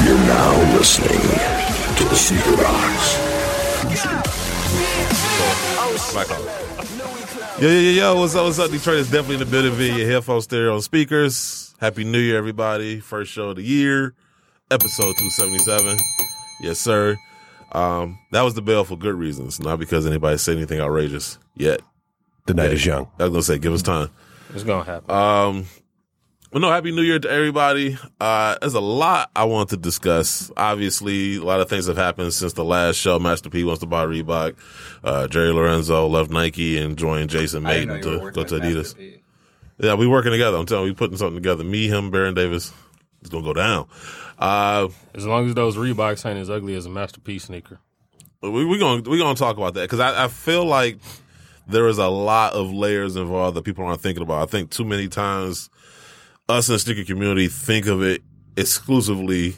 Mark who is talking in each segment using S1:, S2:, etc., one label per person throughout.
S1: You're now listening to the Sneaker Box.
S2: Yo, yo, yo, yo, what's up, what's up? Detroit is definitely in the building via your headphone stereo and speakers. Happy New Year, everybody. First show of the year, episode 277. Yes, sir. Um, that was the bell for good reasons, not because anybody said anything outrageous yet.
S3: The night is young.
S2: I was gonna say, give us time.
S4: It's gonna happen.
S2: Um, well, no, happy New Year to everybody. Uh, there's a lot I want to discuss. Obviously, a lot of things have happened since the last show. Master P wants to buy Reebok. Uh, Jerry Lorenzo left Nike and joined Jason
S5: I didn't know
S2: Maiden
S5: you were
S2: to go
S5: working
S2: to
S5: with
S2: Adidas.
S5: Master P.
S2: Yeah, we working together. I'm telling you, we putting something together. Me, him, Baron Davis. It's gonna go down. Uh,
S4: As long as those Reeboks ain't as ugly as a masterpiece sneaker.
S2: we we gonna we gonna talk about that because I, I feel like there is a lot of layers involved that people aren't thinking about. I think too many times us in the sneaker community think of it exclusively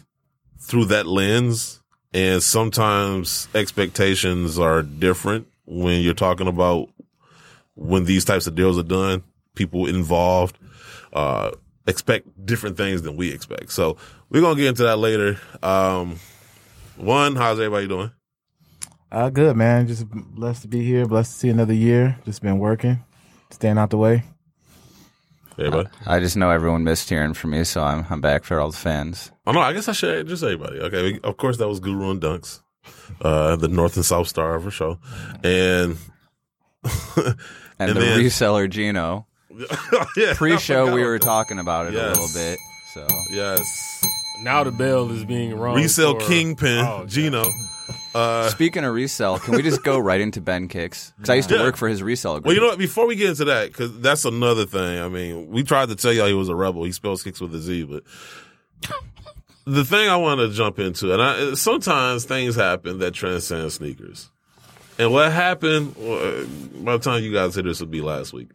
S2: through that lens, and sometimes expectations are different when you're talking about when these types of deals are done. People involved uh, expect different things than we expect. So we're gonna get into that later. Um, one, how's everybody doing?
S6: Uh, good man. Just blessed to be here. Blessed to see another year. Just been working, staying out the way.
S2: Everybody.
S5: I just know everyone missed hearing from me, so I'm I'm back for all the fans.
S2: Oh no, I guess I should just everybody. Okay, of course that was Guru and Dunks, uh, the North and South Star for sure, and
S5: And,
S2: And
S5: the
S2: then-
S5: reseller Gino.
S2: oh, yeah, I
S5: Pre-show
S2: forgot
S5: we were
S2: about that.
S5: talking about it
S2: Yes.
S5: a little bit. So
S2: Yes,
S4: Now the bell is being
S5: Oh,
S4: rung.
S2: resale
S4: for-
S2: kingpin
S4: Oh, God.
S2: Gino. Uh,
S5: speaking of resell, can we just go right into Ben Kicks? Because I used to
S2: Yeah.
S5: work for his resell group.
S2: well, you know what? Before we get into that, because that's another thing. I mean, we tried to tell y'all he was a rebel. He spells kicks with a Z, but the thing I want to jump into, and I, sometimes things happen that transcend sneakers. And what happened, well, uh, by the time you guys hear this, will be last week.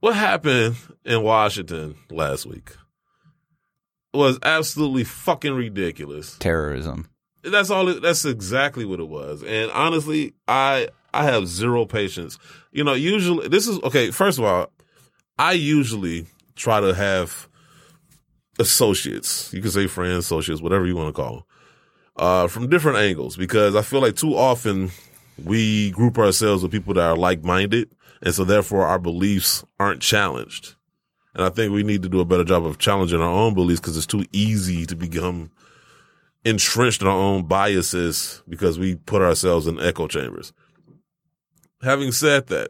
S2: What happened in Washington last week was absolutely fucking ridiculous.
S5: terrorism.
S2: That's all. It, that's exactly what it was. And honestly, I I have zero patience. You know, usually this is okay. First of all, I usually try to have associates. You can say friends, associates, whatever you want to call them, uh, from different angles because I feel like too often we group ourselves with people that are like minded, and so therefore our beliefs aren't challenged. And I think we need to do a better job of challenging our own beliefs because it's too easy to become entrenched in our own biases because we put ourselves in echo chambers. Having said that,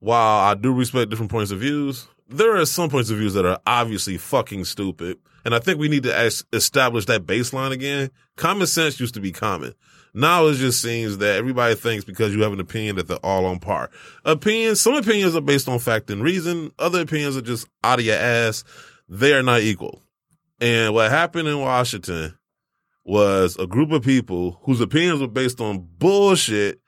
S2: while I do respect different points of views, there are some points of views that are obviously fucking stupid. And I think we need to as- establish that baseline again. Common sense used to be common. Now it just seems that everybody thinks because you have an opinion that they're all on par. Opinions, some opinions are based on fact and reason. Other opinions are just out of your ass. They are not equal. And what happened in Washington was a group of people whose opinions were based on bullshit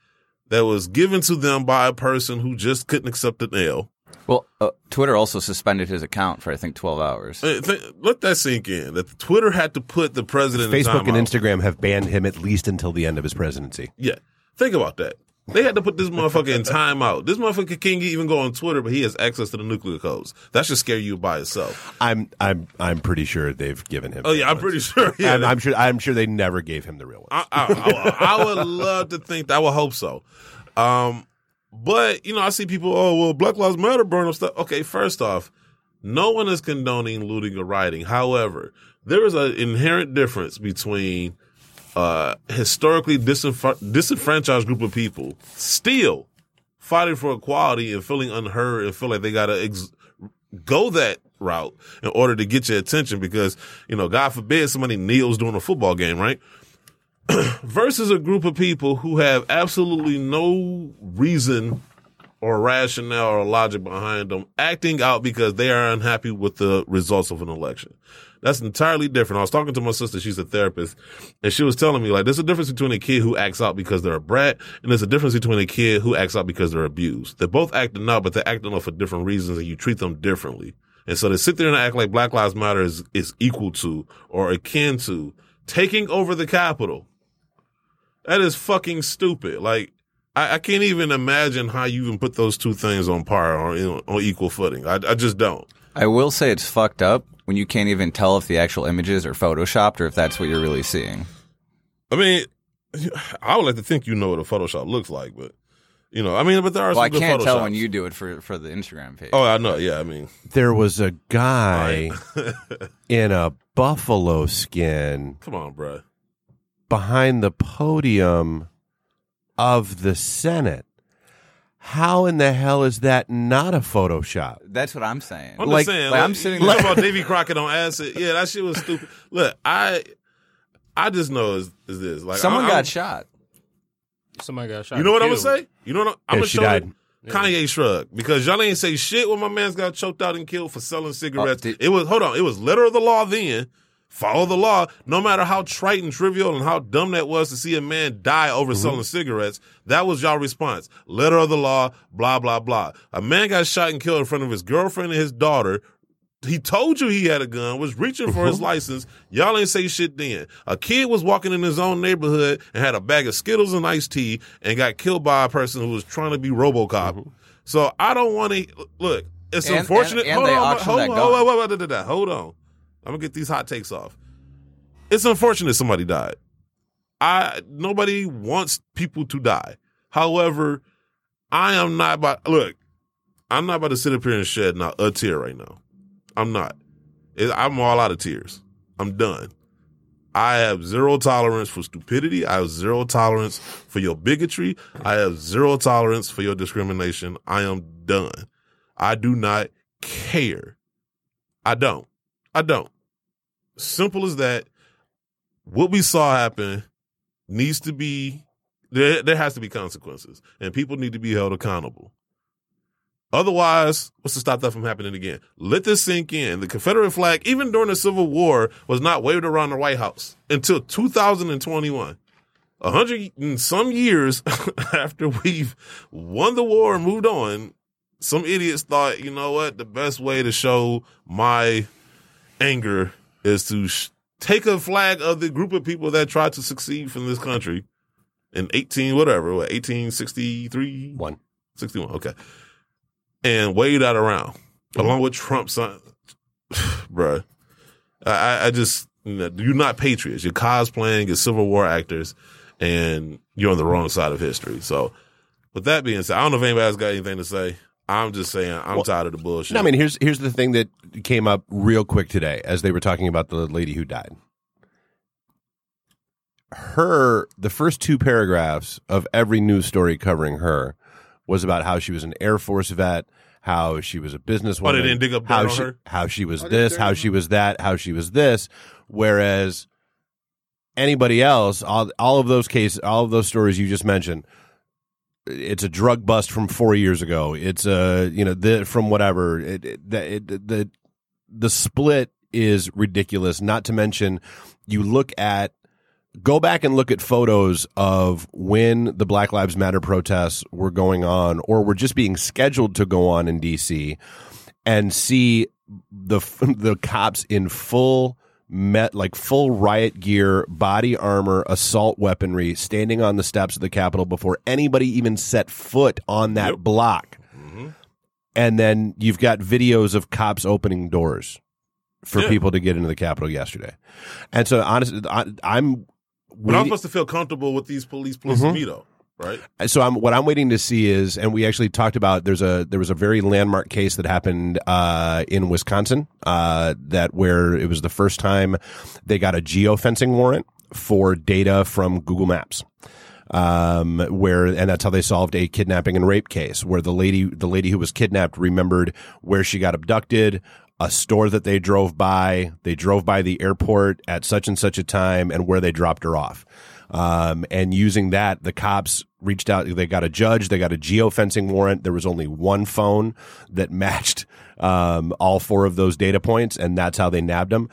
S2: that was given to them by a person who just couldn't accept an L.
S5: Well, uh, Twitter also suspended his account for I think 12 hours.
S2: Uh, th- let that sink in. That Twitter had to put the president in
S3: Facebook and
S2: timeout.
S3: Instagram have banned him at least until the end of his presidency.
S2: Yeah. Think about that. They had to put this motherfucker in timeout. This motherfucker can't even go on Twitter, but he has access to the nuclear codes. That should scare you by itself.
S3: I'm I'm I'm pretty sure they've given him.
S2: Oh yeah,
S3: that
S2: I'm
S3: one.
S2: pretty sure. Yeah,
S3: I'm,
S2: that-
S3: I'm sure. I'm sure they never gave him the real one.
S2: I, I, I, I would love to think that. I would hope so. Um, but you know, I see people. Oh well, Black Lives Matter burn up stuff. Okay, first off, no one is condoning looting or rioting. However, there is an inherent difference between uh, historically disenf- disenfranchised group of people still fighting for equality and feeling unheard and feel like they gotta ex- go that route in order to get your attention because you know god forbid somebody kneels during a football game right versus a group of people who have absolutely no reason or rationale or logic behind them acting out because they are unhappy with the results of an election. That's entirely different. I was talking to my sister, she's a therapist, and she was telling me like there's a difference between a kid who acts out because they're a brat, and there's a difference between a kid who acts out because they're abused. They're both acting out, but they're acting out for different reasons, and you treat them differently. And so to sit there and act like Black Lives Matter is, is equal to or akin to taking over the Capitol. That is fucking stupid. Like, I, I can't even imagine how you even put those two things on par or you know, on equal footing. I, I just don't.
S5: I will say it's fucked up when you can't even tell if the actual images are photoshopped or if that's what you're really seeing.
S2: I mean, I would like to think you know what a Photoshop looks like, but you know, I mean, but there are
S5: Well,
S2: some
S5: I
S2: good
S5: can't tell
S2: Photoshops.
S5: when you do it for, for the Instagram page.
S2: Oh, I know. Yeah, I mean,
S3: There was a guy in a buffalo skin
S2: come on, bruh.
S3: behind the podium of the Senate. How in the hell is that not a Photoshop?
S5: That's what I'm saying.
S2: I'm
S3: Like-
S2: just saying.
S5: like,
S2: Like,
S5: I'm sitting
S2: you
S5: there-
S2: talk about Davy Crockett on acid. Yeah, that shit was stupid. Look, I, I just know is, is this like
S5: Someone
S2: I,
S5: got
S2: I'm-
S5: shot.
S4: Somebody got shot.
S2: You know what I'm gonna
S4: and killed.
S2: say? You know what I'm, I'm
S3: Yeah,
S2: gonna
S3: she
S2: show
S3: died.
S2: you Kanye shrug because y'all ain't say shit when my man's got choked out and killed for
S3: Uh,
S2: selling cigarettes.
S5: did-
S2: it was hold on, it was letter of the law then. Follow the law, no matter how trite and trivial and how dumb that was to see a man die over
S3: Mm-hmm.
S2: selling cigarettes. That was y'all response. Letter of the law, blah blah blah. A man got shot and killed in front of his girlfriend and his daughter he told you he had a gun, was reaching for his license. Y'all ain't say shit then. A kid was walking in his own neighborhood and had a bag of Skittles and iced tea and got killed by a person who was trying to be Robocop. So I don't want to look. It's
S5: And-
S2: unfortunate.
S5: and- and they
S2: hold on,
S5: auctioned
S2: hold on,
S5: that gun.
S2: hold on, hold on, da- da- da- hold on. I'm gonna get these hot takes off. It's unfortunate somebody died. I nobody wants people to die. However, I am not about look. I'm not about to sit up here and shed not a tear right now. I'm not. It- I'm all out of tears. I'm done. I have zero tolerance for stupidity. I have zero tolerance for your bigotry. I have zero tolerance for your discrimination. I am done. I do not care. I don't. I don't. Simple as that. What we saw happen needs to be there there has to be consequences and people need to be held accountable. Otherwise, what's to stop that from happening again? Let this sink in. The Confederate flag, even during the Civil War, was not waved around the White House until 2021. A hundred and some years after we've won the war and moved on, some idiots thought, you know what, the best way to show my anger is to sh- take a flag of the group of people that tried to succeed from this country in 18, whatever, what, 1863?
S3: One.
S2: 61, okay. And wave that around along with Trump, son. Bruh. I- I, I just, you know, you're not patriots. You're cosplaying, you're Civil War actors, and you're on the wrong side of history. So, with that being said, I don't know if anybody's got anything to say. I'm just saying, I'm tired of the bullshit.
S3: No, I mean here's here's the thing that came up real quick today as they were talking about the lady who died. Her the first two paragraphs of every news story covering her was about how she was an Air Force vet, how she was a businesswoman,
S2: Oh, they didn't dig up dirt
S3: how
S2: on
S3: she
S2: her?
S3: how she was this, how she was that, how she was this, whereas anybody else all, all of those cases all of those stories you just mentioned it's a drug bust from four years ago. It's a you know the from whatever it, it, the, it, the the split is ridiculous. Not to mention, you look at go back and look at photos of when the Black Lives Matter protests were going on or were just being scheduled to go on in D.C. and see the the cops in full met like full riot gear, body armor, assault weaponry, standing on the steps of the Capitol before anybody even set foot on that
S2: Yep.
S3: block.
S2: Mm-hmm.
S3: And then you've got videos of cops opening doors for
S2: Yeah.
S3: people to get into the Capitol yesterday. And so, honestly, I, I'm.
S2: but I'm
S3: waiting-
S2: supposed to feel comfortable with these police policing
S3: Mm-hmm.
S2: me, though, right?
S3: so I'm what I'm waiting to see is, and we actually talked about there's a there was a very landmark case that happened uh, in Wisconsin uh, that where it was the first time they got a geofencing warrant for data from Google Maps. Um, where and that's how they solved a kidnapping and rape case where the lady the lady who was kidnapped remembered where she got abducted, a store that they drove by, they drove by the airport at such and such a time, and where they dropped her off. Um, and using that, the cops reached out. They got a judge. They got a geofencing warrant. There was only one phone that matched um, all four of those data points, and that's how they nabbed him.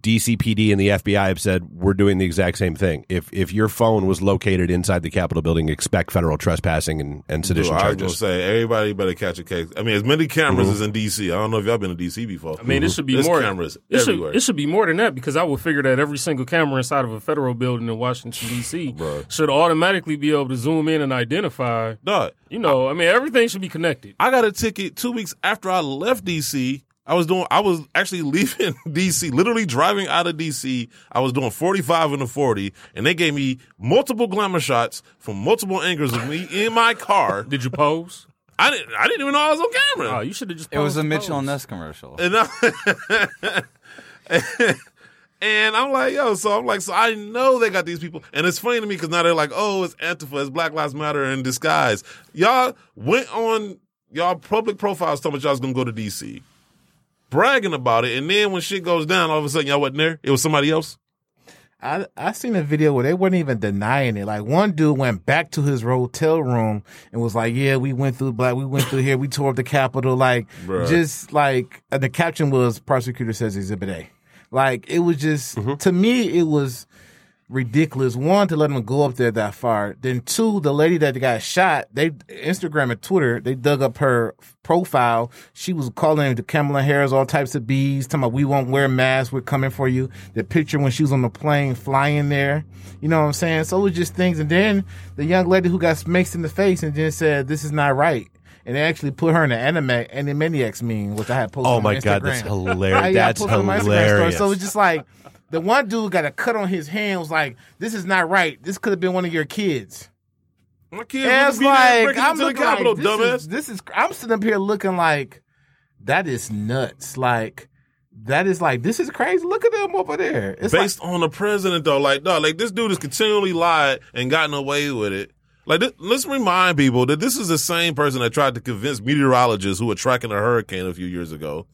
S3: DCPD and the FBI have said we're doing the exact same thing. If if your phone was located inside the Capitol building, expect federal trespassing and, and sedition
S2: I was gonna
S3: charges. Mm-hmm.
S2: say everybody better catch a case. I mean, as many cameras as in DC. I don't know if y'all been to DC before.
S4: I mean, it should be
S2: There's
S4: more.
S2: cameras
S4: it should,
S2: everywhere.
S4: it should be more than that because I would figure that every single camera inside of a federal building in Washington D.C.
S2: Bruh.
S4: should automatically be able to zoom in and identify.
S2: Dog,
S4: You know, I mean, everything should be connected.
S2: I got a ticket two weeks after I left DC. I was doing. I was actually leaving DC, literally driving out of DC. I was doing 45 and a 40, and they gave me multiple glamour shots from multiple angles of me in my car.
S4: Did you pose?
S2: I didn't. I didn't even know I was on camera.
S4: Oh, you should have just.
S5: It was
S4: posed
S5: a
S4: the
S5: Mitchell
S6: oh.
S4: pose.
S5: and Ness commercial.
S2: and, I, and I'm like, yo, so I'm like, so I know they got these people, and it's funny to me because now they're like, oh, it's Antifa, it's Black Lives Matter in disguise. Y'all went on y'all public profiles talking about y'all was gonna go to DC, bragging about it, and then when shit goes down, all of a sudden y'all wasn't there. It was somebody else.
S6: I I seen a video where they weren't even denying it. Like one dude went back to his hotel room and was like, "Yeah, we went through black, we went through here, we tore up the Capitol." Like
S2: Bruh.
S6: just like and the caption was, "Prosecutor says Exhibit A." Like it was just to me, it was ridiculous. One to let him go up there that far. Then two, the lady that got shot, they Instagram and Twitter, they dug up her profile. She was calling the Kamala Harris all types of bees, talking about we won't wear masks, we're coming for you. The picture when she was on the plane flying there. You know what I'm saying? So it was just things. And then the young lady who got smoked in the face and then said, This is not right. And they actually put her in an anime animaniacs meme, which I had posted.
S3: Oh
S6: on
S3: my god, that's
S6: Instagram.
S3: hilarious.
S6: Yeah, I
S3: that's
S6: posted on my Instagram story.
S3: hilarious.
S6: So it's just like the one dude got a cut on his hand. Was like, this is not right. This could have been one of your kids.
S2: My kids
S6: And
S2: was
S6: it's like, I'm
S2: into the
S6: looking like,
S2: Capitol,
S6: this
S2: dumbass.
S6: Is, this is. I'm sitting up here looking like that is nuts. Like that is like this is crazy. Look at them over there. It's like,
S2: based on the president though. Like, dog, like this dude has continually lied and gotten away with it. Like, th- let's remind people that this is the same person that tried to convince meteorologists who were tracking a hurricane a few years ago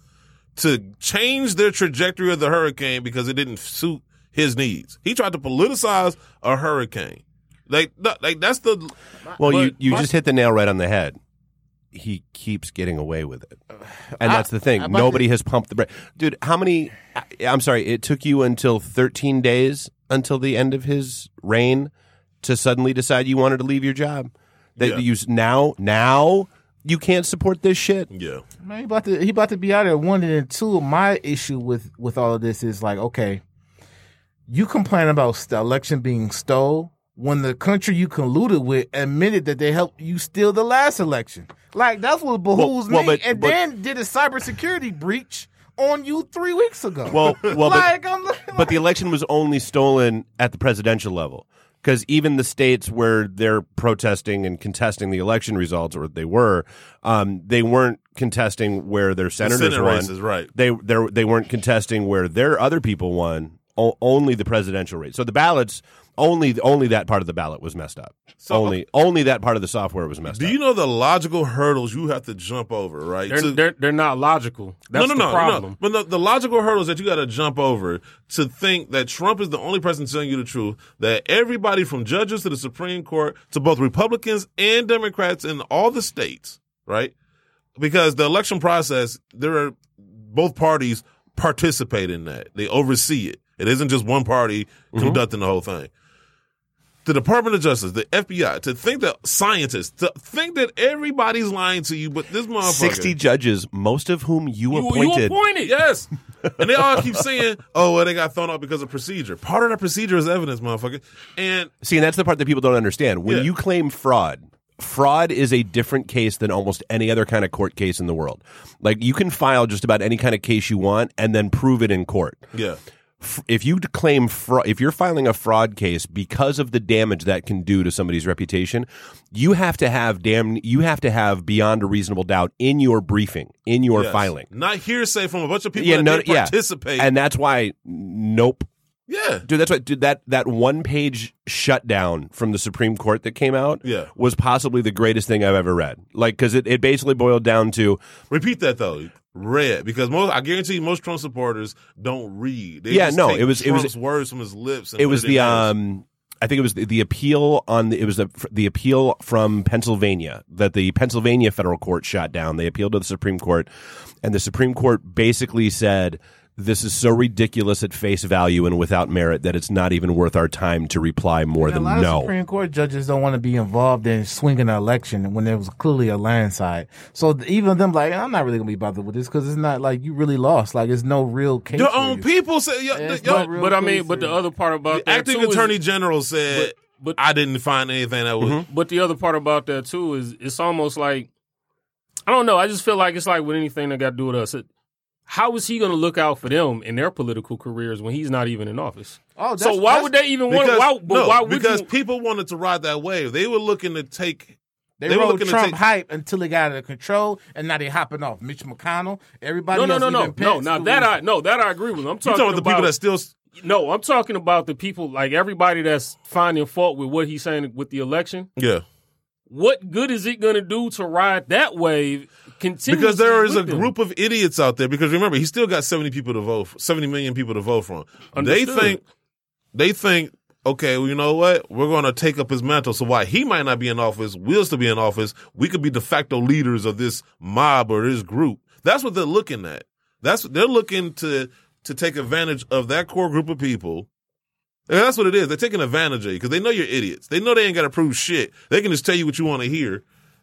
S2: to change their trajectory of the hurricane because it didn't suit his needs. He tried to politicize a hurricane. Like, th- like that's the
S3: well, you,
S2: but
S3: you
S2: my-
S3: just hit the nail right on the head. He keeps getting away with it, and that's the
S6: I
S3: thing.
S6: must-
S3: Nobody has pumped the brake, dude. How many? I, I'm sorry, it took you until 13 days until the end of his reign to suddenly decide you wanted to leave your job. That
S2: Yeah.
S3: you s- now now you can't support this shit.
S2: yeah.
S6: man, he about to he about to be out there one and then two. My issue with with all of this is like, okay, you complain about the election being stole when the country you colluded with admitted that they helped you steal the last election. Like that's what behooves
S3: well,
S6: me,
S3: but-
S6: and
S3: but-
S6: then did a cybersecurity breach on you three weeks ago.
S3: Well, well,
S6: like
S3: but,
S6: I'm looking
S3: but the
S6: like-
S3: election was only stolen at the presidential level because even the states where they're protesting and contesting the election results, or they were, um, they weren't contesting where their senators
S2: Senate
S3: won.
S2: races, right.
S3: They they they weren't contesting where their other people won. O- only the presidential race. So the ballots. Only, only that part of the ballot was messed up. only, only that part of the software was messed
S2: uh, Do
S3: up.
S2: you know the logical hurdles you have to jump over, right?
S4: They're,
S2: to-
S4: they're, they're not logical. That's
S2: no, no, no,
S4: the problem.
S2: no. But the, the logical hurdles that you got to jump over to think that Trump is the only person telling you the truth, that everybody from judges to the Supreme Court to both Republicans and Democrats in all the states, right? Because the election process, there are both parties participate in that. They oversee it. It isn't just one party
S4: Mm-hmm.
S2: conducting the whole thing the Department of Justice, the FBI, to think that scientists, to think that everybody's lying to you, but this motherfucker.
S3: Sixty judges, most of whom you,
S4: You,
S3: appointed.
S4: you appointed.
S2: Yes. And they all keep saying, oh, well, they got thrown out because of procedure. Part of that procedure is evidence, motherfucker. And
S3: See, and that's the part that people don't understand. When
S2: Yeah.
S3: you claim fraud, fraud is a different case than almost any other kind of court case in the world. Like you can file just about any kind of case you want and then prove it in court.
S2: yeah,
S3: F- If you claim fraud, if you're filing a fraud case because of the damage that can do to somebody's reputation, you have to have damn, you have to have beyond a reasonable doubt in your briefing, in your
S2: yes.
S3: filing.
S2: Not hearsay from a bunch of people that didn't participate.
S3: and that's why nope
S2: yeah.
S3: dude that's what dude that that one page shutdown from the supreme court that came out
S2: Yeah.
S3: was possibly the greatest thing i've ever read like because it, it basically boiled down to
S2: Repeat that, though. Read. Because most, I guarantee you, most Trump supporters don't read. They
S3: Yeah,
S2: just
S3: no,
S2: take
S3: it was- it was-
S2: Trump's words from his lips. And
S3: it
S2: put
S3: was
S2: in
S3: the
S2: theirs.
S3: um i think it was the, the appeal on the, it was the, the appeal from pennsylvania that the pennsylvania federal court shot down they appealed to the supreme court and the supreme court basically said this is so ridiculous at face value and without merit that it's not even worth our time to reply more
S6: a
S3: than
S6: lot
S3: no.
S6: of Supreme Court judges don't want to be involved in swinging an election when there was clearly a landslide. So th- even them, like, I'm not really gonna be bothered with this because it's not like you really lost. Like, it's no real case.
S2: Your
S6: for
S2: own
S6: you.
S2: people say, your,
S6: It's
S2: your-
S6: not real
S4: But I
S6: case
S4: mean,
S6: for
S4: but the
S6: you.
S4: other part about
S2: the
S4: that
S2: acting
S4: too is-
S2: attorney general said,
S4: but-
S2: I didn't find anything that was.
S3: Mm-hmm.
S4: But the other part about that too is it's almost like I don't know. I just feel like it's like with anything that got to do with us. It, how is he going to look out for them in their political careers when he's not even in office? so
S6: Oh, that's-
S4: why
S6: that's-
S4: would they even want?
S2: Because,
S4: Why, but
S2: no,
S4: why would
S2: because
S4: you?
S2: people wanted to ride that wave. They were looking to take.
S6: They,
S2: They were
S6: rode
S2: looking to
S6: Trump
S2: take-
S6: hype until it got out of control, and now they hopping off. Mitch McConnell, everybody.
S4: No, no,
S6: else,
S4: no, no,
S6: even
S4: no.
S6: Pence,
S4: Now
S6: who
S4: that
S6: was-
S4: I no that I agree with. I'm
S2: You
S4: talking,
S2: talking about the people
S4: about
S2: that still
S4: no. I'm talking about the people like everybody that's finding fault with what he's saying with the election.
S2: Yeah.
S4: What good is it going to do to ride that wave? Continuously
S2: Because there is a
S4: with them?
S2: group of idiots out there. Because remember, he still got seventy people to vote, for, seventy million people to vote from. They
S4: Understood.
S2: think, they think, okay, well, you know what? We're going to take up his mantle. So why he might not be in office, we'll still be in office. We could be de facto leaders of this mob or this group. That's what they're looking at. That's they're looking to to take advantage of that core group of people. And that's what it is. They're taking advantage of you because they know you're idiots. They know they ain't got to prove shit. They can just tell you what you want to hear,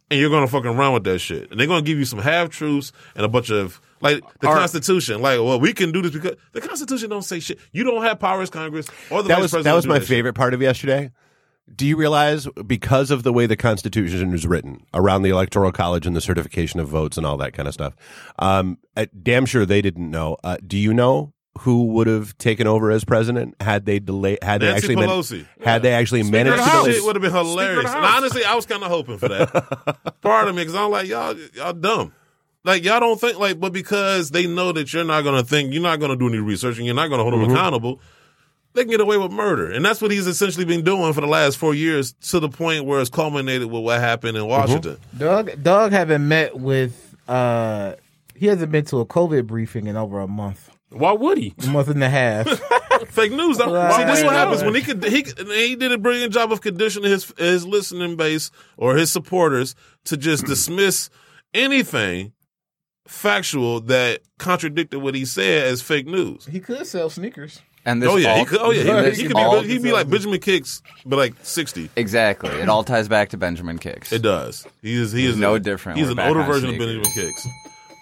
S2: and you're gonna fucking run with that shit. And they're gonna give you some half truths and a bunch of like the
S4: All right.
S2: Constitution. Like, well, we can do this because the Constitution don't say shit. You don't have power as Congress or the
S3: that
S2: Vice
S3: was
S2: President.
S3: that was
S2: to do
S3: my
S2: shit.
S3: favorite part of yesterday. Do you realize because of the way the Constitution is written around the Electoral College and the certification of votes and all that kind of stuff? Um, uh, damn sure they didn't know. Uh, do you know who would have taken over as president had they delay had they
S2: Nancy
S3: actually
S2: Pelosi.
S3: had they actually
S2: That
S3: managed to
S2: shit
S3: delay?
S2: would have been hilarious. And honestly, I was kind of hoping for that. Part of me, because I'm like, y'all, y'all dumb. Like y'all don't think like, but because they know that you're not gonna think, you're not gonna do any research, and you're not gonna hold them accountable, they can get away with murder, and that's what he's essentially been doing for the last four years, to the point where it's culminated with what happened in Washington.
S6: Doug, Doug haven't met with. uh He hasn't been to a COVID briefing in over a month,
S4: Why would he?
S6: a month and a half.
S2: Fake news. though.
S6: Right.
S2: See, this is what
S6: Right.
S2: happens when he could. He could- and he did a brilliant job of conditioning his his listening base or his supporters to just dismiss anything factual that contradicted what he said as fake news.
S6: he could sell sneakers.
S5: And this
S2: oh yeah,
S5: all,
S2: he could, oh yeah, he,
S5: this
S2: he could
S5: all-
S2: be he'd be like Benjamin Kicks, but like sixty.
S5: exactly. It all ties back to Benjamin Kicks.
S2: It does. He is he is
S5: No
S2: a-
S5: different.
S2: He's
S5: We're
S2: an
S5: back
S2: older
S5: on
S2: version of
S5: sneakers.
S2: Benjamin Kicks.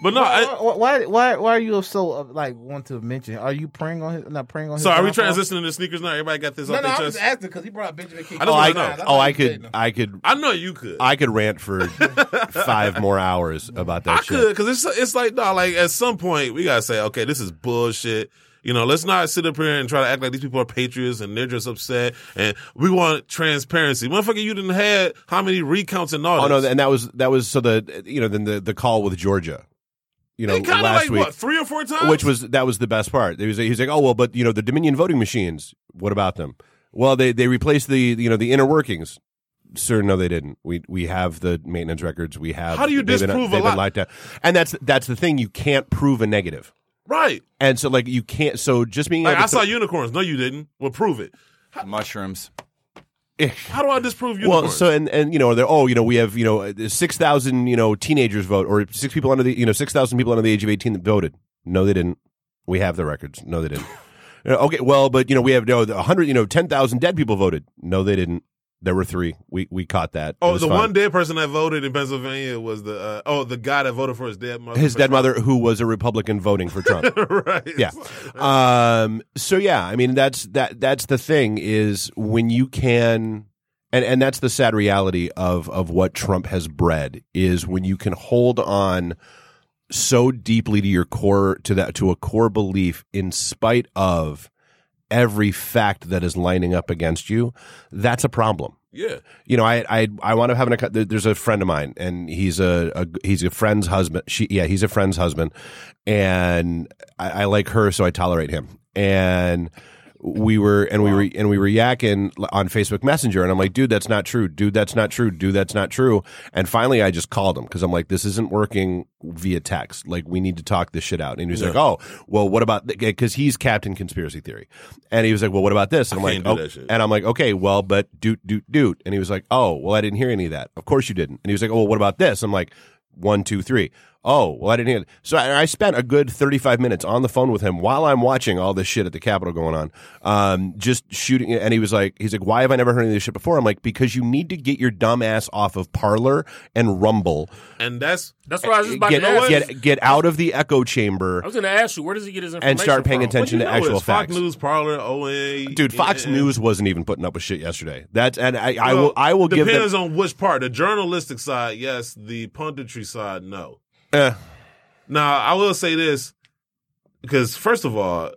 S2: But no, I,
S6: why, why? Why? Why are you so uh, like want to mention? Are you praying on his? Not praying on his.
S2: so are we
S6: downfall?
S2: transitioning to sneakers now? Everybody got this
S6: No,
S2: off
S6: no,
S2: their
S6: I'm
S2: chest.
S6: just asking because he brought up Benjamin King.
S2: I
S3: Oh,
S2: just
S3: I,
S2: wanna know.
S3: could- oh, I could, I could,
S2: I know you could.
S3: I could rant for five more hours about that
S2: I
S3: shit.
S2: could because it's it's like no, like at some point we gotta say, okay, this is bullshit. You know, let's not sit up here and try to act like these people are patriots and they're just upset. And we want transparency, motherfucker. You didn't have how many recounts and all?
S3: Oh no,
S2: this?
S3: and that was that was so the you know then the the call with Georgia, you know
S2: they kind of
S3: last
S2: like
S3: week.
S2: what three or four times,
S3: Which was that was the best part. He was, he was like, "Oh well, but you know the Dominion voting machines. What about them? Well, they they replaced the you know the inner workings. Sir, no, they didn't. We we have the maintenance records. We have.
S2: How do you
S3: they've been-
S2: disprove a
S3: they've been
S2: lie?
S3: lied to. And that's that's the thing. You can't prove a negative.
S2: right?
S3: And so like you can't. So just being
S2: Like
S3: able
S2: I
S3: to-
S2: saw unicorns. No, you didn't. Well, prove it.
S5: Mushrooms.
S2: How do I disprove unicorns?
S3: Well, so and and you know, they're oh, you know, we have you know uh, six thousand you know teenagers vote or six people under the you know six thousand people under the age of eighteen that voted. No, they didn't. We have the records. No, they didn't. You know, okay, well, but you know, we have no a hundred you know ten thousand dead people voted. No, they didn't. There were three. We we caught that. It
S2: oh,
S3: was
S2: the
S3: fine.
S2: one dead person that voted in Pennsylvania was the uh, oh the guy that voted for his dead mother.
S3: his dead mother who was a Republican voting for Trump.
S2: right?
S3: yeah. Um, so yeah, I mean that's that that's the thing is when you can and and that's the sad reality of of what Trump has bred is when you can hold on so deeply to your core to that to a core belief in spite of every fact that is lining up against you, that's a problem
S2: yeah.
S3: you know, I I I wound up having a co- there- there's a friend of mine, and he's a, a he's a friend's husband. She yeah, he's a friend's husband, and I, I like her, so I tolerate him. And we were and we were and we were yakking on Facebook Messenger, and I'm like, dude, that's not true, dude, that's not true, dude, that's not true. And finally, I just called him because I'm like, this isn't working via text. Like, we need to talk this shit out. And he was like, oh, well, what about because he's Captain Conspiracy Theory, and he was like, well, what about this? And I'm
S2: I
S3: like,
S2: can't do
S3: oh,
S2: that shit.
S3: and and I'm like, okay, well, but doot, doot, doot. And he was like, oh, well, I didn't hear any of that. Of course you didn't. And he was like, oh, well, what about this? I'm like, one, two, three. Oh, well, I didn't hear. It. So I, I spent a good 35 minutes on the phone with him while I'm watching all this shit at the Capitol going on, um, just shooting. And he was like, he's like, why have I never heard any of this shit before? I'm like, because you need to get your dumb ass off of Parlor and Rumble.
S2: And that's
S4: That's what I was
S2: Eh,
S4: just about
S3: Get,
S4: to ask.
S3: get, get out of the echo chamber.
S4: I was going to ask you, where does he get his information
S3: And start paying
S4: from?
S3: attention
S2: Well,
S3: to
S2: you know
S3: actual
S2: it's Fox
S3: facts.
S2: News, Parlor, OA.
S3: Dude, Fox
S2: and-
S3: News wasn't even putting up with shit yesterday. That's and I, I
S2: Well,
S3: will I will give them
S2: Depends on which part. The journalistic side, yes. The punditry side, no.
S3: Eh.
S2: Now, I will say this because, first of all,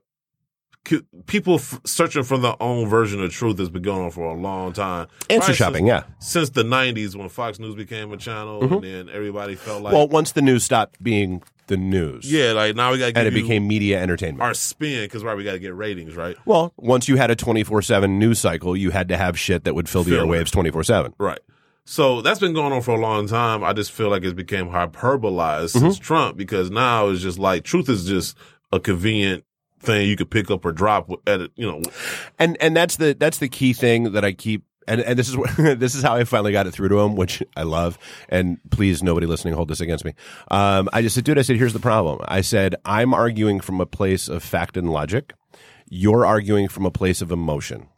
S2: c- people f- searching for their own version of truth has been going on for a long time.
S3: answer
S2: Right,
S3: shopping.
S2: since,
S3: Yeah. Mm-hmm.
S2: Since the 90s when Fox News became a channel and then everybody felt like,
S3: well, once the news stopped being the news,
S2: yeah, like now we got to
S3: and
S2: give
S3: it
S2: you
S3: became media entertainment.
S2: our spin because, right, we got to get ratings, right?
S3: Well, once you had a 24 7 news cycle, you had to have shit that would fill the
S2: Fill it.
S3: airwaves 24 7.
S2: Right. So that's been going on for a long time. I just feel like it's became hyperbolized since
S4: Mm-hmm.
S2: Trump because now it's just like truth is just a convenient thing you could pick up or drop at a, you know
S3: And and that's the that's the key thing that I keep and, and this is what, this is how I finally got it through to him, which I love. And please, nobody listening, hold this against me. Um, I just said, dude, I said, here's the problem. I said, I'm arguing from a place of fact and logic. You're arguing from a place of emotion.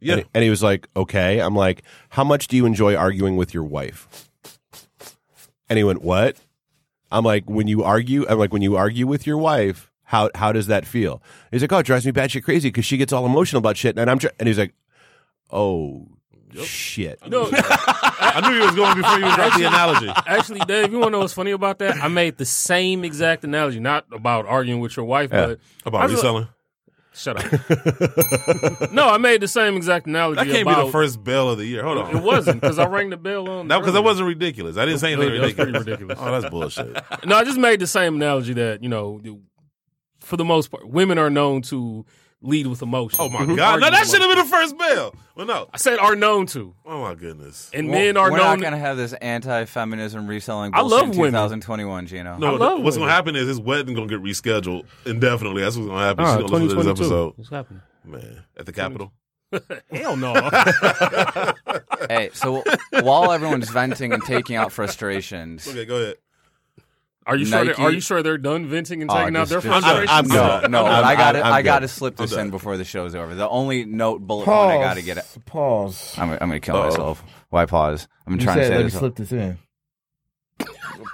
S2: yeah.
S3: And, and he was like, okay. I'm like, how much do you enjoy arguing with your wife? And he went, what? I'm like, when you argue, I'm like, when you argue with your wife, how, how does that feel? He's like, oh, it drives me batshit crazy because she gets all emotional about shit. And I'm, tr-. and he's like, oh, shit.
S4: No,
S2: I knew you was going before you dropped the analogy.
S4: actually, Dave, you want to know what's funny about that? I made the same exact analogy, not about arguing with your wife, but I
S2: About
S4: was like-
S2: reselling.
S4: shut up. no, I made the same exact analogy.
S2: That can't
S4: about,
S2: be the first bell of the year. Hold on.
S4: It wasn't because I rang the bell on
S2: That because that
S4: earlier.
S2: wasn't ridiculous. I didn't say anything
S4: That was pretty
S2: ridiculous.
S4: ridiculous.
S2: Oh, that's bullshit.
S4: No, I just made the same analogy that you know, for the most part, women are known to lead with emotion.
S2: Oh my god. No, that should have been the first bell. Well, no.
S4: I said are known to,
S2: Oh my goodness.
S4: and men are
S5: We're
S4: known.
S5: not going to have this anti-feminism reselling.
S4: I
S5: bullshit
S4: love
S5: in
S4: women.
S5: 2021, Gino.
S2: No,
S4: I love
S2: what's
S4: women.
S2: gonna happen is his wedding gonna get rescheduled indefinitely. That's what's gonna happen.
S4: Ah,
S2: She's gonna listen to this
S4: 2022.
S2: episode,
S4: What's happening?
S2: man, at the Capitol.
S4: Hell no.
S5: Hey, so while everyone's venting and taking out frustrations,
S2: Okay, go ahead.
S4: are you sure? They,
S5: Nike-
S4: are you sure they're done venting and
S5: Oh,
S4: taking out
S5: just-
S4: their
S5: just-
S4: frustrations?
S3: I'm
S5: no,
S3: good.
S5: no,
S3: I'm-
S5: I got
S3: I'm-
S5: to
S3: I'm
S5: I got to
S3: good.
S5: slip this
S2: I'm
S5: in
S2: good.
S5: before the show's over. The only note bullet
S6: Pause.
S5: point I got to get it.
S6: Pause.
S5: I'm, I'm going to kill myself. Why pause? I'm
S6: You
S5: trying
S6: said
S5: to say
S6: let me
S5: this.
S6: slip this in.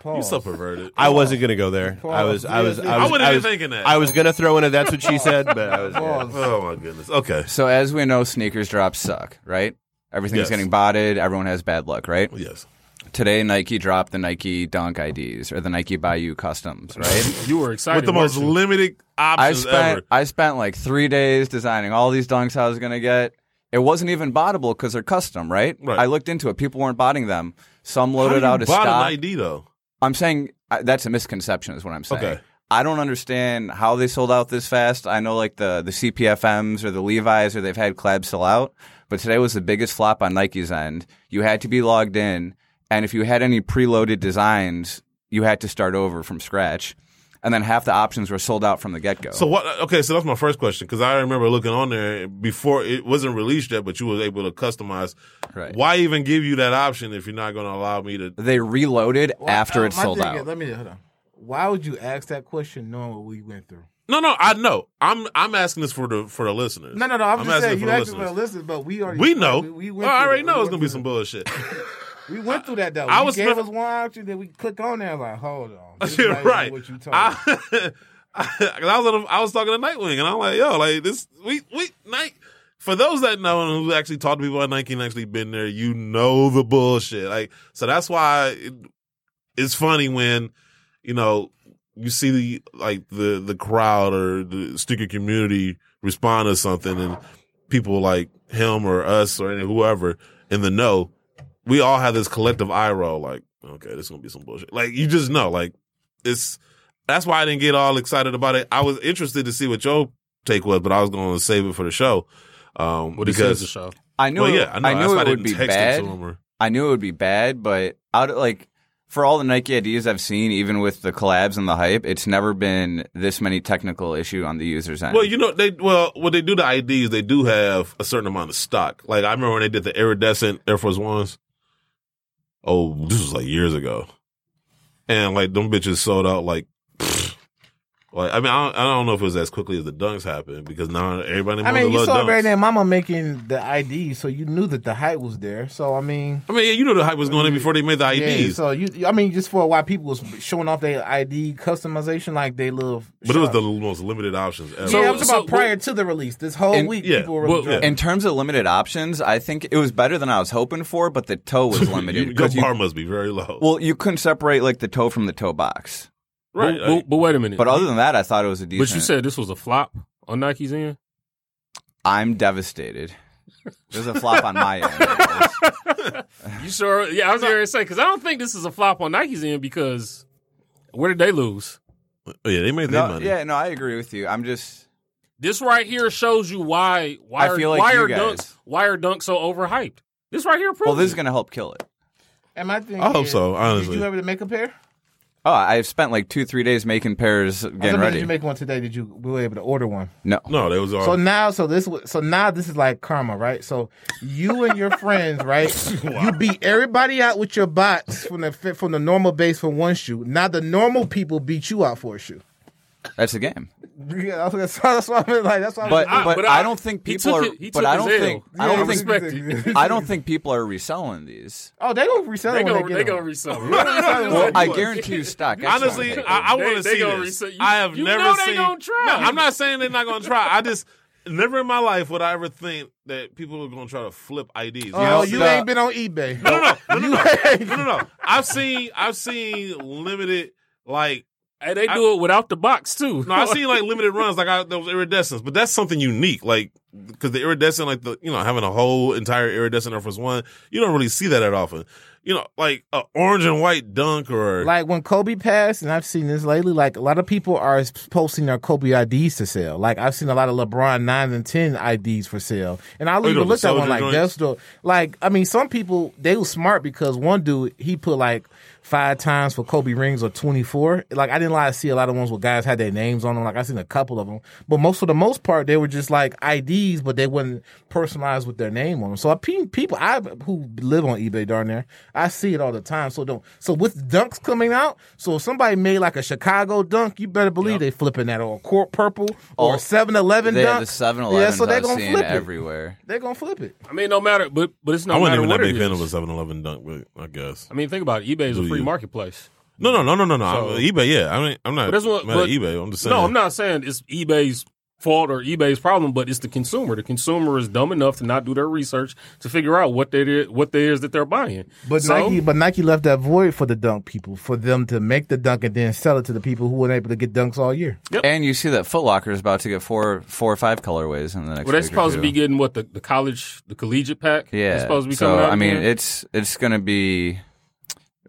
S2: You so
S6: Pause.
S2: perverted.
S3: I wasn't going to go there. I was, I was, I
S2: I
S3: was,
S2: wouldn't
S3: I
S2: have
S3: was,
S2: been thinking that.
S3: I was going to throw in a that's what she said, but I was, yeah.
S2: oh my goodness. Okay.
S5: So as we know, sneakers drops suck, right? Everything's
S2: Yes.
S5: getting botted. Everyone has bad luck, right?
S2: Yes.
S5: Today, Nike dropped the Nike Dunk IDs or the Nike Bayou Customs, right?
S4: You were excited.
S2: With the most
S4: weren't you?
S2: limited
S5: I
S2: options
S5: spent
S2: ever.
S5: I spent like three days designing all these dunks I was gonna get. It wasn't even bottable because they're custom, right?
S2: Right.
S5: I looked into it. People weren't botting them. Some
S2: How
S5: loaded
S2: you
S5: out a
S2: bought
S5: stock.
S2: an ID though.
S5: I'm saying I, that's a misconception, is what I'm saying.
S2: Okay.
S5: I don't understand how they sold out this fast. I know like the the CPFMs or the Levi's or they've had collabs sell out, but today was the biggest flop on Nike's end. You had to be logged in, and if you had any preloaded designs, you had to start over from scratch. And then half the options were sold out from the get go.
S2: So what? Okay, so that's my first question because I remember looking on there before it wasn't released yet, but you was able to customize.
S5: Right.
S2: Why even give you that option if you're not going to allow me to?
S5: They reloaded
S6: Well,
S5: after
S6: uh,
S5: it
S6: my
S5: sold
S6: thing
S5: out.
S6: is- let me hold on. Why would you ask that question knowing what we went through?
S2: No, no, I know. I'm I'm asking this for the for the listeners.
S6: No, no, no. I'm, just
S2: asking
S6: saying
S2: for
S6: you
S2: the
S6: asked for
S2: listeners.
S6: the listeners, but we already
S2: we know. I
S6: went through
S2: already
S6: that.
S2: know
S6: We
S2: it's gonna
S6: went
S2: be
S6: through
S2: some
S6: that.
S2: bullshit.
S6: We went through that though.
S2: I
S6: I
S2: was
S6: was gave
S2: spent-
S6: us one option that we click on there like, hold on, this
S2: You're
S6: might be
S2: right.
S6: What you talking?
S2: I,
S6: about.
S2: I, 'cause I was on the- I was talking to Nightwing, and I'm like, yo, like this we we night. For those that know and who actually talk to people at Nike and actually been there, you know the bullshit. Like so that's why it, it's funny when you know you see the like the the crowd or the sticker community respond to something, and people like him or us or any, whoever in the know, we all have this collective eye roll. Like, okay, this is gonna be some bullshit. Like you just know, like it's that's why I didn't get all excited about it. I was interested to see what your take was, but I was going to save it for the show. Um,
S4: What it says
S2: because
S4: the show.
S5: I knew,
S2: well,
S5: it-
S2: yeah, I, know.
S5: I
S2: That's
S5: knew
S2: why
S5: it would
S2: didn't
S5: be
S2: text It
S5: bad.
S2: to him or,
S5: I knew it would be bad, but out of, like for all the Nike ideas I've seen, even with the collabs and the hype, it's never been this many technical issue on the user's end.
S2: well, you know, they well when they do the IDs, they do have a certain amount of stock. Like I remember when they did the iridescent Air Force Ones. Oh, this was like years ago. and like them bitches sold out like. pfft. Like I mean, I don't, I don't know if it was as quickly as the dunks happened because now everybody.
S6: I mean,
S2: the
S6: you saw
S2: dunks.
S6: Barry and Mama making the ID, so you knew that the hype was there. So I mean,
S2: I mean, yeah, you know the hype was going in before they made the
S6: yeah.
S2: IDs,
S6: So you, I mean, just for why people was showing off their ID customization, like they love.
S2: but it was the most limited options ever.
S4: So-
S6: yeah, I'm talking
S4: so
S6: about prior to the release. This whole
S5: And-
S6: week,
S2: yeah,
S6: people were really
S4: well,
S6: drunk.
S5: In terms of limited options, I think it was better than I was hoping for, but the toe was limited.
S2: You- your
S5: 'cause you-
S2: bar must be very low.
S5: well, you couldn't separate like the toe from the toe box.
S2: right.
S4: But, but- but wait a minute.
S5: But other than that, I thought it was a decent.
S4: but you said this was a flop on Nike's end.
S5: I'm devastated. It was a flop on my end.
S4: You sure? Yeah, I was going to say because I don't think this is a flop on Nike's end because where did they lose?
S2: Oh, yeah, they made their
S5: No,
S2: money.
S5: yeah, no, I agree with you. I'm just
S4: This right here shows you why why
S5: I
S4: are,
S5: feel like
S4: why
S5: you
S4: are
S5: guys.
S4: dunks why are dunks so overhyped. This right here proves.
S5: well. This is
S4: it.
S5: gonna help kill it.
S6: And my thing
S2: I hope
S6: is,
S2: so, honestly.
S6: did you ever make a pair?
S5: Oh, I've spent like two, three days making pairs,
S6: I was
S5: getting
S6: like,
S5: ready.
S6: Did you make one today? Did you were you able to order one?
S5: no,
S2: No, they was all.
S6: So now, so this, was- so now this is like karma, right? So you and your friends, right? You beat everybody out with your bots from the fi- from the normal base for one shoe. Now the normal people beat you out for a shoe.
S5: that's the game.
S6: Yeah, that's, that's what I mean. Like that's what
S5: But
S4: I-
S5: but,
S4: but
S5: I,
S4: I-
S5: don't think
S4: he
S5: people
S4: took
S5: are.
S4: it- he
S5: but
S4: took
S5: I
S4: his
S5: don't
S4: L.
S5: think I
S6: Yeah,
S5: don't
S6: he
S5: think
S4: respect it.
S5: I don't think people are reselling these.
S6: oh, they gonna resell
S4: They
S6: it when
S4: gonna,
S6: they
S4: they
S6: get
S4: gonna
S6: them.
S4: resell.
S5: Well, I guarantee you stock. That's what
S2: Honestly,
S5: I'm thinking.
S2: I, I
S4: They-
S2: want to
S4: they
S2: see
S4: gonna
S2: this.
S4: resell- you-
S2: I have
S4: you
S2: never
S4: know they
S2: seen.
S4: gonna try.
S2: No, I'm not saying they're not gonna try. I just never in my life would I ever think that people are gonna try to flip IDs.
S6: Oh, you
S5: the-
S6: ain't been on eBay.
S2: no, no, no, no, no,
S6: ain't-
S2: no, no, no. I've seen, I've seen limited, like,
S4: Hey, they do it without the box too.
S2: no, I've seen like limited runs, like I, those iridescents, but that's something unique, like, because the iridescent, like the, you know, having a whole entire iridescent Air Force One, you don't really see that that often. You know, like a orange and white dunk or
S6: Like when Kobe passed, and I've seen this lately. Like a lot of people are posting their Kobe IDs to sell. Like I've seen a lot of LeBron nine and ten IDs for sale, and I'll
S2: you know,
S6: even
S2: the
S6: look at one
S2: soldier
S6: like
S2: joints?
S6: that's the like. I mean, some people they were smart because one dude he put like five times for Kobe rings or twenty four. Like I didn't like see a lot of ones where guys had their names on them. Like I seen a couple of them, but most for the most part they were just like IDs, but they weren't personalized with their name on them. So I pe- people I who live on eBay darn there, I see it all the time. So don't so with dunks coming out, so if somebody made like a Chicago dunk, you better believe they flipping that or court purple
S5: Oh,
S6: or 7-Eleven
S5: They had
S6: dunk.
S5: the 7-Elevens
S6: Yeah, so
S5: I
S6: they're
S5: was
S6: gonna
S5: seeing
S6: flip it.
S5: everywhere.
S6: They're gonna flip it.
S4: I mean, no matter, but but it's no
S2: I wasn't
S4: matter
S2: even
S4: what
S2: that
S4: it
S2: big
S4: is.
S2: fan of a 7-Eleven dunk, but I guess.
S4: I mean, think about it. eBay is a
S2: Do
S4: free
S2: you?
S4: marketplace.
S2: No, no, no, no, no, no.
S4: So-
S2: eBay, yeah. I mean, I'm not
S4: But that's what-
S2: mad
S4: but-
S2: at eBay. I'm just saying.
S4: No, I'm not saying it's eBay's fault or eBay's problem, but it's the consumer. The consumer is dumb enough to not do their research to figure out what they did, what they is that they're buying.
S6: But
S4: So-
S6: Nike, but Nike left that void for the dunk people, for them to make the dunk and then sell it to the people who weren't able to get dunks all year.
S5: And you see that Foot Locker is about to get four, four or five colorways in the next.
S4: well,
S5: week or
S4: they're supposed to
S5: two.
S4: be getting what the, the college, the collegiate pack.
S5: Yeah.
S4: it's supposed to be
S5: so
S4: coming out.
S5: I mean,
S4: again.
S5: it's it's gonna be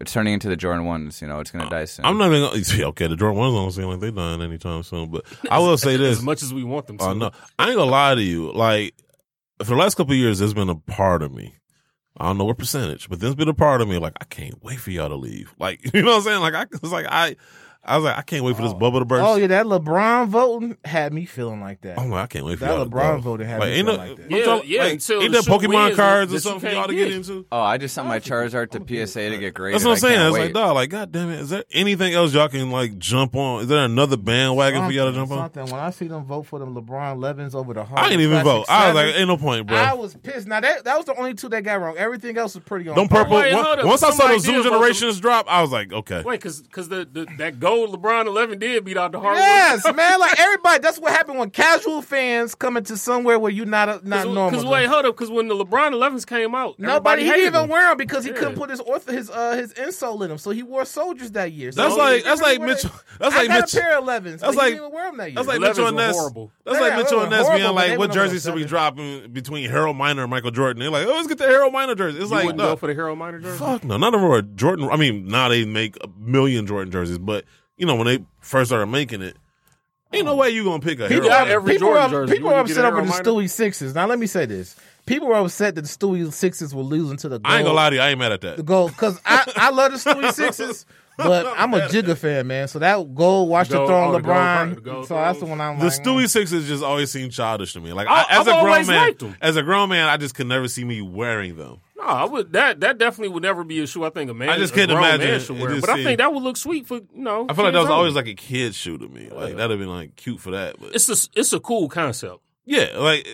S5: it's turning into the Jordan ones. You know, it's gonna
S4: Uh,
S5: die soon.
S2: I'm not even. Gonna, see, okay, the Jordan ones don't seem like they done anytime soon. But I will say this:
S4: as much as we want them to.
S2: Oh no, I ain't gonna lie to you. Like for the last couple of years, there's been a part of me. I don't know what percentage, but there's been a part of me like I can't wait for y'all to leave. Like you know what I'm saying? Like I was like I, I was like I can't wait for this bubble to burst.
S6: Oh yeah, that LeBron voting had me feeling like that.
S2: I'm like I can't wait for
S6: That
S2: y'all to
S6: LeBron
S2: go.
S6: voting had me
S2: ain't
S6: feel
S2: no-
S6: like that.
S2: I'm
S4: Yeah,
S2: talking-
S4: yeah,
S2: like,
S4: until
S2: ain't
S4: the
S2: there
S4: shit
S2: Pokemon
S4: wins
S2: cards or
S4: that you
S2: something for
S4: can't
S2: y'all to get
S4: get.
S2: into?
S5: oh, I just sent my Charizard to PSA to get graded.
S2: That's what I'm
S5: I
S2: saying.
S5: can't
S2: It's
S5: wait.
S2: like, dog, like, god damn it, is there anything else y'all can like jump on? Is there another bandwagon for y'all to jump on?
S6: something. When I see them vote for them LeBron Levens over the Harden,
S2: I didn't even
S6: Classic
S2: vote. I was like,
S6: Sevens,
S2: ain't no point, bro.
S6: I was pissed. Now that that was the only two that got wrong. Everything else was pretty on.
S2: Them
S6: par.
S2: purple.
S4: Wait,
S2: one-
S4: hold up.
S2: once I saw
S4: Somebody
S2: those Zoom
S4: did vote for-
S2: generations drop, I was like, okay.
S4: Wait, because the, the that gold LeBron eleven did beat out the hard.
S6: Yes, man. Like everybody, that's what happened when casual fans come into somewhere where you're not a, not normal.
S4: Because wait, hold up. Because when the LeBron 11s came out, everybody
S6: Nobody he
S4: hated
S6: didn't even
S4: them.
S6: wear them because he
S4: Yeah.
S6: couldn't put his ortho, his uh his insole in them, so he wore soldiers that year. So
S2: That's
S6: he
S2: like
S6: didn't
S2: that's
S6: really
S2: like
S6: wear
S2: Mitchell.
S6: that-
S2: That's
S6: I
S2: like
S6: got
S2: Mitchell.
S6: a pair of
S2: that's
S6: elevens. That's like
S2: like-
S6: he didn't even wear them that year.
S2: That's like
S4: 11s
S2: Mitchell and
S4: were
S2: Ness.
S4: horrible.
S2: That's
S6: Yeah,
S2: like Mitchell
S6: they
S2: and
S6: were
S2: Ness being
S6: horrible, but
S2: like,
S6: they
S2: "What
S6: went over
S2: jerseys
S6: the
S2: should we
S6: seven.
S2: drop in between Harold Miner and Michael Jordan?" They're like, "Oh, let's get the Harold Miner jersey." It's
S4: You
S2: like,
S4: wouldn't
S2: no,
S4: go for the Harold Miner jersey.
S2: fuck no, none of them are Jordan. I mean, now they make a million Jordan jerseys, but you know when they first started making it, ain't no way you gonna pick a Harold.
S6: People,
S4: got
S6: are,
S2: Miner.
S4: Oh. every
S6: people,
S4: Jordan
S6: are,
S4: jersey.
S6: people
S4: You
S6: are
S4: wouldn't get
S6: upset
S4: a
S6: over the
S4: Harold Miner?
S6: Stewie Sixes. Now let me say this: people were upset that the Stewie Sixes were losing to the. Gold,
S2: I ain't gonna lie to you, I ain't mad at that.
S6: The gold because I I love the Stewie Sixes, But I'm a Jigga fan, man. So that goal, watch
S4: Goal,
S6: the throwing
S4: oh, the goal
S6: LeBron.
S4: throw- the goal
S6: so that's the
S4: throws.
S6: one I'm
S2: The
S6: like. mm.
S2: Stewie Sixes just always seem childish to me. Like
S4: I-
S2: I, as
S4: I've
S2: a grown
S4: always liked
S2: man,
S4: 'em.
S2: as a grown man, I just could never see me wearing them.
S4: No, I would that that definitely would never be a shoe. I think a man,
S2: I just
S4: a
S2: couldn't
S4: grown
S2: imagine
S4: man
S2: it.
S4: should
S2: It
S4: wear.
S2: just
S4: But I
S2: seemed-
S4: think that would look sweet for you know.
S2: I feel like that was
S4: kids
S2: always like
S4: only.
S2: a kid shoe to me. Like that'd have been like cute for that, but
S4: it's a it's a cool concept.
S2: yeah, like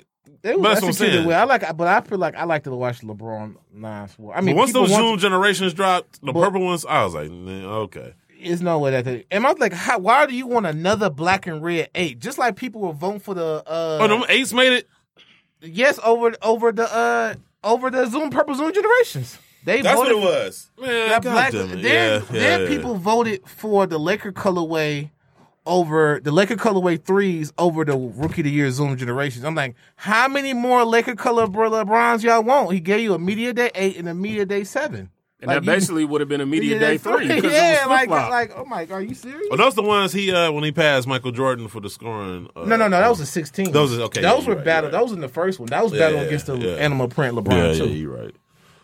S6: It was
S2: But that's what I'm
S6: executed
S2: saying.
S6: well. I like, but I feel like I like to watch LeBron nines more. I mean,
S2: but once
S6: people
S2: those
S6: want
S2: June generations dropped, the
S6: But-
S2: purple ones, I was like, nah, okay.
S6: It's no way that they. And I was like, how, why do you want another black and red eight? Just like people were voting for the uh,
S2: oh, them eights made it.
S6: yes over over the uh over the Zoom purple Zoom generations. They voted for-
S2: was. Man,
S6: that
S2: God
S6: black.
S2: damn it.
S6: Then,
S2: yeah,
S6: then
S2: yeah, yeah.
S6: people voted for the Laker colorway over the Laker colorway threes over the rookie of the year Zoom generations. I'm like, how many more Laker color Bro- LeBrons y'all want? He gave you a media day eight and a media day seven.
S4: And
S6: Like,
S4: that
S6: you-
S4: basically would have been a media day three because it
S6: yeah,
S4: was
S6: like,
S4: flip flop.
S6: like, oh my, are you serious?
S2: Well, those the ones he uh, when he passed Michael Jordan for the scoring. Uh,
S6: No, no, no. That was a 16.
S2: Those is- okay, yeah,
S6: Those
S2: you're
S6: were
S2: right,
S6: battle.
S2: you're right.
S6: That was in the first one. That was battle
S2: Yeah,
S6: against the
S2: yeah.
S6: animal print LeBron
S2: Yeah, yeah,
S6: too.
S2: you're right.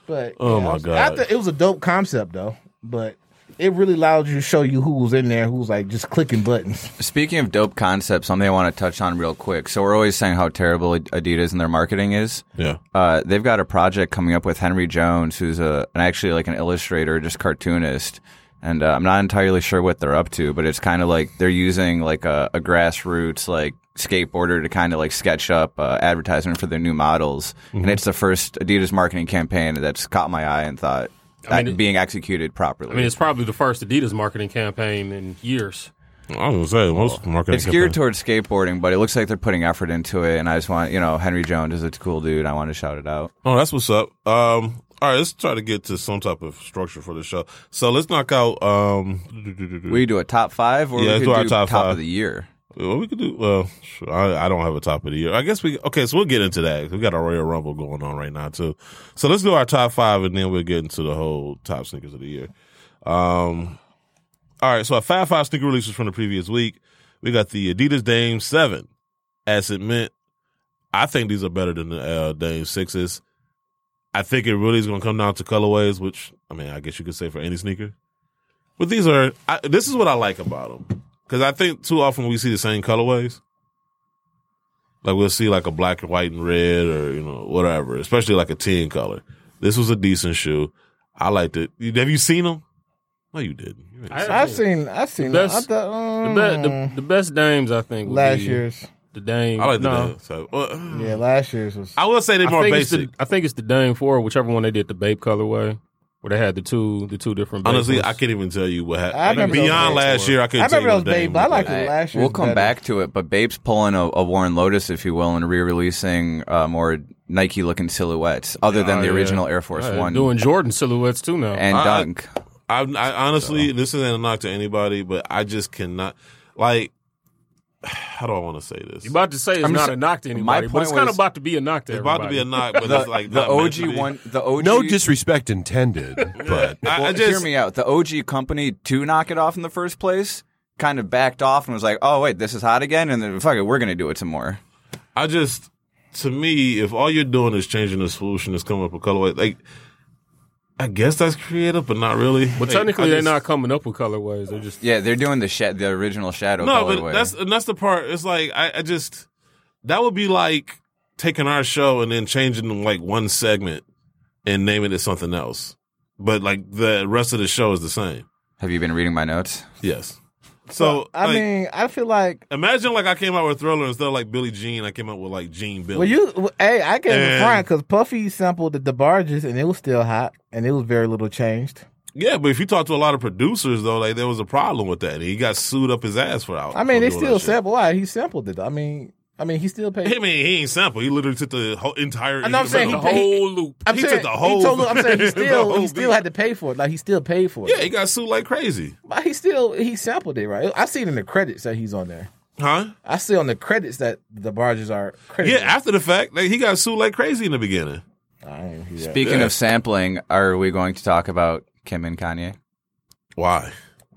S6: But
S2: Oh,
S6: yeah,
S2: my
S6: I was-
S2: God.
S6: I thought it was a dope concept though. But it really allowed you to show you who was in there, who was like just clicking buttons.
S5: Speaking of dope concepts, something I want to touch on real quick. So we're always saying how terrible Adidas and their marketing is.
S2: Yeah,
S5: Uh, they've got a project coming up with Henry Jones, who's a an, actually like an illustrator, just cartoonist. And uh, I'm not entirely sure what they're up to, but it's kind of like they're using like a, a grassroots like skateboarder to kind of like sketch up uh, advertisement for their new models. And
S4: Mm-hmm.
S5: it's the first Adidas marketing campaign that's caught my eye and thought
S4: mean,
S5: that
S4: it-
S5: being executed properly.
S4: I mean, it's probably the first Adidas marketing campaign in years.
S2: I was gonna say most marketing.
S5: It's geared towards skateboarding, but it looks like they're putting effort into it. And I just want, you know, Henry Jones is a cool dude. I want to shout it out.
S2: Oh, that's what's up. Um, all right, let's try to get to some type of structure for the show. So let's knock out. Um,
S5: We do a top five, or
S2: Yeah,
S5: we
S2: let's
S5: could
S2: do our top
S5: top,
S2: five.
S5: of the year.
S2: Well, we could do. Well, sure, I, I don't have a top of the year. I guess we okay. So we'll get into that. We got a Royal Rumble going on right now too. So let's do our top five, and then we'll get into the whole top sneakers of the year. Um, all right. So our five five sneaker releases from the previous week. We got the Adidas Dame Seven, Acid Mint. I think these are better than the uh, Dame Sixes. I think it really is going to come down to colorways, which I mean, I guess you could say for any sneaker. But these are. I, this is what I like about them. Because I think too often we see the same colorways. Like we'll see like a black, white, and red, or you know whatever. Especially like a ten color. This was a decent shoe. I liked it. You- Have you seen them? No, you didn't. You ain't
S4: I-
S2: seen 'em.
S6: I've seen, I've seen.
S4: The best-
S6: I thought,
S4: The,
S6: um,
S4: be, the, the best dames, I think, would
S6: last
S4: be
S6: year's.
S4: the dame.
S2: Hmm. I like the
S4: no,
S2: damn. So, uh,
S6: Yeah, last year's was.
S2: I will say they're more
S4: I think it's
S2: basic.
S4: the I think it's the dame four, whichever one they did the Bape colorway, where they had the two the two different.
S2: Honestly,
S4: Bapes.
S2: I can't even tell you what
S6: I
S2: happened.
S6: remember those
S2: beyond
S6: days
S2: last
S4: were-
S2: year, I couldn't
S6: I
S2: tell you
S6: remember
S2: what
S6: those days,
S2: Dame
S6: but I
S2: looked
S6: like
S2: like.
S6: it last year.
S5: We'll come back to it, but Babe's pulling a, a Warren Lotus, if you will, and re-releasing uh, more Nike-looking silhouettes other than
S4: Oh,
S5: the
S4: yeah.
S5: original Air Force
S4: Yeah,
S5: One
S4: doing Jordan silhouettes too now.
S5: and
S2: I-
S5: Dunk.
S2: I, I honestly, this isn't a knock to anybody, but I just cannot. Like, how do I want to say this?
S4: You're about to say it's
S5: I'm
S4: not
S5: just-
S4: a knock to
S5: my
S4: anybody,
S5: point
S4: but it's kind
S5: was-
S4: of about to be a knock to
S2: It's about to be a knock, but
S5: the,
S2: it's like
S5: the
S2: not meant to
S5: OG
S2: be.
S5: one, the OG.
S3: No disrespect intended, but
S2: I, I
S5: Well,
S2: just
S5: hear me out. The OG company to knock it off in the first place kind of backed off and was like, "Oh wait, this is hot again," and then fuck it, we're gonna do it some more.
S2: I just, to me, if all you're doing is changing the solution, is coming up with colorway, like, I guess that's creative, but not really.
S4: Well,
S2: Like,
S4: technically,
S2: I
S4: they're
S2: just-
S4: not coming up with colorways. They're just
S5: Yeah, they're doing the sha- the original shadow.
S2: No,
S5: colorway.
S2: but that's and that's the part. It's like I, I just that would be like taking our show and then changing like one segment and naming it something else, but like the rest of the show is the same.
S5: Have you been reading my notes?
S2: Yes. So
S6: I
S2: like,
S6: mean, I feel like
S2: imagine like I came out with Thriller instead of like Billy Jean, I came out with like Gene Billy.
S6: Well, you, well, hey, I can't
S2: And-
S6: even front because Puffy sampled the DeBarges and it was still hot and it was very little changed.
S2: Yeah, but if you talk to a lot of producers though, like there was a problem with that. And he got sued up his ass for out.
S6: I mean,
S2: for
S6: they
S2: doing
S6: still
S2: that shit.
S6: sampled. Why he sampled it? I mean, I mean, he still paid.
S2: I mean, he ain't sample. He literally took the whole entire.
S6: I know I'm saying
S4: the
S6: he-
S4: whole
S6: he-
S4: loop.
S6: I'm
S2: he
S6: saying,
S2: took the whole-
S6: He told, I'm saying he
S2: the
S6: still,
S2: whole
S6: he still
S2: beat.
S6: had to pay for it. Like he still paid for it.
S2: yeah, he got sued like crazy,
S6: but he still he sampled it right. I see it in the credits that he's on there.
S2: huh?
S6: I see on the credits that the DeBarges are
S2: Yeah,
S6: credited.
S2: after the fact, like, he got sued like crazy in the beginning.
S6: I didn't hear that.
S5: Speaking
S2: Yeah.
S5: of sampling, are we going to talk about Kim and Kanye?
S2: Why?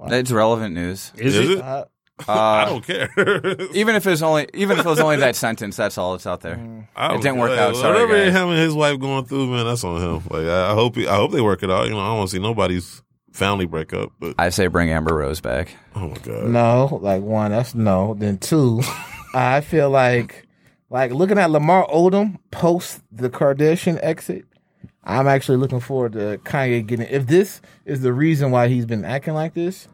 S5: That's relevant news.
S4: Is, it?
S6: Uh,
S2: I
S5: Uh,
S2: don't care.
S5: even if it was only even if it was only that sentence, that's all that's out there.
S2: I don't
S5: It didn't work
S2: care.
S5: out,
S2: Like,
S5: sorry,
S2: Whatever
S5: guys.
S2: him and his wife going through, man, that's on him. Like I, I hope he, I hope they work it out. You know, I don't want to see nobody's family breakup. But
S5: I say bring Amber Rose back.
S2: oh my god,
S6: No, like one, that's no. Then two, I feel like like looking at Lamar Odom post the Kardashian exit. I'm actually looking forward to Kanye getting if this is the reason why he's been acting like this.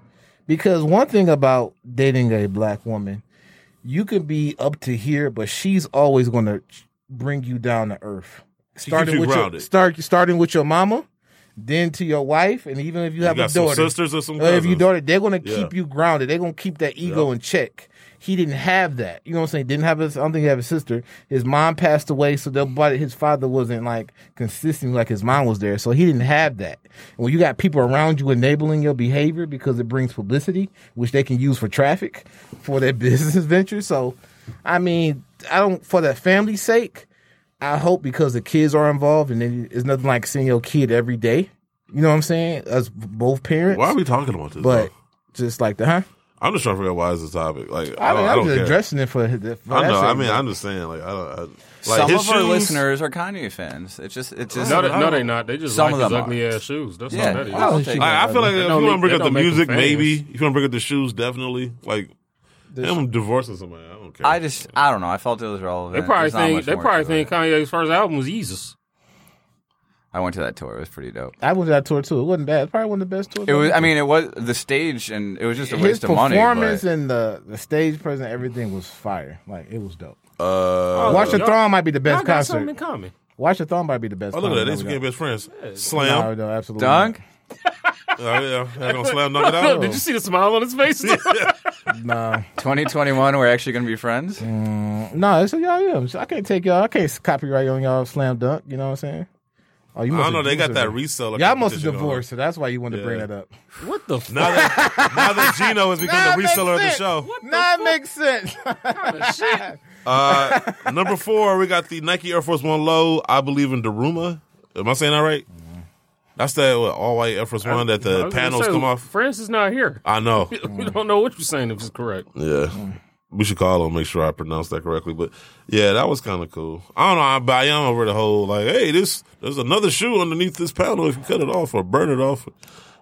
S6: Because one thing about dating a black woman, you could be up to here, but she's always going to bring you down to earth.
S2: keeps you
S6: Starting with your,
S2: grounded.
S6: start starting with your mama, then to your wife, and even if you, have
S2: got
S6: a
S2: some
S6: daughter,
S2: sisters or some
S6: or if you
S2: cousins.
S6: daughter, they're going to
S2: Yeah.
S6: keep you grounded. They're going to keep that ego in check. He didn't have that. You know what I'm saying? Didn't have his. I don't think he had a sister. His mom passed away, so their body, his father wasn't like consistent, like his mom was there. So he didn't have that. And when you got people around you enabling your behavior because it brings publicity, which they can use for traffic for their business ventures. So, I mean, I don't for that family's sake. I hope because the kids are involved, and then it's nothing like seeing your kid every day. You know what I'm saying? As both parents.
S2: why are we talking about this?
S6: But
S2: though?
S6: just like the huh?
S2: I'm just trying to figure out why is this topic like I,
S6: I
S2: don't, I
S6: mean, I am
S2: don't
S6: just
S2: care.
S6: addressing it for, the, for
S2: I
S6: that
S2: know. I
S6: segment.
S2: mean, I understand. Like I don't. I, like
S5: Some
S2: his
S5: of our
S2: shoes-
S5: listeners are Kanye fans. It's just it's just
S4: No, they, no, they not. They just
S5: Some
S4: like
S5: of
S4: his
S5: them
S4: ugly
S5: aren't.
S4: ass shoes. That's
S5: Yeah.
S4: all that is.
S5: Wow.
S6: I'll take
S5: I-
S2: I, I
S6: that.
S2: feel like if you want
S4: don't
S2: to
S4: make-
S2: bring
S4: that
S2: up the
S4: don't make them
S2: music,
S4: fans.
S2: maybe if you want to bring up the shoes, definitely. Like I'm divorcing somebody. I don't care.
S5: I just I don't know. I felt it was relevant.
S4: They probably
S5: There's not
S4: think
S5: much
S4: they
S5: more
S4: probably
S5: to
S4: think
S5: it.
S4: Kanye's first album was Jesus.
S5: I went to that tour. It was pretty dope.
S6: I went to that tour too. It wasn't bad. It's probably one of the best tours.
S5: It was.
S6: I've
S5: I mean, it was the stage, and it was just a
S6: been to. his
S5: waste of money.
S6: performance
S5: but-
S6: and the, the stage presence, everything was fire. Like it was dope.
S2: Uh,
S6: Watch the
S4: y'all-
S6: Throne might be the
S4: Y'all
S6: best
S4: got something
S6: concert.
S4: in common.
S6: Watch the Throne might be the best.
S2: oh look at that!
S6: concert.
S2: They became best friends.
S6: No,
S2: Slam.
S6: no, absolutely.
S5: Dunk.
S2: Oh yeah, they're gonna slam dunk it out.
S4: Did you see the smile on his face?
S6: No,
S5: 2021, we're actually going to be friends.
S6: no. It's y'all. Yeah, so I can't take y'all. I can't copyright on y'all slam dunk. You know what I'm saying? Oh, you.
S2: I
S6: must
S2: don't know.
S6: have-
S2: They
S6: you
S2: got
S6: must
S2: that
S6: have-
S2: reseller.
S6: Y'all must have
S2: competition going on.
S6: divorced, so that's why you wanted to bring
S2: Yeah.
S6: that up.
S4: what the fuck?
S2: Now that, now that Gino has become the
S6: That makes
S2: reseller of the
S6: sense.
S2: show.
S6: Nah, that makes sense.
S2: Uh, number four, we got the Nike Air Force One Low. I believe in Daruma. Am I saying that right? That's that all white Air Force One that
S4: I
S2: the
S4: was gonna
S2: panels
S4: say,
S2: come off.
S4: France is not here.
S2: I know.
S4: we don't know what you're saying if it's correct.
S2: Yeah. We should call him, make sure I pronounced that correctly. But yeah, that was kind of cool. I don't know, I- but I am over the whole like, hey, this there's another shoe underneath this panel. If you cut it off or burn it off,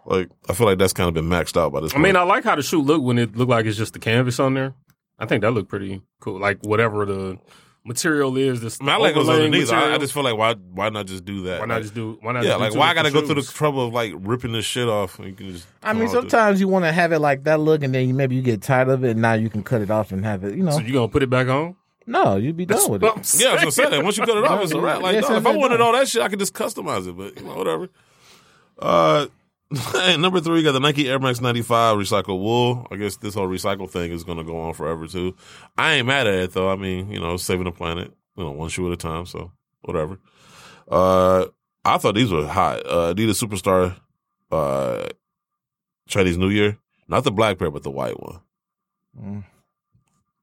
S2: like I feel like that's kind of been maxed out by this.
S4: I mean, I like how the shoe looked when it looked like it's just the canvas on there. I think that looked pretty cool. Like whatever the material is, this
S2: I, mean, I like what's
S4: overlaying
S2: underneath. I, I
S4: material.
S2: just feel like why why not just do that?
S4: why
S2: Like,
S4: not just do why not?
S2: yeah,
S4: just do
S2: like
S4: two
S2: why I gotta go
S4: different
S2: through the
S4: shoes?
S2: trouble of like ripping this shit off? You can just.
S6: I mean,
S2: come out with
S6: sometimes you want to have it like that look, and then you, maybe you get tired of it, and now you can cut it off and have it. You know,
S4: So you gonna put it back on?
S6: no, you'd be done with it.
S4: I'm
S2: it. Yeah, I was gonna say that. Once you cut it off, it's a wrap. Like,
S6: Yes,
S2: dog,
S6: yes,
S2: if I
S6: yes,
S2: wanted
S6: no.
S2: all that shit, I could just customize it. But you know, whatever. Uh, number three, we got the Nike Air Max 95 recycled wool. I guess this whole recycle thing is gonna go on forever too. I ain't mad at it though. I mean, you know, saving the planet, you know, one shoe at a time. So whatever. Uh, I thought these were hot. Uh, Adidas Superstar, uh, Chinese New Year. Not the black pair, but the white one.
S6: Mm.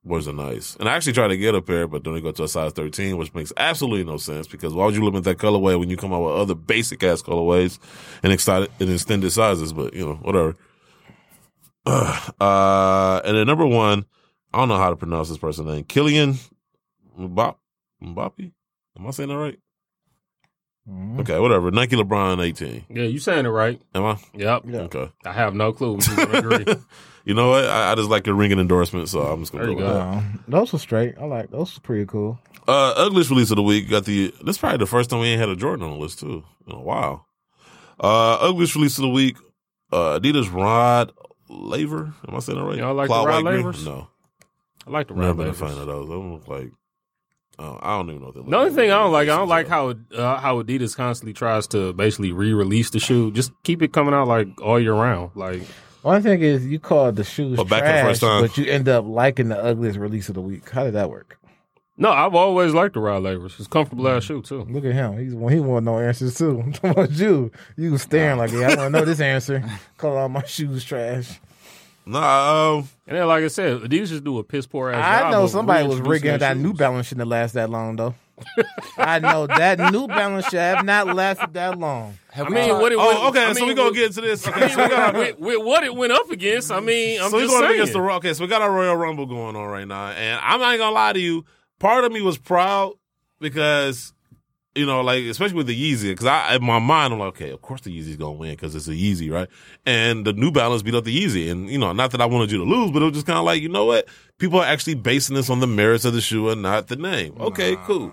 S2: was a nice. And I actually tried to get a pair, but then they go to a size 13, which makes absolutely no sense because why would you limit that colorway when you come out with other basic ass colorways and extended, and extended sizes? But, you know, whatever. Uh, and then number one, I don't know how to pronounce this person's name. Killian Mbop, Mbappe? Am I saying that right?
S4: Hmm.
S6: Mm.
S2: Okay, whatever. Nike LeBron 18.
S4: Yeah, you saying it right.
S2: Am I?
S4: Yep.
S2: Okay.
S4: I have no clue. We just gonna agree.
S2: You know what? I, I just like your ringing endorsement, so I'm just going to
S4: There
S2: go
S4: you
S2: with
S4: go.
S2: that.
S6: No, Uh, those were straight. I like those. Were pretty cool.
S2: Uh, ugliest release of the week got the. This is probably the first time we ain't had a Jordan on the list too in a while. Uh, ugliest release of the week. Uh, Adidas Rod Laver. Am I saying that right?
S4: Y'all like
S2: Cloud
S4: the Rod
S2: White Green?
S4: Lavers?
S2: No,
S4: I like the
S2: never
S4: round
S2: been a
S4: labels.
S2: fan of those. They look like. Uh, I don't even know what they look.
S4: The only
S2: like.
S4: thing I don't like, I don't like how uh, how Adidas constantly tries to basically re-release the shoe. Just keep it coming out like all year round. Like
S6: One thing is you called the shoes
S2: Well, back to the
S6: trash,
S2: first time.
S6: but you end up liking the ugliest release of the week. How did that work?
S4: no, I've always liked the Rod Lavers. It's comfortable ass shoe too.
S6: Look at him. He's he want no answers too. What about you? You was staring like, yeah, I want to know this answer. Call all my shoes trash.
S2: Nah, um,
S4: And then, like I said, Adidas just do a piss poor ass.
S6: I
S4: job
S6: know
S4: of
S6: somebody was
S4: reintroducing
S6: rigging
S4: their
S6: that New
S4: shoes.
S6: Balance shouldn't have lasted that long though. I know that New Balance should have not lasted that long.
S4: I mean, what it
S2: oh, okay.
S4: I
S2: so
S4: mean,
S2: we gonna
S4: with-
S2: get into this.
S4: I
S2: Okay,
S4: mean,
S2: so we got our,
S4: with, with what it went up against, I mean, I'm
S2: so we
S4: just
S2: going
S4: saying.
S2: against the Ro- okay. So we got our Royal Rumble going on right now, and I'm not gonna lie to you. Part of me was proud because you know, like especially with the Yeezy, because I in my mind I'm like, okay, of course the Yeezy's gonna win because it's a Yeezy, right? And the New Balance beat up the Yeezy, and you know, not that I wanted you to lose, but it was just kind of like, you know what? People are actually basing this on the merits of the shoe and not the name. Okay, cool.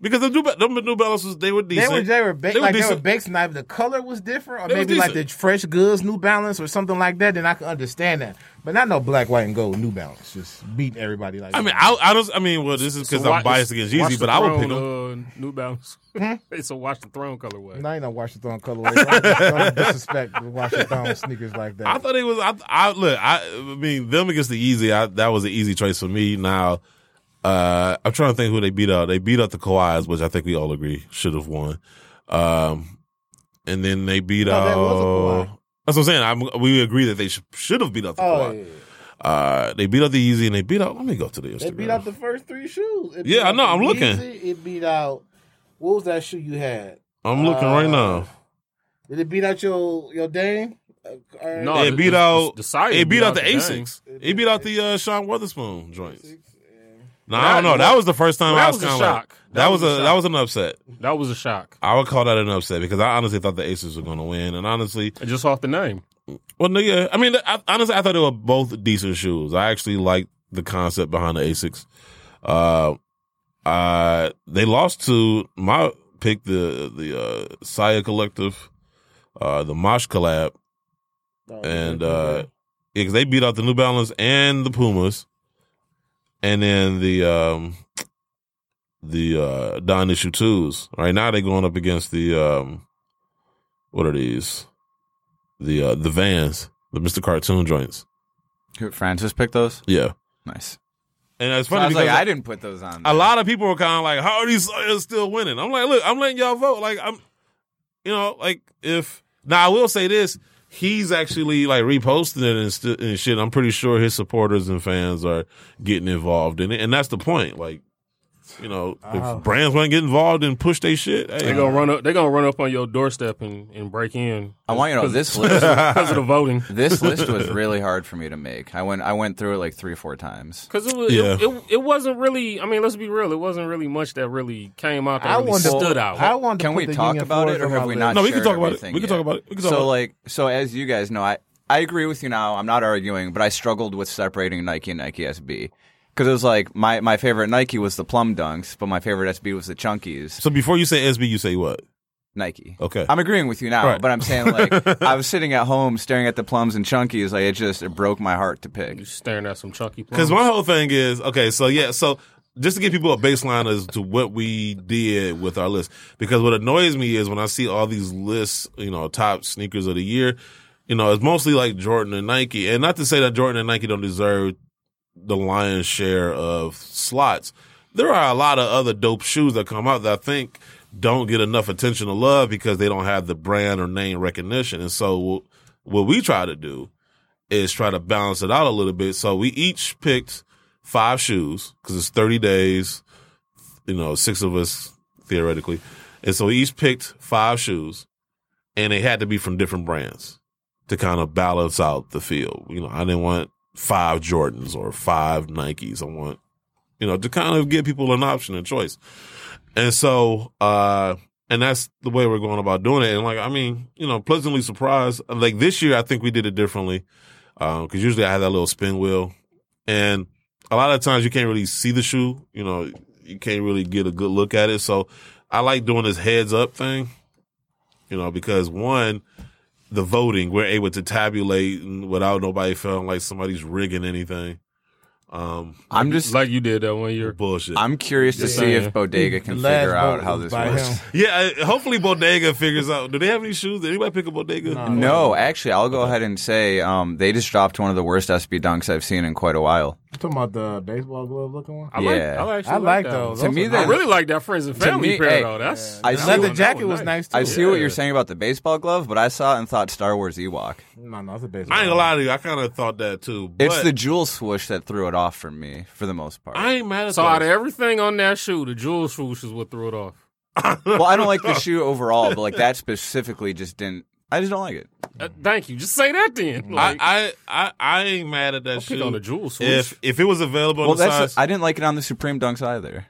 S2: Because the New, ba- them New Balances, they were
S6: They
S2: decent.
S6: were, they were, ba- like, they were
S2: decent.
S6: baked knife. The color was different, or
S2: They was
S6: maybe like the
S2: decent.
S6: fresh goods New Balance or something like that. Then I can understand that. But not no black, white, and gold New Balance. Just beat everybody like.
S2: I mean, I, I don't. I mean, well, this is because I'm biased against Yeezy, but I would pick them.
S4: them. New Balance.
S6: Hmm?
S4: it's a Watch the Throne colorway.
S6: I ain't no Washington colorway. So I just don't disrespect the Washington sneakers like that.
S2: I thought it was. I, I look. I, I mean, them against the Yeezy. I, that was an easy choice for me. Now, uh, I'm trying to think who they beat up. They beat up the Kawhis, which I think we all agree should have won. Um, and then they beat
S6: No,
S2: up.
S6: that was a Kawhi.
S2: That's what I'm saying. I'm, we agree that they sh- should have beat up the
S6: oh,
S2: Kawhi.
S6: yeah.
S2: Uh, they beat up the Yeezy and they beat up. Let me go to the Instagram.
S6: They beat out the first three shoes. It
S2: Yeah,
S6: beat
S2: I
S6: out
S2: know,
S6: the
S2: I'm looking.
S6: Yeezy, It beat out. What was that shoe you had?
S2: I'm looking right
S6: Uh,
S2: now.
S6: Did it beat out your your Dame? Uh, or-
S4: No,
S2: They
S4: the-
S2: beat
S4: the-
S2: out.
S4: the side
S2: It beat out the
S4: Dang.
S2: Asics. It beat out the uh, Sean Witherspoon joints.
S6: Yeah.
S2: No, I don't know. That was the first time
S4: Well,
S2: I
S4: that
S2: was,
S4: was a
S2: kind of like,
S4: shock.
S2: that, was a, that was an upset.
S4: That was a shock.
S2: I would call that an upset because I honestly thought the Aces were going to win, and honestly,
S4: And Just off the name.
S2: well, no, yeah. I mean, I, honestly, I thought they were both decent shoes. I actually liked the concept behind the Asics. Uh, uh, they lost to my pick, the the uh, Saya Collective, uh, the Mosh collab,
S6: Oh,
S2: and
S6: okay,
S2: uh,
S6: okay.
S2: yeah, 'cause they beat out the New Balance and the Pumas, and then the um, the uh, Don issue twos. Right now they're going up against the um, what are these? The uh, the Vans, the Mister Cartoon joints.
S5: Who- Francis picked those.
S2: Yeah,
S5: Nice.
S2: and it's
S5: So I
S2: funny
S5: was
S2: because
S5: like, I didn't put those
S2: a
S5: on. there.
S2: lot of people were kind of like, "How are these Sawyers still winning?" I'm like, "Look, I'm letting y'all vote. Like, I'm, you know, like if now I will say this, he's actually like reposting it and, st- and shit. I'm pretty sure his supporters and fans are getting involved in it, and that's the point. Like, you know, if
S6: Uh-huh.
S2: brands want to get involved and push their shit, hey,
S4: They're gonna run up. They're gonna run up on your doorstep and, and break in.
S5: I want you to know this list.
S4: because of the voting.
S5: this list was really hard for me to make. I went I went through it like three or four times.
S4: Because it, was-
S2: Yeah.
S4: it, it it wasn't really. I mean, let's be real. It wasn't really much that really came out. That
S6: I
S4: really
S6: wanted
S4: stood out.
S6: I wanted to
S5: Can
S6: put
S5: we
S6: the
S5: talk
S6: Union
S5: about
S6: fours
S5: it, or
S6: on
S5: have
S6: my
S5: we
S6: list.
S5: not
S2: no, we can
S5: shared
S2: talk about it.
S5: everything
S2: We can
S5: yet.
S2: talk about it. We can talk
S5: So
S2: about
S5: like so as you guys know, I I agree with you now. I'm not arguing, but I struggled with separating Nike and Nike SB because it was like my my favorite Nike was the Plum Dunks, but my favorite SB was the
S2: it.
S5: Chunkies
S2: So before you say SB, you say what?
S5: Nike.
S2: Okay.
S5: I'm agreeing with you now,
S2: Right.
S5: but I'm saying like I was sitting at home staring at the plums and chunkies, like it just it broke my heart to
S4: you
S5: pick.
S4: staring at some chunky.
S2: Because
S4: plums.
S2: my whole thing is okay. So yeah, so just to give people a baseline as to what we did with our list, because what annoys me is when I see all these lists, you know, top sneakers of the year. You know, it's mostly like Jordan and Nike, and not to say that Jordan and Nike don't deserve the lion's share of slots. There are a lot of other dope shoes that come out that I think don't get enough attention or love because they don't have the brand or name recognition. And so, what we try to do is try to balance it out a little bit. So we each picked five shoes because it's 30 days, you know, six of us theoretically. And so we each picked five shoes and they had to be from different brands to kind of balance out the field. You know, I didn't want five Jordans or five Nikes. I want, you know, to kind of give people an option, a choice. And so, uh, and that's the way we're going about doing it. And like, I mean, you know, pleasantly surprised. Like this year, I think we did it differently because Um, usually I have that little spin wheel, and a lot of times you can't really see the shoe. You know, you can't really get a good look at it. So I like doing this heads up thing. You know, because one, the voting we're able to tabulate and without nobody feeling like somebody's rigging anything. Um,
S5: I'm just
S4: like you did that one year.
S2: bullshit.
S5: I'm curious to
S4: You're
S5: see
S4: saying-
S5: if Bodega can
S6: Last
S5: figure out
S6: vote
S5: how
S6: was
S5: this
S6: by
S5: works.
S6: him.
S2: yeah, I- hopefully Bodega figures out. Do they have any shoes? Did anybody pick up Bodega?
S5: No, actually, I'll go ahead and say um, they just dropped one of the worst SB dunks I've seen in quite a while.
S6: You talking about the baseball glove looking one?
S4: I
S5: Yeah.
S4: like. I, actually
S6: I like
S4: that
S6: those.
S5: To
S6: Those
S5: me,
S6: are
S5: they-
S4: one. I
S6: nice.
S4: really like that friends and
S5: To
S4: family
S5: me,
S4: pair
S5: hey,
S4: though. That's
S5: I
S6: The
S5: see
S6: leather
S5: what-
S6: jacket was nice too.
S5: I see what
S4: Yeah.
S5: you're saying about the baseball glove, but I saw it and thought Star Wars Ewok.
S6: No, no, it's a baseball.
S2: I ain't gonna
S6: glove.
S2: lie to you. I kind of thought that too. But
S5: It's the jewel swoosh that threw it off for me, for the most part.
S2: I ain't mad at
S4: so out
S2: that.
S4: of everything on that shoe, the jewel swoosh is what threw it off.
S5: well, I don't like the shoe overall, but like that specifically just didn't. I just don't like it.
S4: Uh, thank you. Just say that then.
S2: I,
S4: Like,
S2: I I I ain't mad at that
S4: I'll
S2: shit.
S4: pick on the jewel swoosh.
S2: if if it was available
S5: Well,
S2: on the size,
S5: that's I didn't like it on the Supreme Dunks either.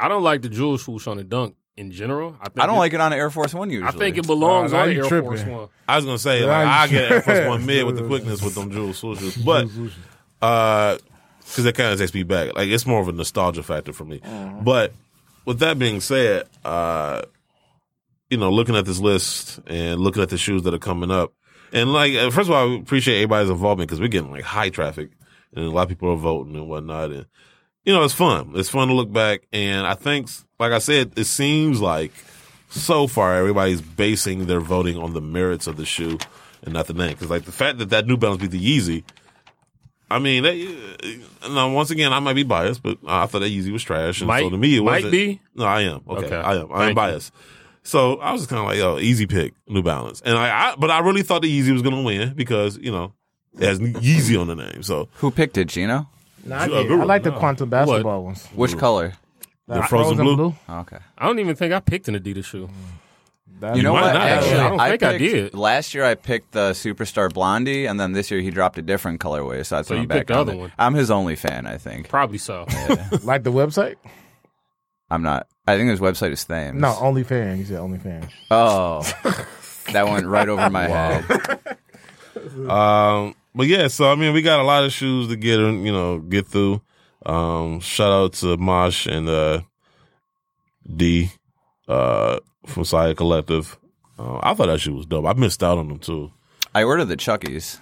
S4: I don't like the jewel swoosh on the dunk in general. I, think
S5: I don't
S4: it-
S5: like it on an Air Force One usually.
S4: I think it belongs
S6: Nah,
S4: on
S6: you
S4: Air
S6: tripping.
S4: Force One.
S2: I was gonna say like, I get Air Force One mid with the quickness with them jewel swooshes, but uh, because it kind of takes me back. Like it's more of a nostalgia factor for me. But with that being said, uh, you know, looking at this list and looking at the shoes that are coming up, and like uh, first of all, I appreciate everybody's involvement because we're getting like high traffic and a lot of people are voting and whatnot, and you know, it's fun. It's fun to look back, and I think, like I said, it seems like so far everybody's basing their voting on the merits of the shoe and not the name. Because like the fact that that New Balance beat the Yeezy, I mean, they, uh, now once again, I might be biased, but I thought that Yeezy was trash, and so
S4: Might-
S2: to me, it
S4: might
S2: wasn't.
S4: be?
S2: No, I am. Okay,
S4: Okay.
S2: I am. I
S4: Thank
S2: am
S4: you.
S2: biased. So I was just kind of like, oh, easy pick, New Balance, and I, I but I really thought the Yeezy was gonna win because you know it has Yeezy on the name, so
S5: Who picked it, Gino?
S6: Nah, I,
S2: You a
S6: get-
S2: guru.
S6: I like the quantum basketball ones.
S5: Which color? Oh,
S2: the frozen, blue.
S5: Okay.
S4: I don't even think I picked an Adidas shoe.
S6: Mm. That-
S5: You know
S2: might
S5: what?
S2: not have.
S5: Actually,
S4: I don't think I
S5: picked,
S4: did.
S5: Last year I picked the superstar Blondie, and then this year he dropped a different colorway, so I
S4: So
S5: went
S4: you
S5: back
S4: picked the
S5: on
S4: other
S5: it.
S4: one.
S5: I'm his only fan, I think.
S4: Probably so.
S6: like the website?
S5: I'm not. I think his website is Thames.
S6: No, OnlyFans. You said OnlyFans.
S5: Oh, that went right over my head.
S2: Um, but yeah, so I mean, we got a lot of shoes to get, you know, get through. Um, shout out to Mosh and uh, D uh, from Saya Collective. Uh, I thought that shoe was dope. I missed out on them too.
S5: I ordered the Chuckies.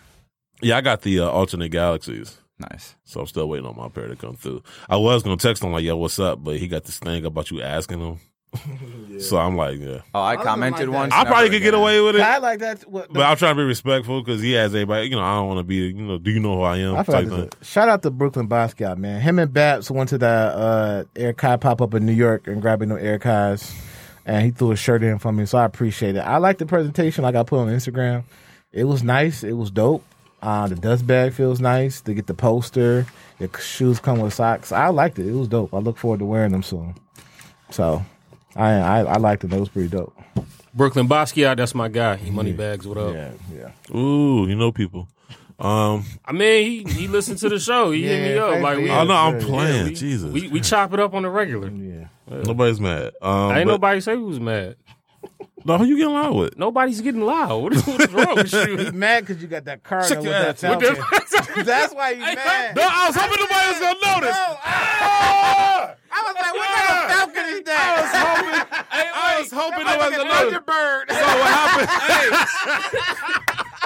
S2: Yeah, I got the uh, alternate galaxies.
S5: Nice.
S2: So I'm still waiting on my pair to come through. I was gonna text him like, "Yo, what's up?" But he got this thing about you asking him. So I'm like, "Yeah,
S5: Oh, I commented
S6: that.
S5: once.
S2: I probably
S5: never
S2: could get
S5: again.
S2: away with it,
S6: I like that. What,
S2: but I'm trying to be respectful because he has everybody. You know, I don't want to be. You know, do you know who I am?
S6: I forgot
S2: type
S6: this.
S2: thing.
S6: Shout out to Brooklyn Basquiat, man. Him and Babs went to the uh, Air Kai pop up in New York and grabbing them Air Kais, and he threw a shirt in for me, so I appreciate it. I like the presentation, like I put on Instagram. It was nice. It was dope. Uh, the dust bag feels nice. To get the poster, the shoes come with socks. I liked it. It was dope. I look forward to wearing them soon. So, I I, I liked it. It was pretty dope.
S4: Brooklyn Basquiat, that's my guy. He money bags, what up?
S6: yeah.
S2: Ooh, you know people. Um,
S4: I mean, he he listened to the show. He hit me
S6: Yeah,
S4: up like we,
S6: yeah.
S2: oh no, I'm
S6: yeah,
S2: playing.
S4: we,
S2: Jesus,
S4: we we chop it up on the regular.
S2: nobody's mad. Um,
S4: Ain't
S2: but-
S4: nobody say who's mad.
S2: No, who you getting loud with?
S4: Nobody's getting loud. What is, what is wrong with you?
S6: He's mad because you got that card
S2: Check
S6: with
S2: your
S6: that
S2: ass. What
S6: fountain. That's why he's mad.
S2: No, I was hoping nobody was gonna notice.
S6: I, was like, what kind of falcon is that?
S2: I was hoping
S6: That
S2: nobody was
S6: look
S2: gonna notice.
S6: like a
S2: So what happened?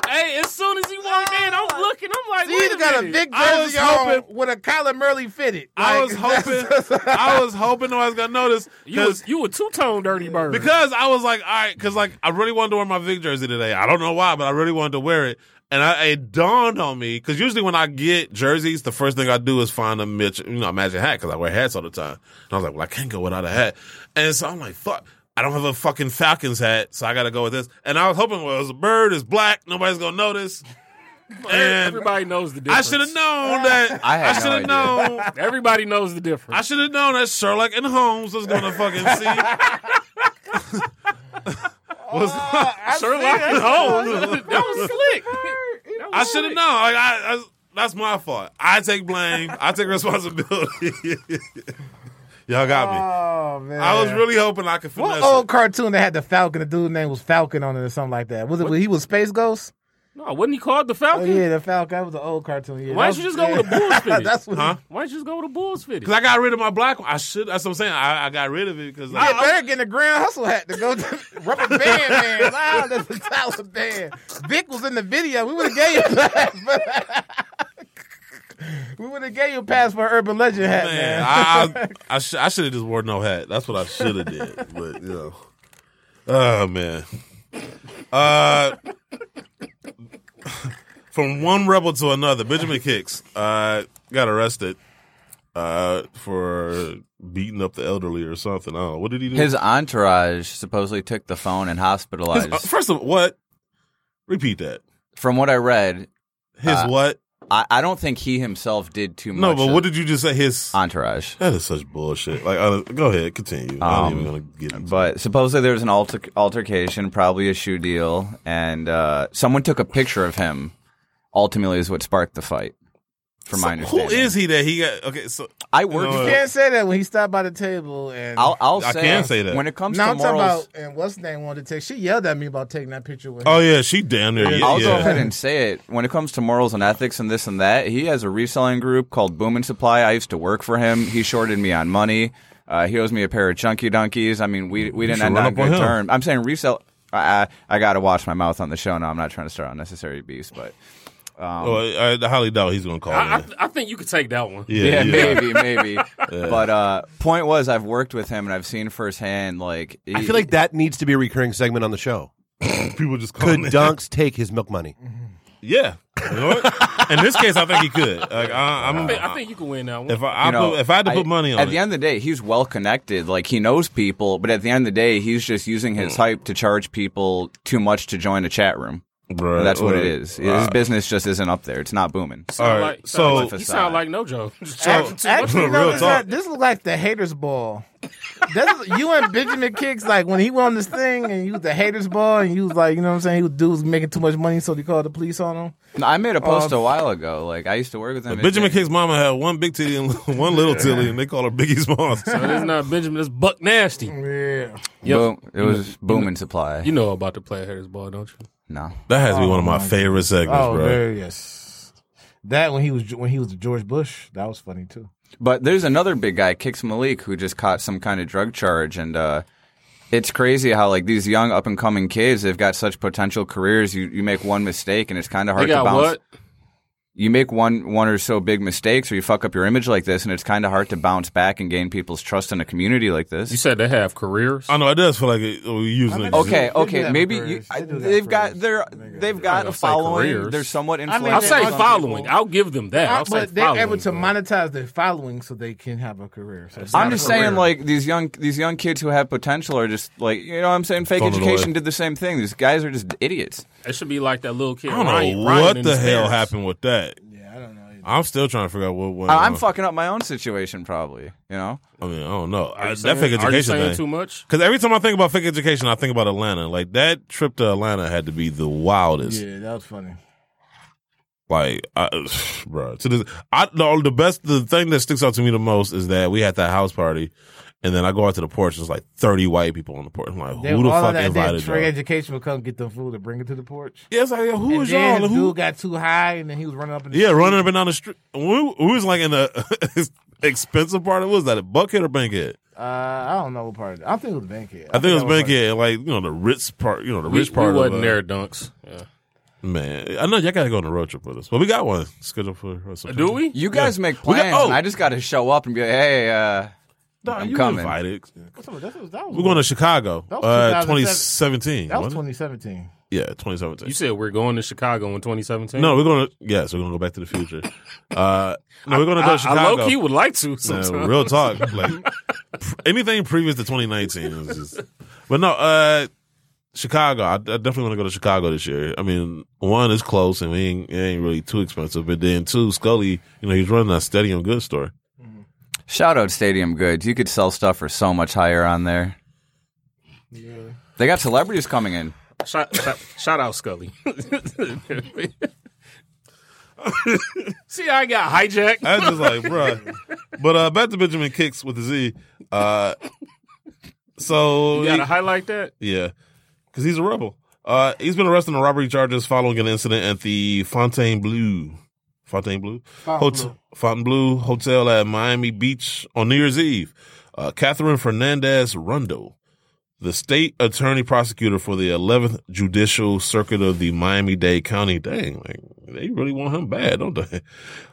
S4: hey, as soon as he walked in, I'm looking. I'm like,
S6: Thunderbird.
S4: wait
S6: He's
S4: a
S6: got a
S4: minute.
S6: big
S2: I was
S6: jersey on
S2: hoping-
S6: with a Kyler Murray fitted.
S2: I
S6: Like,
S2: was hoping. I was hoping nobody was gonna notice.
S4: you was you a two tone dirty bird.
S2: Because I was like, all right, because like I really wanted to wear my Vic jersey today. I don't know why, but I really wanted to wear it. And I, it dawned on me because usually when I get jerseys, the first thing I do is find a Mitch, you know, a magic hat because I wear hats all the time. And I was like, well, I can't go without a hat. And so I'm like, fuck, I don't have a fucking Falcons hat, so I got to go with this. And I was hoping, well, it's a bird, it's black, nobody's gonna notice. And
S4: everybody knows the
S2: I
S4: difference.
S2: should have known that.
S5: I had no
S2: should have
S5: idea.
S2: known.
S4: Everybody knows the
S2: I
S4: difference.
S2: should have known that Sherlock and Holmes was gonna fucking see. was,
S4: Sherlock and Holmes. Oh, that was slick. That was
S2: I should have known.
S4: slick.
S2: Like I, I, that's my fault. I take blame. I take responsibility. Y'all got me.
S6: Oh man. oh,
S2: I was really hoping I could
S6: What
S2: finesse.
S6: old
S2: it.
S6: cartoon that had the Falcon? The dude's name was Falcon on it or something like that. Was it? when He was Space Ghost.
S4: No, wasn't he called the
S6: Oh
S4: Falcon?
S6: yeah, the Falcon. That was an old cartoon. Yeah,
S4: Why
S6: that
S4: don't you just
S6: was-
S4: go with a Bulls fitted?
S6: That's what.
S2: Huh?
S4: Why don't you just go with a Bulls fitted?
S2: Cause I got rid of my black one. I should. That's what I'm saying. I, I got rid of it because
S6: Yeah,
S2: I,
S6: better get a grand hustle hat to go to rubber band man. Ah, Wow, that's a Taliban. Vic was in the video. We would have gave you a pass, but- we would have gave you a pass for an urban legend hat, man.
S2: man, I I, I, sh- I should have just wore no hat. That's what I should have did. But you know, oh man. Uh, from one rebel to another, Benjamin Kicks uh, got arrested uh, for beating up the elderly or something. I don't know. What did he do?
S5: His entourage supposedly took the phone and
S2: His-
S5: hospitalized.
S2: uh, first of all, what? Repeat that.
S5: From what I read,
S2: His
S5: Uh,
S2: what?
S5: I, I don't think he himself did too much.
S2: No, but
S5: of
S2: what did you just say? His.
S5: entourage?
S2: that is such bullshit. Like, uh, go ahead, continue. I'm not even gonna get into
S5: Um, But supposedly there was an alter- altercation, probably a shoe deal, and uh, someone took a picture of him. Ultimately, is what sparked the fight. from my
S2: Who
S5: understanding.
S2: is he that he got? Okay, so
S5: I worked.
S2: No,
S6: You can't say that when he stopped by the table and
S5: I'll, I'll
S2: I
S5: say,
S2: can say that.
S5: when it comes
S6: no,
S5: to
S6: I'm talking
S5: morals.
S6: about and what's his name wanted to take. She yelled at me about taking that picture with.
S2: oh
S6: him.
S2: yeah, she damn near. Yeah,
S5: I'll go
S2: yeah.
S5: ahead and say it. When it comes to morals and ethics and this and that, he has a reselling group called Boom and Supply. I used to work for him. He shorted me on money. Uh, he owes me a pair of chunky donkeys. I mean, we we didn't
S2: should
S5: end
S2: run
S5: on
S2: up on
S5: good
S2: him.
S5: terms. I'm saying resell. I, I I gotta watch my mouth on the show now. I'm not trying to start unnecessary beefs, but
S2: Oh, I, I highly doubt he's gonna call.
S4: I,
S2: in.
S4: I, I think you could take that one.
S5: yeah,
S2: yeah,
S5: maybe, maybe. But uh, point was, I've worked with him and I've seen firsthand. Like,
S3: I
S5: he-
S3: feel like that needs to be a recurring segment on the show.
S2: People just call
S3: Could
S2: in.
S3: Dunks take his milk money?
S2: Yeah. You know what? in this case, I think he could. Like I, I'm.
S4: I think, I think you could win that one.
S2: if I, I
S5: you know,
S2: put, if I had to put money on
S5: at
S2: it,
S5: the end of the day, he's well connected. Like he knows people, but at the end of the day, he's just using
S2: Hmm.
S5: his hype to charge people too much to join a chat room.
S2: Bruh, Uh,
S5: That's what it
S2: bruh.
S5: is. His business just isn't up there. It's not booming.
S4: Sound
S2: all right,
S4: like-
S2: so-
S4: sound like, he sound like no joke.
S2: So-
S6: Actually,
S2: Real
S6: no, this,
S2: talk.
S6: not, this look like the haters ball. This is, you and Benjamin Kicks, like when he went on this thing and you was the haters ball and you was like, you know what I'm saying? He was dudes making too much money, so they called the police on him.
S5: No, I made a post a while ago. Like I used to work with him.
S2: Benjamin King's mama had one big titty and one little titty, and they call her Biggie's mom.
S4: it's not Benjamin. It's Buck Nasty.
S6: Yeah.
S4: Yep.
S5: Boom. It was booming supply.
S4: You know about the player haters ball, don't you?
S5: no.
S2: That has to be one of my favorite segments,
S6: Oh,
S2: bro.
S6: there, yes. That when he was when he was George Bush, that was funny too.
S5: But there's another big guy, Kix Malik, who just caught some kind of drug charge, and uh, it's crazy how like these young up and coming kids, they've got such potential careers. You you make one mistake, and it's kind of
S4: They
S5: hard to
S4: got
S5: bounce.
S4: what?
S5: You make one one or so big mistakes, or you fuck up your image like this, and it's kind of hard to bounce back and gain people's trust in a community like
S4: You
S5: this.
S4: said they have careers.
S2: I know it does feel like it, we're using it.
S5: Okay,
S6: They do
S5: okay,
S6: have
S5: maybe
S6: careers.
S5: you, I,
S6: They do have
S5: they've got
S6: careers.
S5: their they've got a
S4: gonna say
S5: following.
S4: careers.
S5: They're somewhat
S6: mean,
S5: influential.
S4: I'll
S6: they
S4: say
S6: are
S4: following.
S6: people.
S4: I'll give them that. I'll say
S6: but they're
S4: following,
S6: able to
S4: bro.
S6: monetize their following so they can have a career. So it's
S5: I'm
S6: not
S5: just
S6: a
S5: saying,
S6: career.
S5: like these young these young kids who have potential are just like you know. what I'm saying fake
S2: Throwing it
S5: education
S2: away.
S5: did the same thing. These guys are just idiots.
S4: It should be like that little kid.
S2: I don't know
S4: Ryan,
S2: what
S4: Ryan in
S2: the hell
S4: stairs.
S2: happened with that.
S6: yeah, I don't know. either.
S2: I'm still trying to figure out what. what
S5: I- I'm fucking up my own situation, probably. You know,
S2: I mean, I don't know.
S4: Are
S2: I,
S4: you
S2: that
S4: saying-
S2: fake
S4: Are you
S2: education
S4: saying
S2: thing.
S4: too much?
S2: Because every time I think about fake education, I think about Atlanta. Like that trip to Atlanta had to be the wildest.
S6: Yeah, that was funny.
S2: Like, I, bro, to this, I no, the best, the thing that sticks out to me the most is that we had that house party, and then I go out to the porch. There's like 30 white people on the porch. I'm like,
S6: Then
S2: who the
S6: all
S2: fuck
S6: of that
S2: invited
S6: Trey
S2: y'all?
S6: Education would come get them food and bring it to the porch.
S2: Yeah, it's like, yeah, who
S6: and
S2: was
S6: then
S2: y'all?
S6: his
S2: and Who?
S6: dude got too high and then he was running up in the
S2: Yeah,
S6: street.
S2: running up and down the street. We, we was like in the expensive part. Of, what was that a Buckhead or Bankhead?
S6: Uh, I don't know what part. Of it. I think it was Bankhead.
S2: I think it was
S6: that
S2: Bankhead. Like you know the Ritz part. You know the
S4: We,
S2: rich part.
S4: we wasn't
S2: of, uh,
S4: there, dunks. Yeah.
S2: Man, I know y'all gotta go on a road trip with us, but we got one scheduled for. uh, for
S4: Do we?
S5: you guys make
S2: We got-
S5: plans. and
S2: oh.
S5: I just got to show up and be like, hey, uh,
S2: No,
S5: I'm
S2: you
S5: coming.
S2: invited.
S6: was part- That's what- that was-
S2: We're going to Chicago.
S6: That was
S2: uh,
S6: 2007.
S2: 2017.
S6: That was
S2: wasn't
S6: 2017.
S2: it? Yeah, 2017.
S4: You said we're going to Chicago in 2017.
S2: no, we're going to. Yes, we're going to go back to the future. Uh, no, we're going to go
S4: I,
S2: to Chicago.
S4: I low key would like to.
S2: Man,
S4: Sometimes.
S2: real talk. Like pr- anything previous to 2019 is just. But no, uh, Chicago. I, I definitely want to go to Chicago this year. I mean, one is close and we ain't, it ain't really too expensive. But then two, Scully, you know, he's running a steady on good store.
S5: shout out Stadium Goods. You could sell stuff for so much higher on there. They got celebrities coming in.
S4: Shout, shout, shout out Scully. See, I got hijacked.
S2: I was just like, bruh. But uh, back to Benjamin Kicks with the Z. Uh, so
S4: You gotta highlight that.
S2: Yeah, because he's a rebel. Uh, he's been arrested on robbery charges following an incident at the Fontainebleau, Fontainebleau, Hotel, Fontainebleau Hotel at Miami Beach on New Year's Eve. Uh, Catherine Fernandez Rondo, the state attorney prosecutor for the 11th Judicial Circuit of the Miami Dade County. Dang, like they really want him bad, don't they?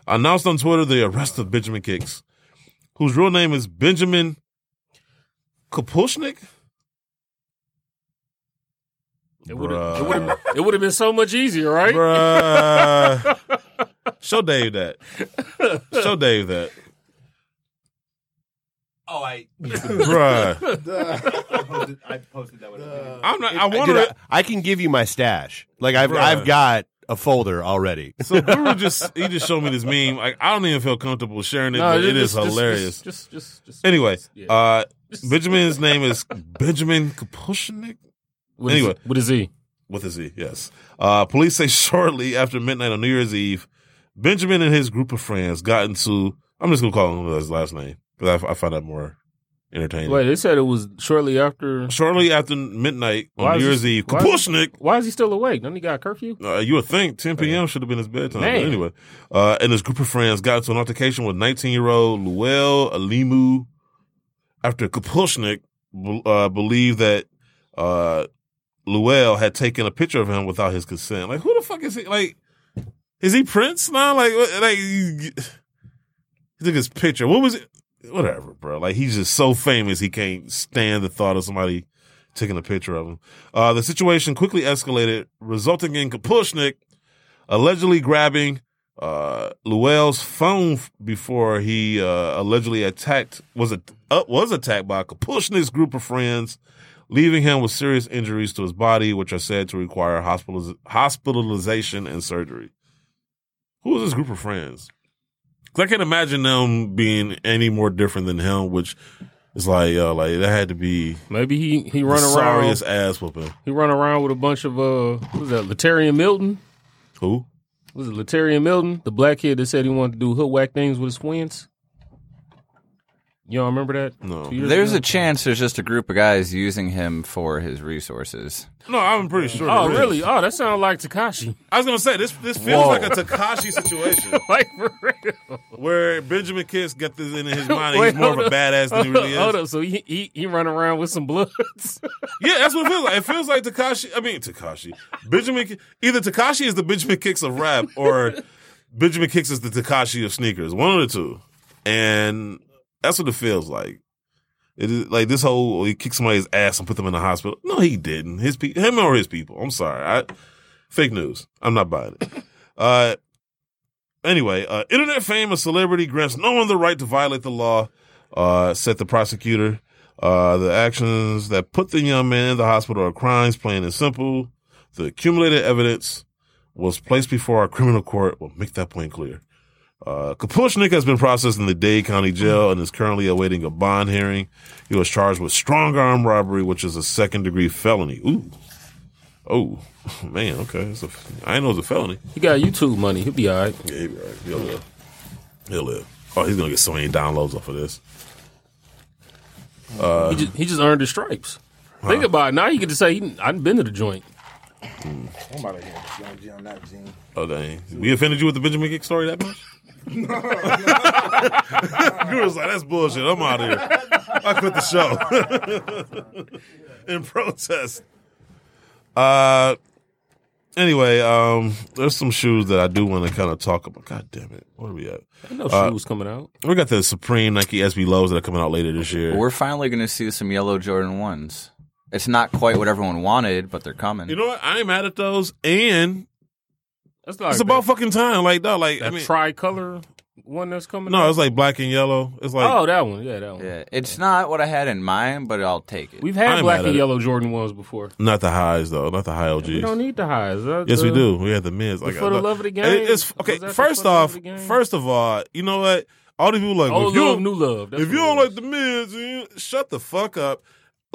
S2: Announced on Twitter the arrest of Benjamin Kicks, whose real name is Benjamin Kapushnik.
S4: It would
S2: Bruh.
S4: have. It would have been so much easier, right?
S2: Bruh. Show Dave that. Show Dave that.
S5: Oh, I,
S2: Bruh.
S5: posted, I posted that.
S2: I'm not, I
S3: Dude,
S2: wonder.
S3: I, I can give you my stash. Like I've
S2: Bruh.
S3: I've got a folder already.
S2: so Guru just he just showed me this meme. Like I don't even feel comfortable sharing it,
S4: No,
S2: but it is
S4: just- just-
S2: hilarious.
S4: Just, just, just.
S2: anyway,
S4: yeah.
S2: uh, Benjamin's name is Benjamin Kapushnik.
S4: What is-
S2: anyway.
S4: what is he?
S2: With a Z, yes. Uh, police say shortly after midnight on New Year's Eve, Benjamin and his group of friends got into. I'm just gonna call him his last name because I, I find that more entertaining.
S4: Wait, they said it was shortly after.
S2: Shortly after midnight on
S4: Why is
S2: New Year's
S4: this-
S2: Eve,
S4: why is-
S2: Kapushnik
S4: Why is he still awake? Don't he got a curfew?
S2: Uh, you would think 10 p.m. should have been his bedtime. But
S4: Man.
S2: anyway, uh, and his group of friends got into an altercation with 19 year old Luel Alimu after Kapushnik be- uh, believed that uh, Luel had taken a picture of him without his consent. Like, who the fuck is he? Like, is he Prince now? Like, what, like he took his picture. What was it? Whatever, bro. Like, he's just so famous he can't stand the thought of somebody taking a picture of him. Uh, the situation quickly escalated, resulting in Kapushnik allegedly grabbing uh, Luell's phone f- before he uh, allegedly attacked was a, uh, was attacked by Kapushnik's group of friends, leaving him with serious injuries to his body, which are said to require hospitaliz- hospitalization and surgery. Who is this group of friends? 'Cause I can't imagine them being any more different than him, which is like, yo, like that had to be
S4: Maybe he he
S2: the
S4: run around.
S2: sorriest ass whooping.
S4: He run around with a bunch of uh, what was that Letarian Milton?
S2: Who?
S4: Was it Letarian Milton, the black kid that said he wanted to do hood whack things with his twins? Y'all remember that?
S2: No.
S4: Two years
S5: There's
S4: ago?
S5: a chance there's just a group of guys using him for his resources.
S2: No, I'm pretty sure.
S4: Oh
S2: it is.
S4: really? Oh, that sounds like Takashi.
S2: I was gonna say this. This feels
S5: Whoa.
S2: like a Takashi situation
S4: like for real.
S2: where Benjamin Kiss got this in his mind.
S4: Wait,
S2: he's more of a
S4: hold up.
S2: badass than he really is.
S4: Hold up, so he, he he run around with some bloods.
S2: Yeah, that's what it feels like. It feels like Takashi. I mean, Takashi. Benjamin. Ki- Either Takashi is the Benjamin Kicks of rap, or Benjamin Kicks is the Takashi of sneakers. One of the two, and that's what it feels like. It is like this whole oh, he kicked somebody's ass and put them in the hospital. No, he didn't. His pe- him or his people. I'm sorry. I fake news. I'm not buying it. Uh, anyway, uh, internet fame and celebrity grants no one the right to violate the law. Uh, said the prosecutor. Uh, the actions that put the young man in the hospital are crimes, plain and simple. The accumulated evidence was placed before our criminal court. We'll make that point clear. Uh, Kapushnik has been processed in the Dade County Jail and is currently awaiting a bond hearing. He was charged with strong arm robbery, which is a second degree felony. Ooh. Oh, man. Okay. It's a, I didn't know it was a felony.
S4: he got YouTube money. He'll be all right.
S2: Yeah, he right. He'll live. He'll live. Oh, he's going to get so many downloads off of this.
S4: he, just, he just earned his stripes. Think about it. Now you get to say he, I've been to the joint.
S6: Somebody here, young Jim, not Gene.
S2: Oh dang! We offended you with the Benjamin Gick story that much? you was like, "That's bullshit. I'm out of here. I quit the show." In protest. Uh. Anyway, um, there's some shoes that I do want to kind of talk about. God damn it! What are we at?
S4: I know
S2: Uh,
S4: shoes coming out.
S2: We got the Supreme Nike SB lows that are coming out later this year.
S5: We're finally going to see some yellow Jordan 1s. It's not quite what everyone wanted, but they're coming.
S2: you know what? I ain't mad at those, and
S4: That's like
S2: it's about
S4: that,
S2: fucking time. Like, no, like I
S4: that
S2: mean,
S4: tricolor one that's coming.
S2: no,
S4: out.
S2: it's like black and yellow. It's like
S4: oh, that one. Yeah, that one.
S5: yeah, it's not what I had in mind, but I'll take it.
S4: We've
S2: I
S4: had
S2: ain't mad
S4: black and
S2: at it.
S4: yellow Jordan ones before.
S2: not the highs though, not the high OGs.
S4: We don't need the highs. That-
S2: Yes, we
S4: uh,
S2: do. We had the men's. Like,
S4: for the
S2: uh,
S4: love of the game.
S2: and it- it's
S4: Was
S2: okay.
S4: that the for
S2: First
S4: the love
S2: off,
S4: of the game?
S2: first of all, you know what? All the people like well,
S4: Old
S2: if you
S4: love,
S2: don't,
S4: new love. That's
S2: if you
S4: what it
S2: don't like
S4: is.
S2: the mids, you- shut the fuck up.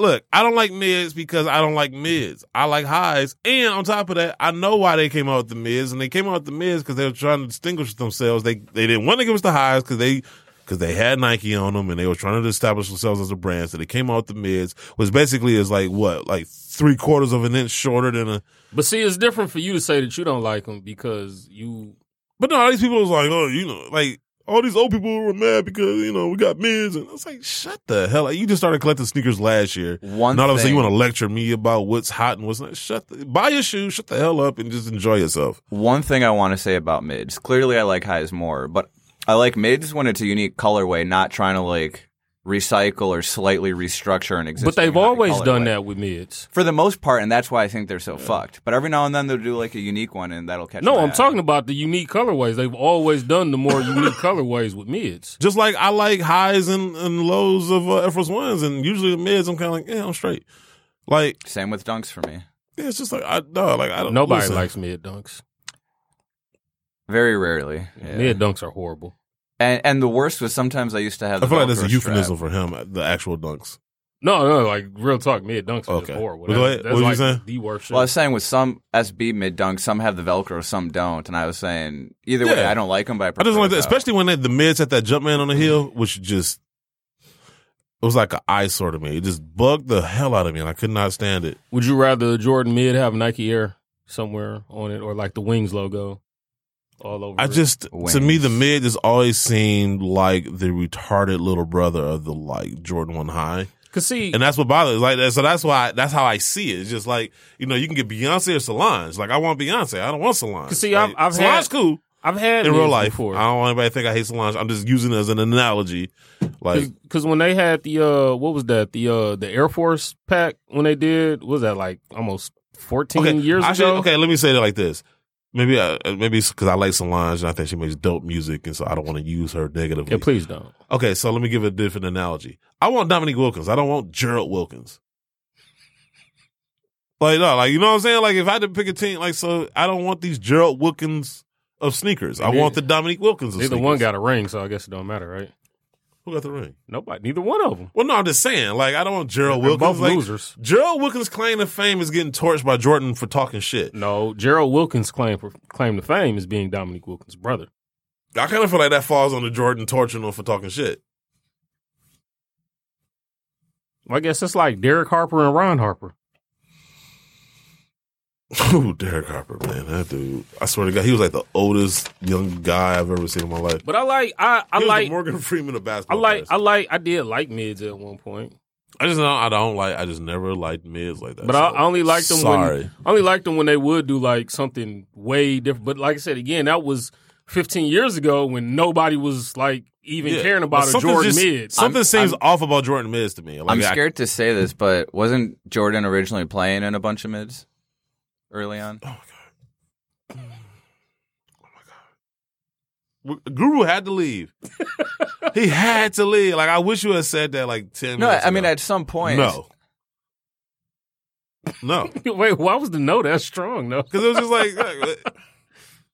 S2: Look, I don't like mids because I don't like mids. I like highs, and on top of that, I know why they came out with the mids, and they came out with the mids because they were trying to distinguish themselves. They they didn't want to give us the highs because they. Because they had Nike on them and they were trying to establish themselves as a brand. So they came out with the mids, which basically is like what, like three quarters of an inch shorter than a,
S4: But see, it's different for you to say that you don't like them because you.
S2: But no, all these people was like, oh, you know, like all these old people were mad because you know we got mids, and I was like, shut the hell! up. you just started collecting sneakers last year.
S5: One
S2: and all of a sudden
S5: thing-
S2: you want to lecture me about what's hot and what's not. Shut the buy your shoes, shut the hell up, and just enjoy yourself.
S5: One thing I want to say about mids. Clearly, I like highs more, but I like mids when it's a unique colorway, not trying to like recycle or slightly restructure an existing.
S4: But they've
S5: high
S4: always done
S5: colorway.
S4: that with mids.
S5: for the most part, and that's why I think they're so fucked. But every now and then they'll do like a unique one, and that'll catch.
S4: No,
S5: my
S4: I'm
S5: eye.
S4: talking about the unique colorways. They've always done the more unique colorways with mids.
S2: Just like I like highs and, and lows of uh, Air Force Ones, and usually the mids, I'm kind of like, yeah, I'm straight. Like,
S5: Same with dunks for me.
S2: yeah, it's just like I no, like I don't.
S4: Nobody
S2: listen.
S4: likes mid dunks.
S5: Very rarely. Yeah.
S4: Mid dunks are horrible.
S5: And and the worst was sometimes I used to have.
S2: I
S5: The
S2: feel like that's a
S5: Velcro strap.
S2: euphemism for him. The actual dunks.
S4: No, no, like real talk, mid dunks are
S2: Okay.
S4: just horrible.
S2: Well, go
S4: That-
S2: ahead.
S4: That's
S2: What
S4: like
S2: was you saying?
S4: the worst shit.
S5: Well, I was saying with some SB mid dunks, some have the Velcro, some don't. And I was saying either way,
S2: Yeah.
S5: I don't like them, but I,
S2: I just
S5: prefer
S2: don't like that,
S5: without.
S2: especially when they, the mids had that jump man on the hill, which just it was like an eyesore to me. It just bugged the hell out of me, and I could not stand it.
S4: Would you rather Jordan mid have Nike Air somewhere on it, or like the Wings logo all over?
S2: I
S4: it?
S2: just to
S5: Wings.
S2: me the mid has always seemed like the retarded little brother of the like Jordan One High,
S4: cause see,
S2: and that's what bothers. Like so that's why that's how I see it. It's just like you know you can get Beyonce or Solange. Like I want Beyonce, I don't want Solange.
S4: See,
S2: like,
S4: I've- I've had-
S2: Solange cool
S4: I've had
S2: in
S4: mids
S2: real life.
S4: before.
S2: I don't want anybody to think I hate Solange. I'm just using it as an analogy. Like
S4: because when they had the uh what was that the uh the Air Force pack when they did what was that like almost fourteen years
S2: I
S4: ago?
S2: should- okay, let me say it like this. Maybe I, maybe because I like Solange and I think she makes dope music, and so I don't want to use her negatively.
S4: yeah, please don't.
S2: Okay, so let me give a different analogy. I want Dominique Wilkins. I don't want Gerald Wilkins. Like no, like you know what I'm saying. Like if I had to pick a team, like so, I don't want these Gerald Wilkins of sneakers. I
S4: Neither-
S2: want the Dominique Wilkins. Of
S4: Neither
S2: sneakers.
S4: one got a ring, so I guess it don't matter, right?
S2: who got the ring.
S4: Nobody, neither one of them.
S2: Well, no, I'm just saying. Like I don't want Gerald
S4: They're
S2: Wilkins.
S4: both
S2: like,
S4: losers.
S2: Gerald Wilkins' claim to fame is getting torched by Jordan for talking shit.
S4: No, Gerald Wilkins' claim for claim to fame is being Dominique Wilkins' brother.
S2: I kind of feel like that falls on the Jordan torturing him for talking shit.
S4: Well, I guess it's like Derek Harper and Ron Harper.
S2: Ooh, Derek Harper, man, that dude. I swear to God, he was like the oldest young guy I've ever seen in my life.
S4: But I like I I
S2: He was the
S4: like
S2: Morgan Freeman of
S4: I
S2: basketball.
S4: like I
S2: players.
S4: like I did like mids at one point,
S2: I just don't. I don't like. I just never liked mids like that.
S4: but I,
S2: so
S4: I only liked them
S2: Sorry.
S4: when I only liked them when they would do like something way different. But like I said again, that was 15 years ago when nobody was like even
S2: Yeah.
S4: caring about
S2: But
S4: a
S2: something's
S4: Jordan
S2: just-
S4: mid.
S2: Something
S5: I'm-
S2: seems
S5: I'm-
S2: off about Jordan mids to me. Like,
S5: I'm
S2: I-
S5: scared to say this, but wasn't Jordan originally playing in a bunch of mids early on?
S2: Guru had to leave. he had to leave. Like I wish you had said that like ten.
S5: No,
S2: minutes
S5: I mean
S2: ago.
S5: at some point.
S2: no, no,
S4: Wait, why was the no that strong though?
S2: because it was just like, like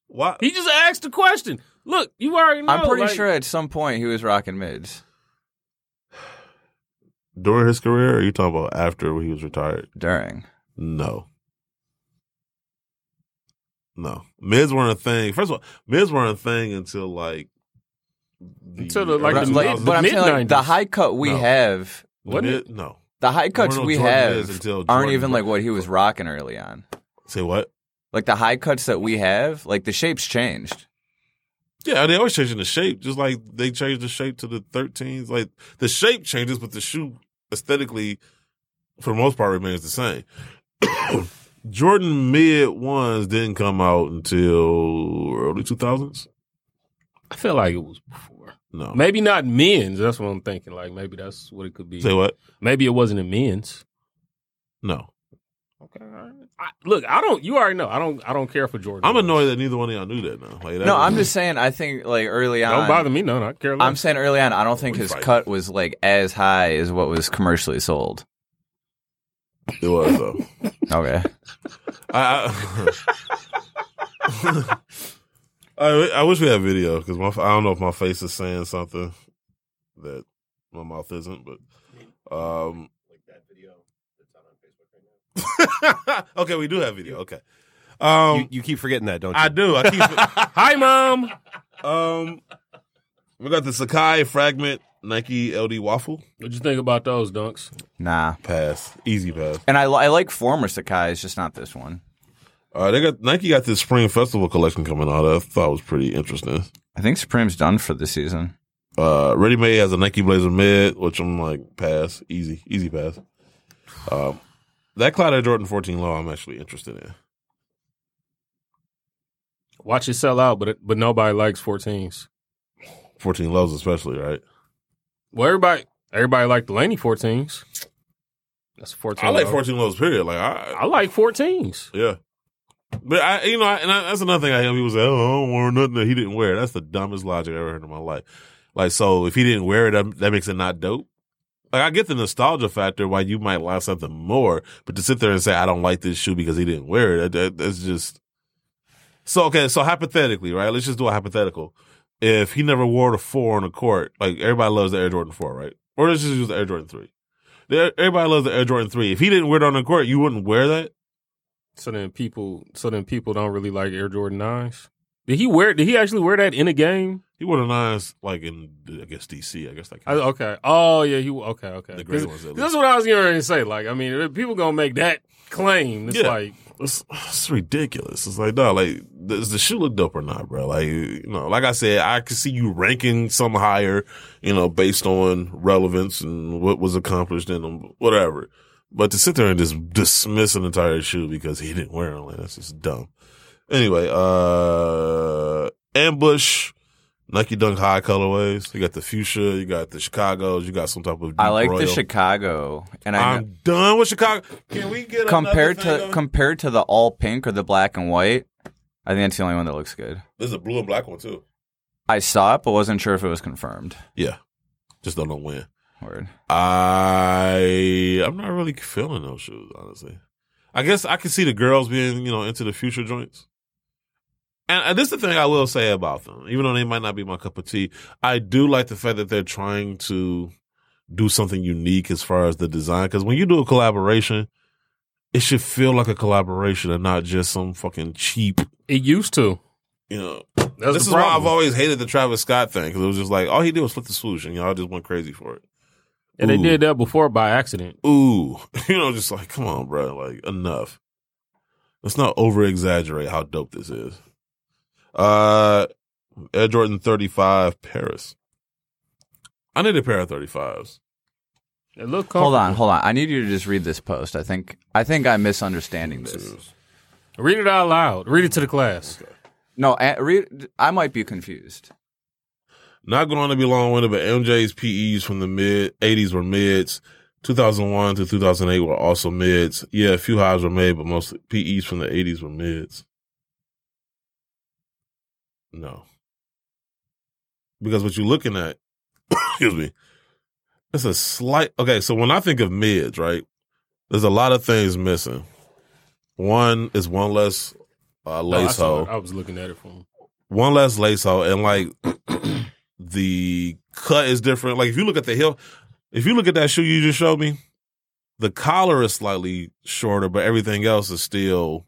S2: why?
S4: He just asked the question. Look, you already know.
S5: I'm pretty
S4: like-
S5: sure at some point he was rocking mids
S2: During his career, or are you talking about after he was retired?
S5: during.
S2: No. No. Mids weren't a thing. First of all, mids weren't a thing until like
S4: Until the- like
S5: But,
S4: the
S5: like-
S4: mid-
S5: but I'm saying like the
S4: mid-nineties.
S5: high cut we
S2: No.
S5: have,
S2: the
S4: Wasn't
S2: mid- no.
S5: the high cuts
S2: no
S5: we
S2: Jordan
S5: have
S2: mids until
S5: aren't
S2: Jordan
S5: even like
S2: mids.
S5: what he was rocking early on.
S2: Say what?
S5: Like the high cuts that we have, like the shapes changed.
S2: Yeah, they always changing the shape. Just like they changed the shape to the thirteens. Like the shape changes, but the shoe aesthetically, for the most part, remains the same. Jordan mid ones didn't come out until early two thousands.
S4: I feel like it was before.
S2: No.
S4: Maybe not men's. That's what I'm thinking. Like maybe that's what it could be.
S2: Say what?
S4: Maybe it wasn't in men's.
S2: No.
S4: Okay. all right. I, look, I don't. You already know. I don't. I don't care for Jordan.
S2: I'm annoyed that neither one of y'all knew that now. Like, that
S5: No,
S2: was-
S5: I'm just saying. I think like early on,
S4: Don't bother me. No, no, I care less.
S5: I'm saying early on, I don't think
S2: We
S5: his
S2: fight.
S5: cut was like as high as what was commercially sold.
S2: It was though.
S5: Okay.
S2: I, I, I I wish we had video because my I don't know if my face is saying something that my mouth isn't, but um. okay, we do have video. Okay, um,
S3: you, you keep forgetting that, don't you?
S2: I do. I keep
S4: Hi, mom.
S2: um. We got the Sakai Fragment Nike LD Waffle
S4: What'd you think about those dunks?
S5: Nah.
S2: pass, easy pass.
S5: And I, li- I like former Sakai's, just not this one.
S2: Uh, they got Nike got this Spring Festival collection coming out. I thought was pretty interesting.
S5: I think Supreme's done for the season.
S2: Uh, Ready Made has a Nike Blazer mid, which I'm like pass, easy, easy pass. Um, that Clyde Air Jordan 14 low, I'm actually interested in.
S4: Watch it sell out, but it, but nobody likes 14s.
S2: 14 lows, especially, right?
S4: Well, everybody everybody liked the Laney 14s. That's a 14.
S2: I like
S4: though.
S2: 14 lows, period. Like, I,
S4: I like 14s.
S2: yeah. But I, you know, I, and I, that's another thing I hear people say, oh, I don't wear nothing that he didn't wear. That's the dumbest logic I ever heard in my life. Like, so if he didn't wear it, that, that makes it not dope. Like, I get the nostalgia factor why you might like something more, but to sit there and say, I don't like this shoe because he didn't wear it, that, that, that's just. So, okay, so hypothetically, right? Let's just do a hypothetical. If he never wore the four on the court, like, everybody loves the Air Jordan 4, right? Or let's just use the Air Jordan 3. There- Everybody loves the Air Jordan Three. If he didn't wear it on the court, you wouldn't wear that.
S4: So then people, so then people don't really like Air Jordan Nines. Did he wear? Did he actually wear that in a game?
S2: He wore the nines like in I guess DC. I guess like
S4: I, okay. Oh yeah, he. Okay, okay.
S2: The gray
S4: Cause-
S2: ones, at
S4: cause
S2: least.
S4: That's what I was going to say. Like, I mean, if people gonna make that claim. It's
S2: Yeah.
S4: like
S2: it's, it's ridiculous. It's like no, like does the shoe look dope or not, bro? Like you know, like I said, I could see you ranking some higher, you know, based on relevance and what was accomplished in them, whatever. But to sit there and just dismiss an entire shoe because he didn't wear it, like that's just dumb. Anyway, uh ambush. Nike Dunk High colorways. You got the fuchsia. You got the Chicago's. You got some type of.
S5: I like the
S2: Royal.
S5: Chicago, and I know-
S2: I'm done with Chicago. Can we get another
S5: compared
S2: thing
S5: to
S2: on-
S5: compared to the all pink or the black and white. I think that's the only one that looks good.
S2: There's a blue and black one too.
S5: I saw it, but wasn't sure if it was confirmed.
S2: Yeah, just don't know when.
S5: Word.
S2: I I'm not really feeling those shoes, honestly. I guess I can see the girls being you know into the future joints. And, and this is the thing I will say about them, even though they might not be my cup of tea. I do like the fact that they're trying to do something unique as far as the design. Because when you do a collaboration, it should feel like a collaboration and not just some fucking cheap,
S4: it used to.
S2: you know,
S4: That's
S2: this is
S4: the
S2: why I've
S4: problem.
S2: always hated the Travis Scott thing because it was just like all he did was flip the swoosh and y'all just went crazy for it.
S4: and they
S2: Ooh.
S4: did that before by accident.
S2: Ooh, you know, just like come on, bro, like enough. Let's not over exaggerate how dope this is. Uh, Air Jordan thirty five Paris. I need a pair of thirty fives.
S4: It looked
S5: Hold on,
S4: comfortable.
S5: hold on. I need you to just read this post. I think I think I'm misunderstanding this.
S4: Read it out loud. Read it to the class.
S5: No, a- read, I might be confused.
S2: Not going to be long winded, but MJ's PEs from the mid eighties were mids. 2001 to 2008 were also mids. Yeah, a few highs were made, but most PEs from the 80s were mids. No. Because what you're looking at, excuse me, it's a slight. Okay, so when I think of mids, right, there's a lot of things missing. One is one less uh,
S4: No, I
S2: lace
S4: saw
S2: hole
S4: it. I was looking at it from.
S2: one less lace hole and like the cut is different. Like if you look at the heel, if you look at that shoe you just showed me, the collar is slightly shorter, but everything else is still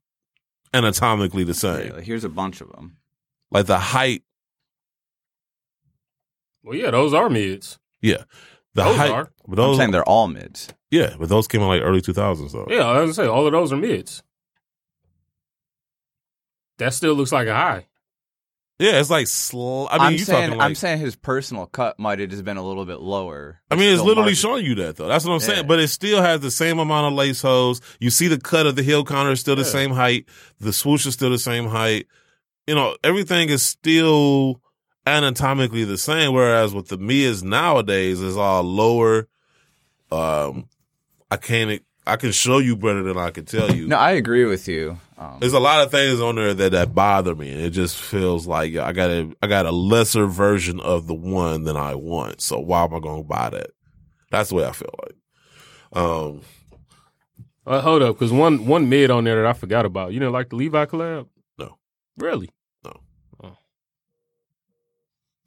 S2: anatomically the same.
S5: Really. Here's a bunch of them.
S2: Like the height,
S4: Well, yeah, those are mids.
S2: yeah, the
S4: Those
S2: height.
S4: are.
S2: But
S5: I'm
S2: those,
S5: saying they're all mids.
S2: yeah, but those came out like early two thousands though.
S4: Yeah, I was gonna say all of those are mids. That still looks like a high.
S2: yeah, it's like sl- I
S5: I
S2: mean,
S5: am
S2: you
S5: saying
S2: talking like
S5: I'm saying his personal cut might have just been a little bit lower.
S2: I mean, it's
S5: Still
S2: literally
S5: market-
S2: showing you that though. That's what I'm
S5: Yeah.
S2: saying. But it still has the same amount of lace holes. You see the cut of the heel counter is still the
S4: Yeah.
S2: same height. The swoosh is still the same height. You know, everything is still anatomically the same. Whereas with the Mia's nowadays is all lower. Um, I can't. I can show you better than I can tell you.
S5: No, I agree with you. Um,
S2: There's a lot of things on there that, that bother me, and it just feels like I got a I got a lesser version of the one than I want. So why am I going to buy that? That's the way I feel like. Um,
S4: Uh, hold up, because one one mid on there that I forgot about. You didn't like the Levi collab?
S2: No.
S4: Really?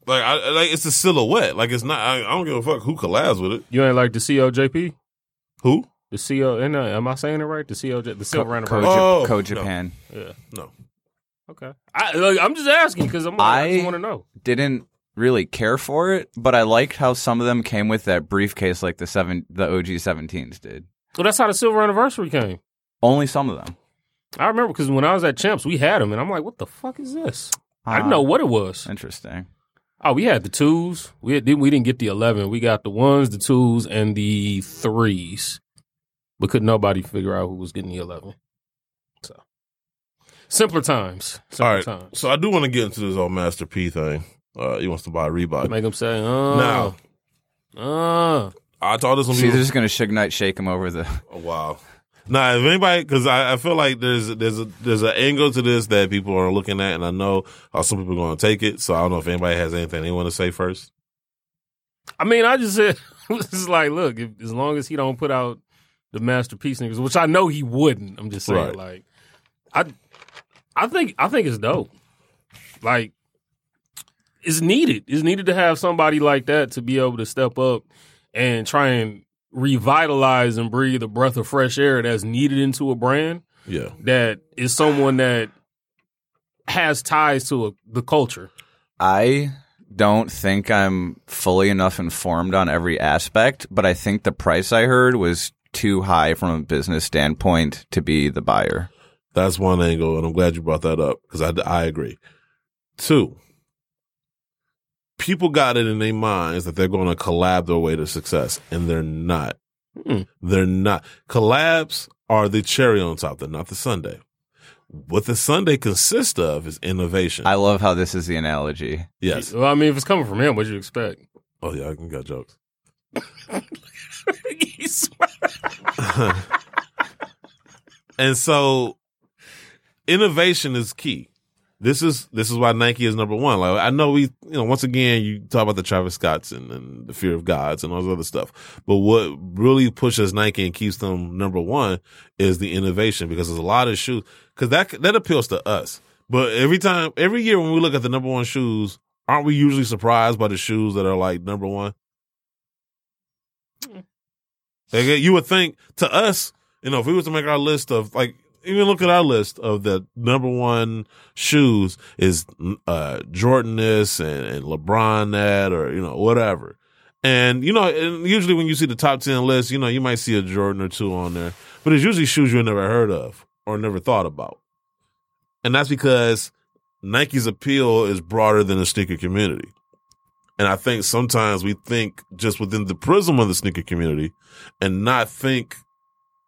S2: like I like it's a silhouette. Like it's not. I, I don't give a fuck who collabs with it.
S4: You ain't like the CLJP?
S2: Who?
S4: The CL? and, uh, Am I saying it right? The CLJ? The
S5: Co-
S4: Silver
S5: Co-
S4: Anniversary?
S2: Oh,
S5: Jap- Co
S2: no.
S5: Japan
S2: No.
S4: Okay. I, like, I'm just asking because I'm like, I,
S5: I-
S4: just want to know.
S5: didn't really care for it, but I liked how some of them came with that briefcase, like the seven, the OG 17s did.
S4: Well, that's how the Silver Anniversary came.
S5: Only some of them.
S4: I remember because when I was at Champs, we had them, and I'm like, what the fuck is this? I
S2: Ah.
S4: didn't
S2: Uh,
S4: know what it was.
S5: Interesting.
S4: Oh, we had the twos. We had, didn't. We didn't get the eleven. We got the ones, the twos, and the threes. But could nobody figure out who was getting the eleven? So simpler times. Simpler
S2: All right.
S4: times.
S2: So I do want to get into this old Master P thing. Uh, he wants to buy a Reebok.
S4: Make them say, "Oh,
S2: Now-
S4: oh."
S2: I thought this was
S5: See,
S2: gonna
S5: they're
S2: be
S5: just gonna Suge Knight shake him over the.
S2: Oh, wow. Nah, if anybody, because I, I feel like there's there's a there's an angle to this that people are looking at, and I know how some people are going to take it. So I don't know if anybody has anything they want to say first.
S4: I mean, I just said, "It's like, look, if, as long as he don't put out the masterpiece niggas, which I know he wouldn't." I'm just saying,
S2: Right.
S4: like, I, I think, I think it's dope. Like, it's needed. It's needed to have somebody like that to be able to step up and try and revitalize and breathe a breath of fresh air that's needed into a brand
S2: Yeah.
S4: that is someone that has ties to a, the culture.
S5: I don't think I'm fully enough informed on every aspect, but I think the price I heard was too high from a business standpoint to be the buyer.
S2: That's one angle, and I'm glad you brought that up because I, I agree. Two, people got it in their minds that they're going to collab their way to success, and they're not.
S4: Hmm.
S2: They're not. Collabs are the cherry on top, they're not the Sunday. What the Sunday consists of is innovation.
S5: I love how this is the analogy.
S2: yes.
S4: Well, I mean, if it's coming from him, what do you expect?
S2: Oh, yeah, I can got jokes.
S4: He's-
S2: and so innovation is key. This is this is why Nike is number one. Like I know we you know, once again you talk about the Travis Scotts and, and the fear of gods and all this other stuff. But what really pushes Nike and keeps them number one is the innovation because there's a lot of shoes because that that appeals to us. But every time every year when we look at the number one shoes, aren't we usually surprised by the shoes that are like number one? Like, you would think to us, you know, if we was to make our list of like, even look at our list of the number one shoes is uh, Jordan this and, and LeBron that or you know whatever. And you know, and usually when you see the top ten list, you know you might see a Jordan or two on there, but it's usually shoes you never heard of or never thought about, and that's because Nike's appeal is broader than the sneaker community. And I think sometimes we think just within the prism of the sneaker community, and not think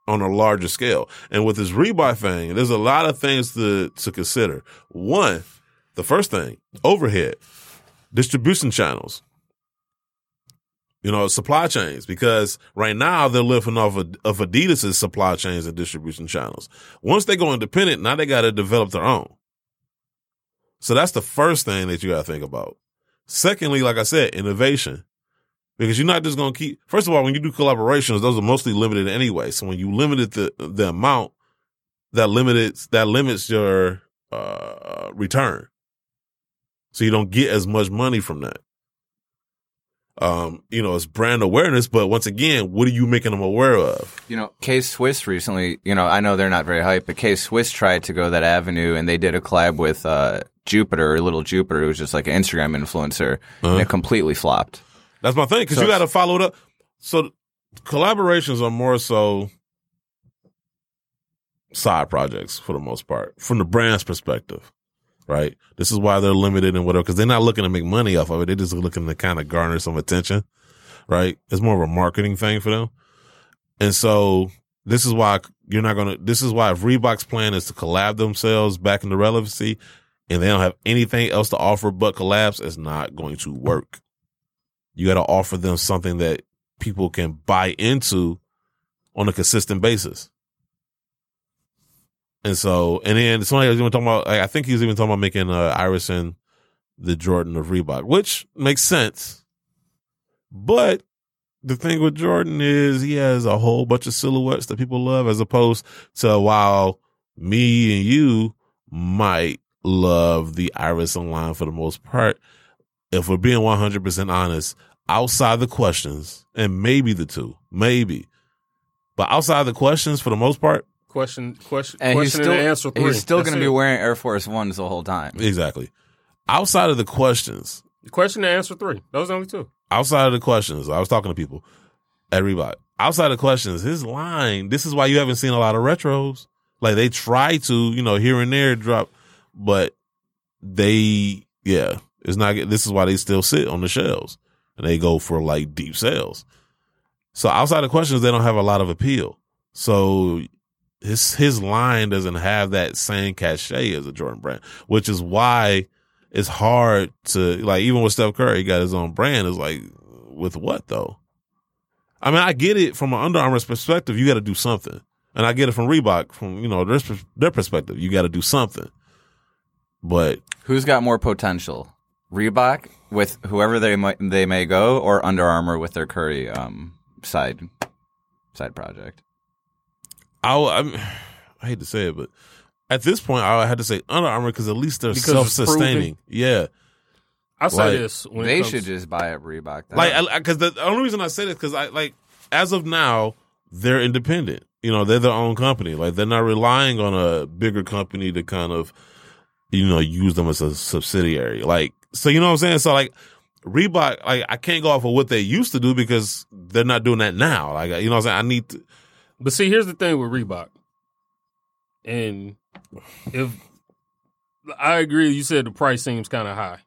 S2: on a larger scale. And with this rebuy thing, there's a lot of things to to consider. One, the first thing, overhead, distribution channels, you know, supply chains, because right now they're living off of, of Adidas's supply chains and distribution channels. Once they go independent, now they got to develop their own. So that's the first thing that you got to think about. Secondly, like I said, innovation because you're not just going to keep. First of all, when you do collaborations, those are mostly limited anyway. So when you limited the the amount, that limits that limits your uh, return. So you don't get as much money from that. Um, you know, it's brand awareness, but once again, what are you making them aware of?
S5: You know, K Swiss recently, you know, I know they're not very hype, but K Swiss tried to go that avenue and they did a collab with uh, Jupiter, Little Jupiter, who's just like an Instagram influencer, and it completely flopped.
S2: That's my thing because you got to follow it up. So collaborations are more so side projects for the most part, from the brand's perspective, right? This is why they're limited and whatever because they're not looking to make money off of it. They're just looking to kind of garner some attention, right? It's more of a marketing thing for them, and so this is why you're not gonna. This is why if Reebok's plan is to collab themselves back into relevancy. And they don't have anything else to offer but collabs, it's not going to work you got to offer them something that people can buy into on a consistent basis. And so, and then somebody was even talking about, like, I think he was even talking about making uh, Irison the Jordan of Reebok, which makes sense. But the thing with Jordan is he has a whole bunch of silhouettes that people love, as opposed to while me and you might love the Irison line for the most part if we're being 100% honest, outside the questions, and maybe the two, maybe, but outside the questions for the most part,
S4: question, question,
S5: And he's
S4: question,
S5: still,
S4: and answer three.
S5: he's still
S4: That's
S5: going to be
S4: it.
S5: wearing Air Force Ones the whole time.
S2: exactly. Outside of the questions,
S4: Question and answer three. Those only two.
S2: outside of the questions, I was talking to people, everybody, outside of questions, his line, this is why you haven't seen a lot of retros. Like they try to, you know, here and there drop, but they, yeah, it's not, this is why they still sit on the shelves and they go for like deep sales. So outside of questions, they don't have a lot of appeal. So his his line doesn't have that same cachet as a Jordan brand, which is why it's hard to like even with Steph Curry, he got his own brand. It's like with what though? I mean, I get it from an Under Armour's perspective. You got to do something, and I get it from Reebok from you know their pers- their perspective. You got to do something, but
S5: Who's got more potential? Reebok with whoever they might they may go, or Under Armour with their Curry um, side side project.
S2: I w- I'm, I hate to say it, but at this point, I had to say Under Armour because at least they're
S4: Because
S2: self
S4: it's proven.
S2: sustaining. Yeah,
S4: I say
S2: Like,
S4: this. When it
S5: They
S4: comes-
S5: should just buy up Reebok. Then.
S2: Uh-huh. like because the only reason I say this because I like as of now, they're independent. You know, they're their own company. Like they're not relying on a bigger company to kind of, you know, use them as a subsidiary. Like so, you know what I'm saying? So like Reebok, like I can't go off of what they used to do because they're not doing that now. Like you know what I'm saying? I need to,
S4: But see, here's the thing with Reebok, and if I agree, you said the price seems kind of high.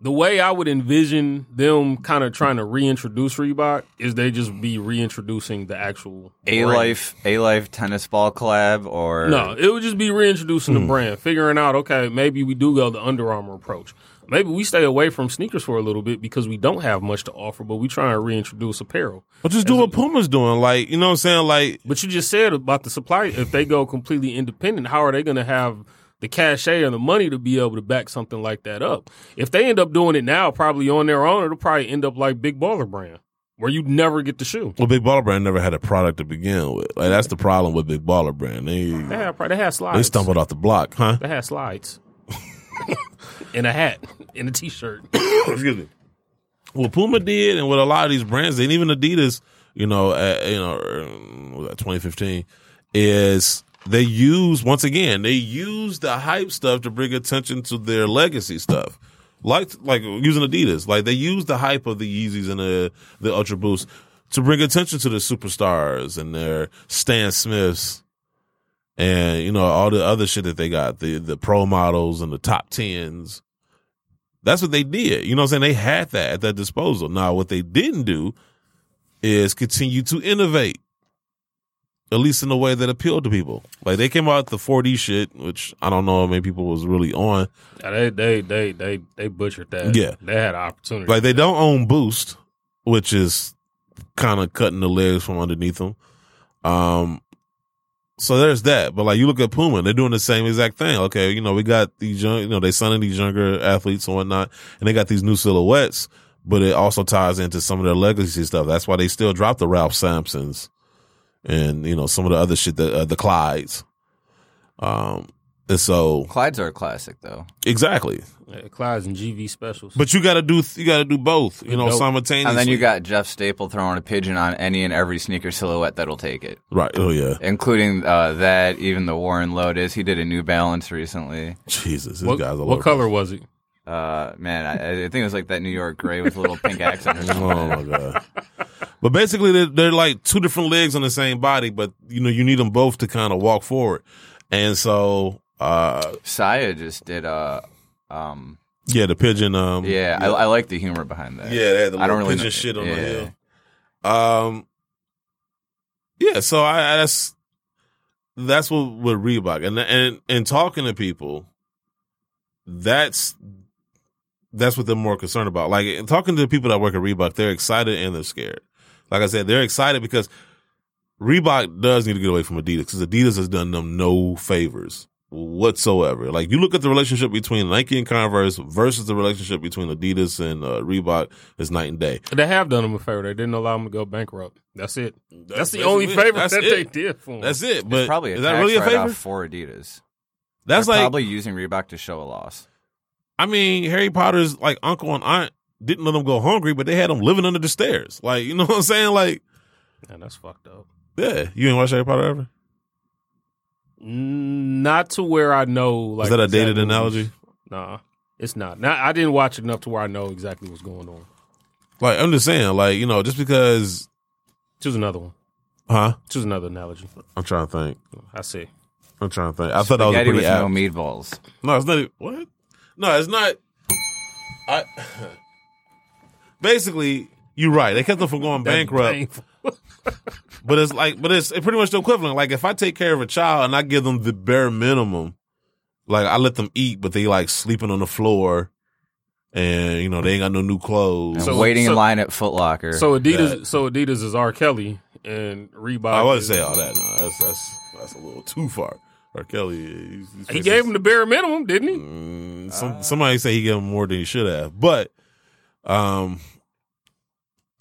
S4: The way I would envision them kind of trying to reintroduce Reebok is they just be reintroducing the actual
S5: A
S4: brand.
S5: life, a life tennis ball collab, or
S4: No, it would just be reintroducing the brand, figuring out okay, maybe we do go the Under Armour approach. Maybe we stay away from sneakers for a little bit because we don't have much to offer, but we try and reintroduce apparel.
S2: Or just do what Puma's doing. Like you know what I'm saying? Like
S4: But you just said about the supply. If they go completely independent, how are they going to have the cachet and the money to be able to back something like that up? If they end up doing it now, probably on their own, it'll probably end up like Big Baller Brand, where you never get the shoe.
S2: well, Big Baller Brand never had a product to begin with. Like that's the problem with Big Baller Brand.
S4: They
S2: They
S4: had they had slides.
S2: they stumbled off the block, huh?
S4: They had slides, and a hat, and a t-shirt.
S2: Excuse me. What Puma did, and what a lot of these brands, and even Adidas, you know, uh, you know, uh, was that 2015, is they use once again they use the hype stuff to bring attention to their legacy stuff. Like like using Adidas, like they use the hype of the Yeezys and the the Ultra Boost to bring attention to the superstars and their Stan Smiths and you know all the other shit that they got the the pro models and the top tens that's what they did. You know what I'm saying? They had that at their disposal. Now, what they didn't do is continue to innovate, at least in a way that appealed to people. Like they came out with the 4D shit, which I don't know how many people was really on.
S4: Yeah, they they they they they butchered that.
S2: Yeah.
S4: they had an opportunity.
S2: Like they don't own Boost, which is kind of cutting the legs from underneath them. Um, so there's that. But like you look at Puma, they're doing the same exact thing. Okay, you know we got these young, you know they signing these younger athletes and whatnot, and they got these new silhouettes. But it also ties into some of their legacy stuff. That's why they still drop the Ralph Sampsons and you know some of the other shit that uh, the Clydes. Um, and so
S5: Clydes are a classic though.
S2: exactly.
S4: Yeah, Clyde's and GV specials.
S2: But you got to do you got to do both. You know
S4: Nope.
S2: simultaneously.
S5: And then you got Jeff Staple throwing a pigeon on any and every sneaker silhouette that'll take it,
S2: right. Oh yeah.
S5: including uh, that, even the Warren Lotus. He did a New Balance recently.
S2: Jesus, this
S4: what,
S2: guy's a
S4: what
S2: little-
S4: color was it?
S5: Uh, man, I, I think it was like that New York gray with a little pink accent. Or something.
S2: Oh my god! but basically, they're, they're like two different legs on the same body, but you know you need them both to kind of walk forward. And so, uh,
S5: Saya just did a. Um,
S2: yeah, the pigeon. Um,
S5: yeah, I, I like the humor behind that.
S2: yeah, they had the
S5: I
S2: little
S5: don't really
S2: pigeon
S5: know-
S2: shit on
S5: yeah.
S2: the hill. Um, yeah. So I, I that's that's what with Reebok and and and talking to people, that's that's what they're more concerned about. Like and talking to the people that work at Reebok, they're excited and they're scared. Like I said, they're excited because Reebok does need to get away from Adidas because Adidas has done them no favors whatsoever. Like you look at the relationship between Nike and Converse versus the relationship between Adidas and uh, Reebok is night and day.
S4: They have done him a favor. They didn't allow him to go bankrupt. That's it. That's, the only
S2: basically it.
S4: favor
S2: That's
S4: that they
S2: it.
S4: did for him.
S2: That's it.
S5: It's
S2: But
S5: probably a
S2: is that
S5: tax
S2: really a
S5: write-off
S2: favor?
S5: for Adidas.
S2: That's
S5: They're
S2: like
S5: probably using Reebok to show a loss.
S2: I mean, Harry Potter's like uncle and aunt didn't let them go hungry, but they had them living under the stairs. Like you know what I'm saying? Like
S4: Man, that's fucked up.
S2: yeah, you ain't watched Harry Potter ever?
S4: Mm, Not to where I know. Like
S2: Is that a
S4: exactly
S2: dated
S4: what's-
S2: analogy?
S4: Nah, it's not. Now I didn't watch enough to where I know exactly what's going on.
S2: Like I'm just saying, like you know, just because,
S4: Choose another one.
S2: huh?
S4: Choose another analogy.
S2: I'm trying to think.
S4: I see.
S2: I'm trying to think. I thought that was
S5: Spaghetti
S2: pretty
S5: with
S2: apt.
S5: no meatballs.
S2: No, it's not. even- What? No, it's not. I. Basically, you're right. They kept them from going
S4: That'd be
S2: bankrupt.
S4: painful.
S2: But it's like, but it's pretty much the equivalent. Like if I take care of a child and I give them the bare minimum, like I let them eat, but they like sleeping on the floor, and you know they ain't got no new clothes.
S5: And
S4: So-
S5: waiting
S4: so-
S5: in line at Foot Locker.
S4: So Adidas.
S2: That-
S4: So Adidas is R. Kelly and Reebok.
S2: I wouldn't
S4: is-
S2: say uh, all that. No, that's that's that's a little too far. R. Kelly, he's, he's
S4: He gave him the bare minimum, didn't he?
S2: Mm, some somebody say he gave him more than he should have, but um,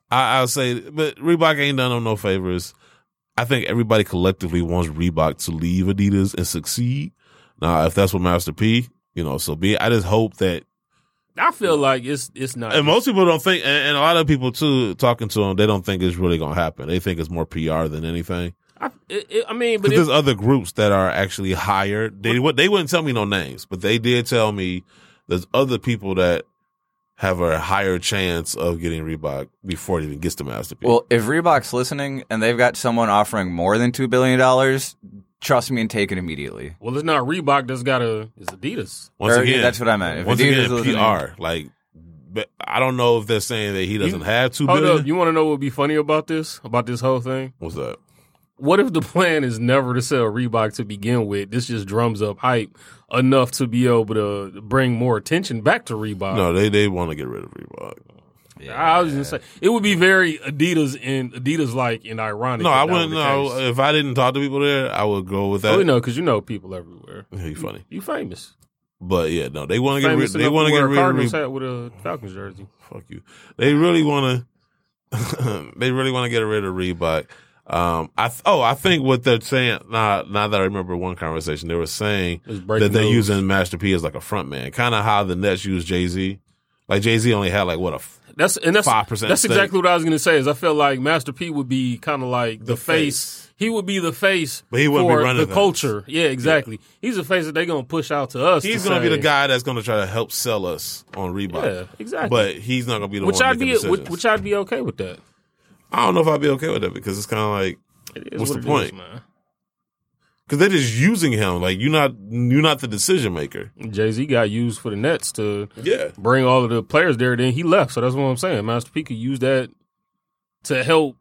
S2: I I'll say, but Reebok ain't done him no favors. I think everybody collectively wants Reebok to leave Adidas and succeed. Now, if that's what Master P, you know, so be. it. I just hope that
S4: I feel like it's it's not.
S2: And most people don't think, and, and a lot of people too, talking to them, they don't think it's really going to happen. They think it's more PR than anything.
S4: I, it, it, I mean, but
S2: Because
S4: it,
S2: there's other groups that are actually hired. They would they wouldn't tell me no names, but they did tell me there's other people that have a higher chance of getting Reebok before it even gets to Masterpiece.
S5: Well, if Reebok's listening and they've got someone offering more than $2 billion, trust me and take it immediately.
S4: well, it's not Reebok that's got a. It's Adidas.
S2: once
S5: or-
S2: again,
S5: that's what I meant. If
S2: once
S5: Adidas
S2: again,
S5: is listening-
S2: PR. Like, but I don't know if they're saying that he doesn't
S4: You-
S2: have two
S4: Hold
S2: billion.
S4: up. You want to know what would be funny about this? About this whole thing?
S2: What's up?
S4: What if the plan is never to sell Reebok to begin with? This just drums up hype enough to be able to bring more attention back to Reebok.
S2: No, they they want to get rid of Reebok.
S4: I was just saying it would be very Adidas and Adidas like and ironic.
S2: No,
S4: if
S2: I
S4: that were
S2: wouldn't
S4: the
S2: know
S4: case.
S2: if I didn't talk to people there. I would go with that.
S4: Oh, you know, because you know people everywhere.
S2: He's funny,
S4: You famous.
S2: but yeah, no, they want to get rid.
S4: famous
S2: They want to get rid of
S4: Cardinals
S2: Reebok.
S4: hat with a Falcons jersey.
S2: Fuck you. They really want to. they really want to get rid of Reebok. Um, I th- oh, I think what they're saying now. Now that I remember one conversation, they were saying
S4: It's breaking
S2: that they're
S4: news.
S2: using Master P as like a front man, kind of how the Nets use Jay Z. Like Jay Z only had like what a f-
S4: That's and that's
S2: 5%
S4: That's
S2: stake.
S4: exactly what I was going to say. Is I feel like Master P would be kind of like the, face. He would be the face,
S2: But he wouldn't be
S4: for
S2: running
S4: the
S2: things.
S4: culture. Yeah, exactly. He's the face that they're going to push out to us.
S2: he's
S4: to
S2: gonna be
S4: say-
S2: the guy that's gonna try to help sell us on Reebok.
S4: Yeah, exactly.
S2: But he's not gonna be the
S4: which
S2: one
S4: I'd
S2: making
S4: be
S2: decisions.
S4: which, which I'd be okay with that.
S2: I don't know if I'd be okay with that because it's kind of like
S4: It is
S2: What's
S4: what
S2: the
S4: it is,
S2: point? because they're just using him. Like you're not you're not the decision maker.
S4: man? Jay Z got used for the Nets to
S2: Yeah,
S4: bring all of the players there. Then he left, so that's what I'm saying. Master P could use that to help,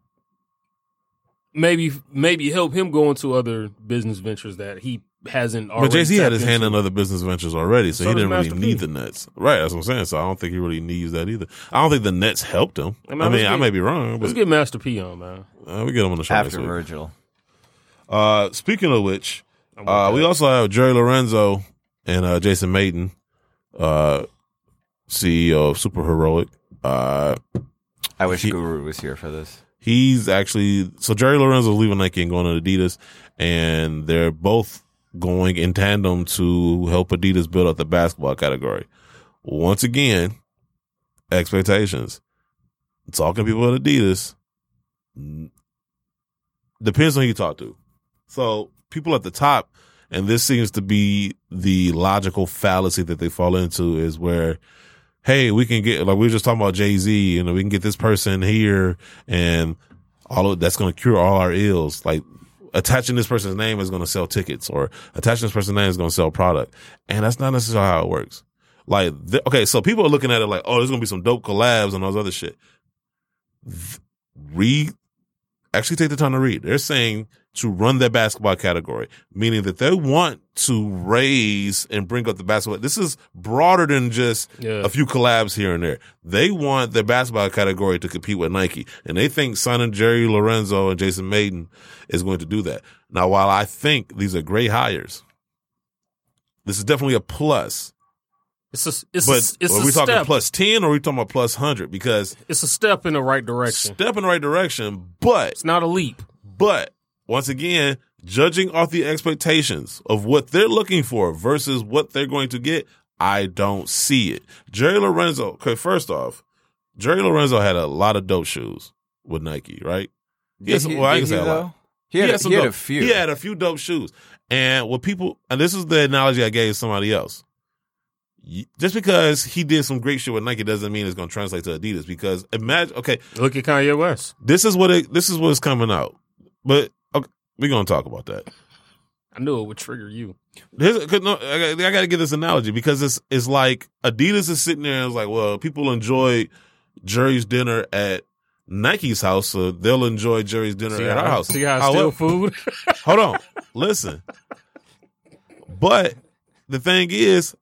S4: maybe maybe help him go into other business ventures that he hasn't already.
S2: but Jay Z had
S4: tapped
S2: his
S4: into.
S2: hand in other business ventures already, so,
S4: So
S2: he
S4: does
S2: didn't really
S4: Master P.
S2: need the Nets. Right, that's what I'm saying. So I don't think he really needs that either. I don't think the Nets helped him. I
S4: I mean,
S2: mean, I,
S4: let's get-
S2: may be wrong,
S4: Let's
S2: but
S4: get Master P on, man.
S2: uh, we get him on the show next
S5: After
S2: week.
S5: Virgil.
S2: Uh, speaking of which, uh, we also have Jerry Lorenzo and uh, Jason Maiden, uh, CEO of Super Heroic. Uh,
S5: I wish Guru was here for this.
S2: he's actually so Jerry Lorenzo's leaving Nike and going to Adidas, and they're both going in tandem to help Adidas build up the basketball category. Once again, expectations. Talking to people at Adidas n- depends on who you talk to. So people at the top, and this seems to be the logical fallacy that they fall into is where hey, we can get like we were just talking about Jay Z, you know, we can get this person here and all of that's going to cure all our ills. Like attaching this person's name is going to sell tickets, or attaching this person's name is going to sell product, and that's not necessarily how it works. Like, th- okay, so people are looking at it like, oh, there's going to be some dope collabs and all this other shit. Th- Read, actually take the time to read. They're saying to run their basketball category, meaning that they want to raise and bring up the basketball. This is broader than just
S4: Yeah.
S2: a few collabs here and there. They want the basketball category to compete with Nike, and they think signing Jerry Lorenzo and Jason Maiden is going to do that. Now, while I think these are great hires, this is definitely a plus.
S4: It's a it's
S2: But
S4: a, it's
S2: are
S4: a
S2: we talking
S4: step.
S2: plus ten or are we talking about plus hundred? Because
S4: It's a step in the right direction.
S2: step in the right direction, but
S4: It's not a leap.
S2: But once again, judging off the expectations of what they're looking for versus what they're going to get, I don't see it. Jerry Lorenzo, okay, first off, Jerry Lorenzo had a lot of dope shoes with Nike, right? Yes,
S5: Did he-
S2: well, I
S5: did
S2: can say
S5: he,
S2: a
S5: though?
S2: lot.
S5: He had,
S2: some
S5: he had a
S2: dope-
S5: few.
S2: He had a few dope shoes. And what people, and this is the analogy I gave somebody else. Y- Just because he did some great shit with Nike doesn't mean it's going to translate to Adidas. Because imagine, okay,
S4: Look at Kanye West.
S2: this is what it, this is what's coming out. But okay, we're gonna talk about that.
S4: I knew it would trigger you.
S2: Here's- 'cause no, I, got- I got to give this analogy because it's it's like Adidas is sitting there and it's like, well, people enjoy Jerry's dinner at Nike's house, so they'll enjoy Jerry's dinner
S4: See
S2: at our
S4: how,
S2: house.
S4: see how I
S2: However-
S4: steal food?
S2: Hold on, listen. But the thing is,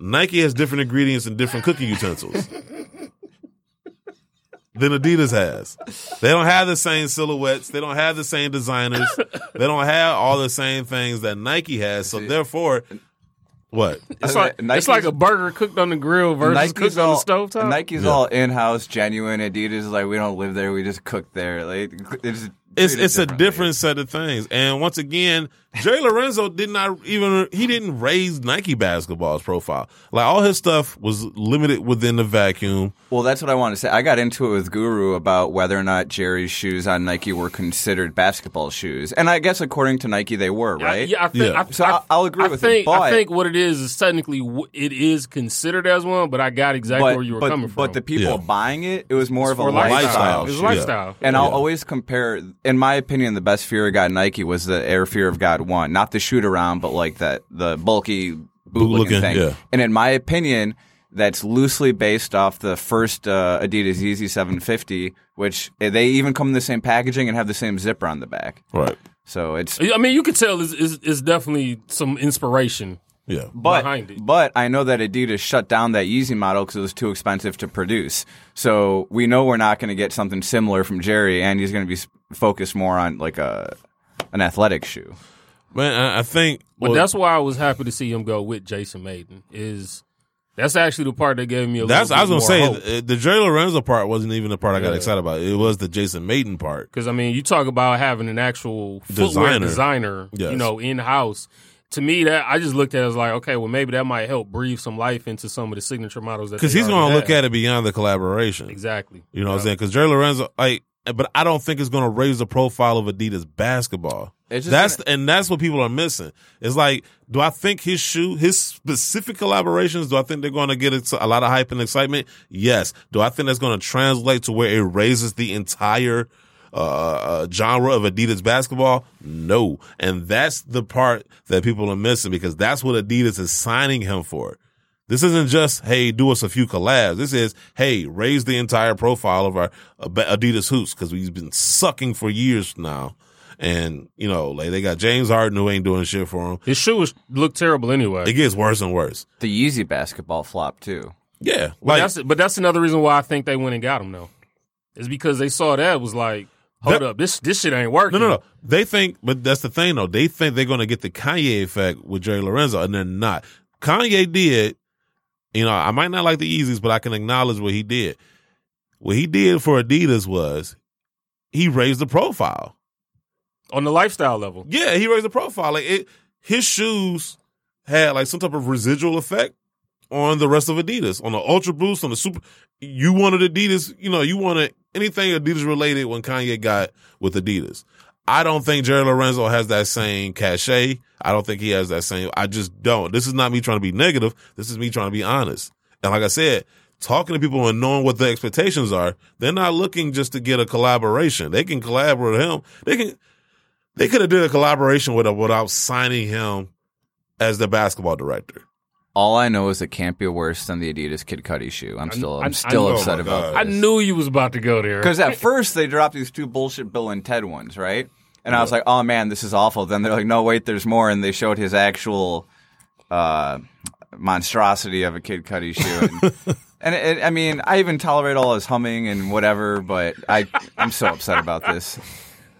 S2: Nike has different ingredients and different cooking utensils than Adidas has. They don't have the same silhouettes. They don't have the same designers. They don't have all the same things that Nike has. So therefore, what?
S4: It's like, it's like a burger cooked on the grill versus cooked on the stovetop.
S5: Nike's all in-house, genuine. Adidas is like we don't live there; we just cook there. Like it's
S2: It's it's a different set of things. And once again, Jerry Lorenzo did not even he didn't raise Nike basketball's profile. Like all his stuff was limited within the vacuum.
S5: Well, that's what I want to say. I got into it with Guru about whether or not Jerry's shoes on Nike were considered basketball shoes, and I guess according to Nike, they were, right?
S4: Yeah, I think,
S2: Yeah.
S4: I,
S5: So
S4: I,
S5: I- I'll agree
S4: I
S5: with
S4: think,
S5: it, but-
S4: I think what it is is technically w- it is considered as one, but I got exactly
S5: but,
S4: where you were
S5: but,
S4: coming from.
S5: but the people
S2: Yeah.
S5: buying it, it was more of a
S4: for
S2: lifestyle.
S5: lifestyle.
S4: It's a
S2: Yeah.
S4: lifestyle.
S5: And I'll always compare, in my opinion, the best Fear of God Nike was the Air Fear of God one, not the shoot around, but like that the bulky boot
S2: Boot-looking,
S5: looking thing.
S2: yeah.
S5: And in my opinion, that's loosely based off the first uh, Adidas Yeezy 750, which eh, they even come in the same packaging and have the same zipper on the back.
S2: Right.
S5: So it's
S4: I mean, you could tell it's, it's, it's definitely some inspiration.
S2: Yeah.
S5: but,
S4: behind it.
S5: But I know that Adidas shut down that Yeezy model because it was too expensive to produce. So we know we're not going to get something similar from Jerry, and he's going to be s- focused more on like a an athletic shoe.
S2: Man, I, I think
S4: But
S2: well,
S4: that's why I was happy to see him go with Jason Maiden. Is that's actually the part that gave me a
S2: that's
S4: little
S2: I was
S4: bit
S2: gonna
S4: more
S2: say
S4: hope.
S2: uh, the Jerry Lorenzo part wasn't even the part I got excited about. It was the Jason Maiden part.
S4: Because I mean, you talk about having an actual footwear
S2: Designer.
S4: designer,
S2: Yes.
S4: you know, in house. To me, that I just looked at it as like, okay, well, maybe that might help breathe some life into some of the signature models. that
S2: Because
S4: they
S2: he's
S4: already
S2: gonna look
S4: have.
S2: at it beyond the collaboration.
S4: exactly.
S2: You know what I'm saying? Because Jerry Lorenzo, like, but I don't think it's going to raise the profile of Adidas basketball.
S5: It's just
S2: that's
S5: gonna-
S2: and that's what people are missing. It's like, do I think his shoe, his specific collaborations, do I think they're going to get ex- a lot of hype and excitement? Yes. Do I think that's going to translate to where it raises the entire uh, uh, genre of Adidas basketball? No. And that's the part that people are missing because that's what Adidas is signing him for. This isn't just hey, do us a few collabs. This is hey, raise the entire profile of our uh, ba- Adidas hoops because we've been sucking for years now. And you know, like they got James Harden who ain't doing shit for him.
S4: His shoes look terrible anyway.
S2: It gets worse and worse.
S5: The Yeezy basketball flop too.
S2: Yeah,
S4: But
S2: like
S4: that's but that's another reason why I think they went and got him though, is because they saw that was like, hold
S2: That-
S4: up, this this shit ain't working.
S2: no, no, no. They think, but that's the thing though. They think they're gonna get the Kanye effect with Jerry Lorenzo, and they're not. Kanye did. You know, I might not like the Yeezys, but I can acknowledge what he did. What he did for Adidas was he raised the profile.
S4: on the lifestyle level.
S2: Yeah, he raised the profile. Like it, his shoes had like some type of residual effect on the rest of Adidas, on the Ultra Boost, on the Super. You wanted Adidas, you know, you wanted anything Adidas related when Kanye got with Adidas. I don't think Jerry Lorenzo has that same cachet. I don't think he has that same. I just don't. This is not me trying to be negative. This is me trying to be honest. And like I said, talking to people and knowing what the expectations are, they're not looking just to get a collaboration. They can collaborate with him. They can they could have did a collaboration with him without signing him as the basketball director.
S5: All I know is it can't be worse than the Adidas Kid Cudi shoe. I'm still
S4: I- I
S5: I'm still
S4: know.
S5: upset
S2: Oh my
S5: about
S2: God.
S5: this.
S4: I knew you was about to go there.
S5: Because at first they dropped these two bullshit Bill and Ted ones, right? And I was like, oh man, this is awful. Then they're like, no, wait, there's more. And they showed his actual uh, monstrosity of a Kid Cudi shoe. And, and it, I mean, I even tolerate all his humming and whatever, but I, I'm so upset about this.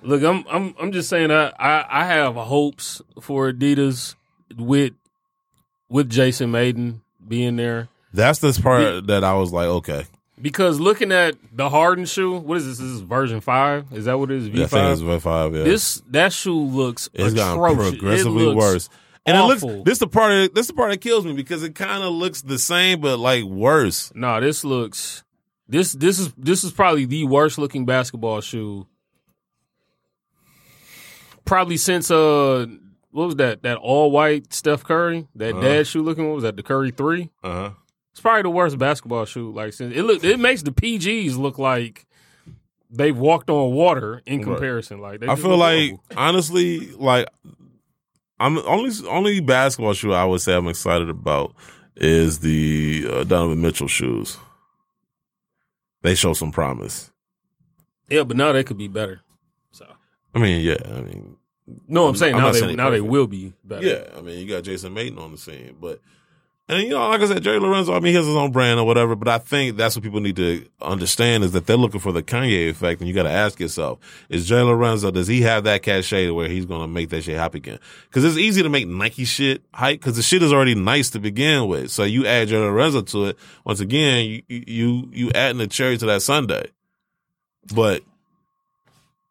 S4: Look, I'm I'm I'm just saying I, I I have hopes for Adidas with with Jason Maiden being there
S2: That's this part that I was like, okay,
S4: because looking at the Harden shoe, what is this? This is version five? Is that what it is? V
S2: I think
S4: five.
S2: it's by five. Yeah,
S4: This that shoe looks
S2: it's gotten
S4: atrocious.
S2: progressively
S4: it looks
S2: worse. And it
S4: awful.
S2: looks this the part of, this the part that kills me because it kind of looks the same but like worse.
S4: No, this looks this this is this is probably the worst looking basketball shoe. Probably since uh what was that that all white Steph Curry that dad shoe looking what was that the Curry three
S2: Uh-huh.
S4: it's probably the worst basketball shoe like since it look it makes the PGs look like they've walked on water in comparison like they
S2: I
S4: just
S2: feel
S4: look
S2: like
S4: horrible.
S2: honestly, like I'm only only basketball shoe I would say I'm excited about is the uh, Donovan Mitchell shoes. They show some promise.
S4: yeah but now they could be better so
S2: I mean, yeah, I mean,
S4: no
S2: I'm
S4: I'm saying
S2: not- I'm
S4: now
S2: not
S4: they
S2: saying they
S4: now they
S2: perfect.
S4: will be better
S2: Yeah, I mean, you got Jason Maiden on the scene, but and you know, like I said, Jerry Lorenzo. I mean, he has his own brand or whatever. But I think that's what people need to understand is that they're looking for the Kanye effect, and you got to ask yourself: Is Jerry Lorenzo does he have that cachet where he's going to make that shit hype again? Because it's easy to make Nike shit hype because the shit is already nice to begin with. So you add Jerry Lorenzo to it once again, you you you adding the cherry to that Sunday, but.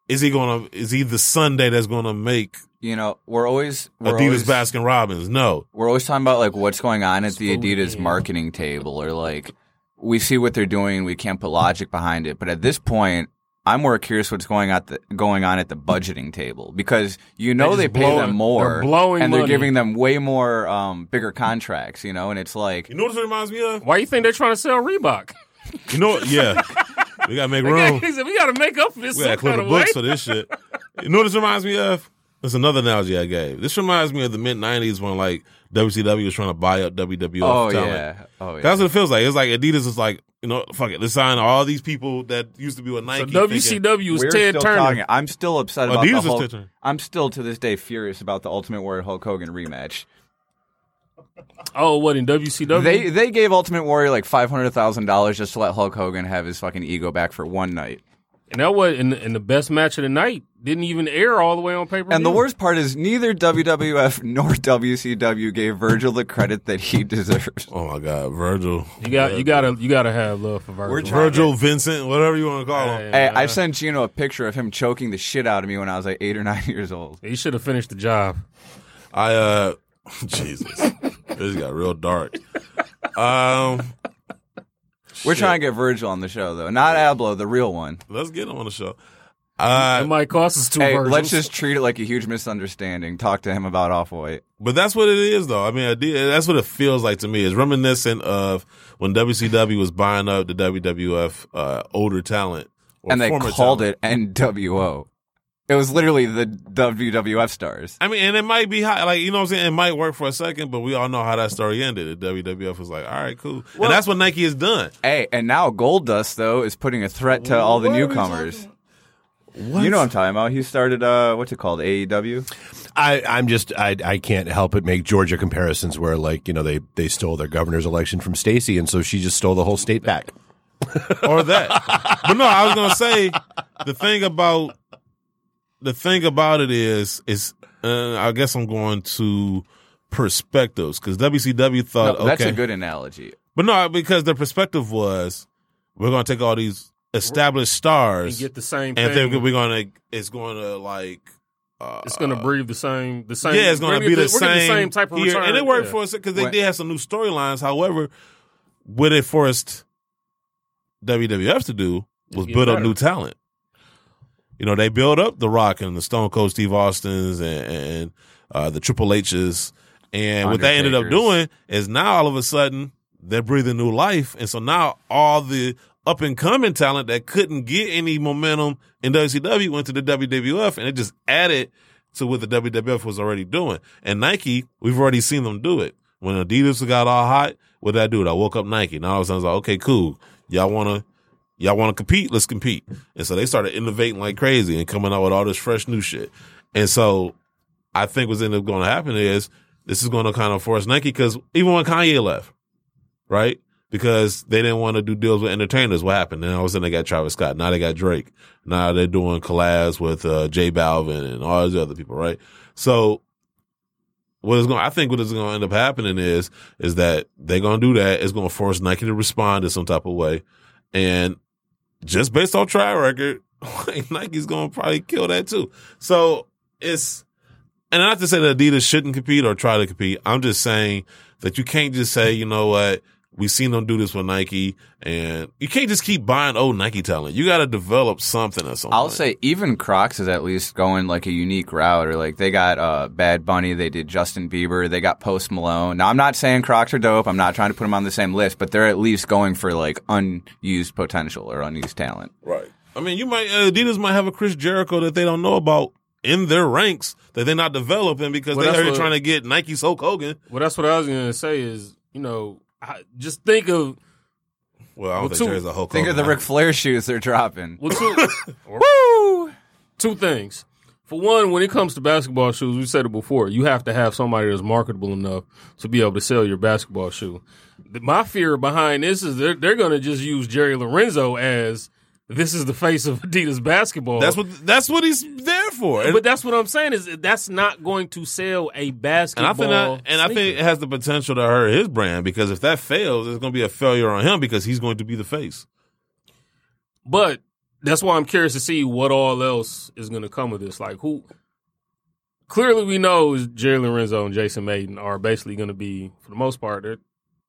S2: is he gonna is he the Sunday that's gonna make
S5: You know, we're always we're
S2: Adidas
S5: always,
S2: Baskin Robbins? No.
S5: we're always talking about like what's going on at the
S4: Spoon
S5: Adidas
S4: game.
S5: marketing table, or like we see what they're doing, we can't put logic behind it. But at this point, I'm more curious what's going on the, going on at the budgeting table because you know
S4: just
S5: they pay
S4: blowing-
S5: them more,
S4: they're blowing
S5: and they're
S4: money.
S5: giving them way more um, bigger contracts. You know, and it's like
S2: You know what it reminds me of?
S4: Why you think they're trying to sell Reebok?
S2: You know what? Yeah. we gotta make room.
S4: He said, we got to make up for this
S2: We
S4: some
S2: gotta clear
S4: kind
S2: the
S4: of way.
S2: books for this shit. You know what this reminds me of? That's another analogy I gave. This reminds me of the mid '90s when like WCW was trying to buy up WWF
S5: oh
S2: talent.
S5: yeah, oh yeah.
S2: That's what it feels like. It's like Adidas is like, you know, fuck it. Let's sign all these people that used to be with
S4: So
S2: Nike. thinking,
S4: WCW was
S5: We're
S4: Ted
S5: still
S4: Turner.
S5: talking- I'm still upset about
S2: Adidas
S5: the
S2: is
S5: Hulk.
S2: Ted Turner.
S5: I'm still to this day furious about the Ultimate Warrior Hulk Hogan rematch.
S4: Oh, what in WCW?
S5: They they gave Ultimate Warrior like five hundred thousand dollars just to let Hulk Hogan have his fucking ego back for one night.
S4: and that was in, in the best match of the night. Didn't even air all the way on paper.
S5: And the worst part is neither WWF nor WCW gave Virgil the credit that he deserves.
S2: Oh my God, Virgil.
S4: you got you gotta you gotta have love for Virgil.
S5: We're trying-
S2: Virgil, Vincent, whatever you want to call him.
S5: Hey, I sent Gino a picture of him choking the shit out of me when I was like eight or nine years old.
S4: He should have finished the job.
S2: I uh Jesus. this got real dark. Um
S5: We're trying to get Virgil on the show though, not Ablo, the real one.
S2: let's get him on the show.
S4: It
S2: Uh
S4: might cost us two
S5: Hey,
S4: Virgils.
S5: let's just treat it like a huge misunderstanding. Talk to him about off white.
S2: but that's what it is though. I mean I did, that's what it feels like to me. It's reminiscent of when WCW was buying up the WWF uh older talent. or
S5: and they
S2: former
S5: called
S2: talent.
S5: it NWO. It was literally the WWF stars.
S2: I mean, and it might be hot, like you know what I'm saying. It might work for a second, but we all know how that story ended. The WWF was like, "All right, cool," and that's what Nike has done.
S5: Hey, and now Gold Dust though is putting a threat to all the newcomers. You know what I'm talking about. He started uh what's it called? AEW?
S3: I, I'm just I I can't help but make Georgia comparisons where like you know they they stole their governor's election from Stacy and so she just stole the whole state back.
S2: or that. but no, I was gonna say the thing about the thing about it is is uh, I guess I'm going to perspectives because WCW
S5: No,
S2: thought Uh, okay,
S5: That's a good analogy.
S2: but no, because their perspective was we're gonna take all these established stars
S4: and get the same
S2: and
S4: thing.
S2: think we're gonna it's gonna like uh,
S4: it's gonna breathe the same the same.
S2: yeah, it's going
S4: we're
S2: to be the,
S4: we're gonna
S2: same,
S4: get the same type of
S2: here.
S4: return.
S2: And it worked
S4: Yeah.
S2: for us because they
S5: Right.
S2: did have some new storylines. However, what it forced WWF to do was
S4: Get
S2: build up
S4: better.
S2: new talent. You know, they built up The Rock and the Stone Cold Steve Austins and, and uh, the Triple H's. And what they ended up doing
S5: Undertakers.
S2: is now all of a sudden they're breathing new life. And so now all the up and coming talent that couldn't get any momentum in WCW went to the WWF and it just added to what the WWF was already doing. And Nike, we've already seen them do it. When Adidas got all hot, what did I do? I woke up Nike. Now all of a sudden I was like, okay, cool. Y'all wanna y'all wanna compete? Let's compete. And so they started innovating like crazy and coming out with all this fresh new shit. And so I think what's ended up going to happen is this is going to kind of force Nike because even when Kanye left, right? Because they didn't want to do deals with entertainers. What happened? Then all of a sudden they got Travis Scott. Now they got Drake. Now they're doing collabs with uh, J Balvin and all these other people, right? So what is going? I think what is going to end up happening is is that they're going to do that. It's going to force Nike to respond in some type of way, and just based on track record, like Nike's going to probably kill that too. So it's and not to say that Adidas shouldn't compete or try to compete. I'm just saying that you can't just say, you know what, we've seen them do this with Nike, and you can't just keep buying old Nike talent. You got to develop something or something.
S5: I'll say even Crocs is at least going like a unique route, or like they got uh, Bad Bunny, they did Justin Bieber, they got Post Malone. Now I'm not saying Crocs are dope. I'm not trying to put them on the same list, but they're at least going for like unused potential or unused talent.
S2: Right. I mean, you might uh, Adidas might have a Chris Jericho that they don't know about in their ranks that they're not developing because
S4: Well,
S2: they're
S4: that's
S2: already
S4: what-
S2: trying to get Nike's Hulk Hogan.
S4: Well, that's what I was gonna say. Is you know, I, just think of
S2: Well, I don't
S4: Well,
S2: think
S4: two-
S2: there's a Hulk.
S5: Think of
S2: Hogan.
S5: the Ric Flair shoes they're dropping.
S4: well, two,
S5: Woo!
S4: two things. For one, when it comes to basketball shoes, we said it before. You have to have somebody that's marketable enough to be able to sell your basketball shoe. The- My fear behind this is they're they're gonna just use Jerry Lorenzo as this is the face of Adidas basketball.
S2: That's what that's what he's there for. And,
S4: But that's what I'm saying is that's not going to sell
S2: and
S4: a
S2: I
S4: basketball.
S2: think that, and I
S4: sneaker.
S2: think it has the potential to hurt his brand because if that fails, it's going to be a failure on him because he's going to be the face.
S4: But that's why I'm curious to see what all else is going to come of this. Like who? Clearly, we know is Jerry Lorenzo and Jason Maiden are basically going to be, for the most part, they're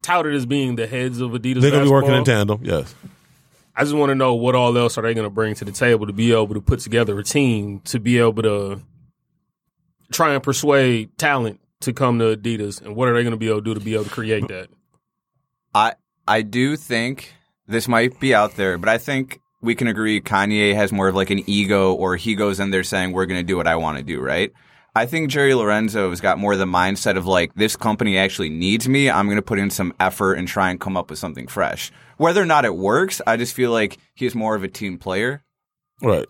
S4: touted as being the heads of Adidas.
S2: They're gonna be working in
S4: basketball.
S2: tandem. Yes.
S4: I just want to know what all else are they going to bring to the table to be able to put together a team to be able to try and persuade talent to come to Adidas, and what are they going to be able to do to be able to create that?
S5: I I do think this might be out there, but I think we can agree Kanye has more of like an ego, or he goes in there saying we're going to do what I want to do, right? I think Jerry Lorenzo has got more of the mindset of like this company actually needs me. I'm going to put in some effort and try and come up with something fresh. Whether or not it works, I just feel like he's more of a team player.
S2: Right.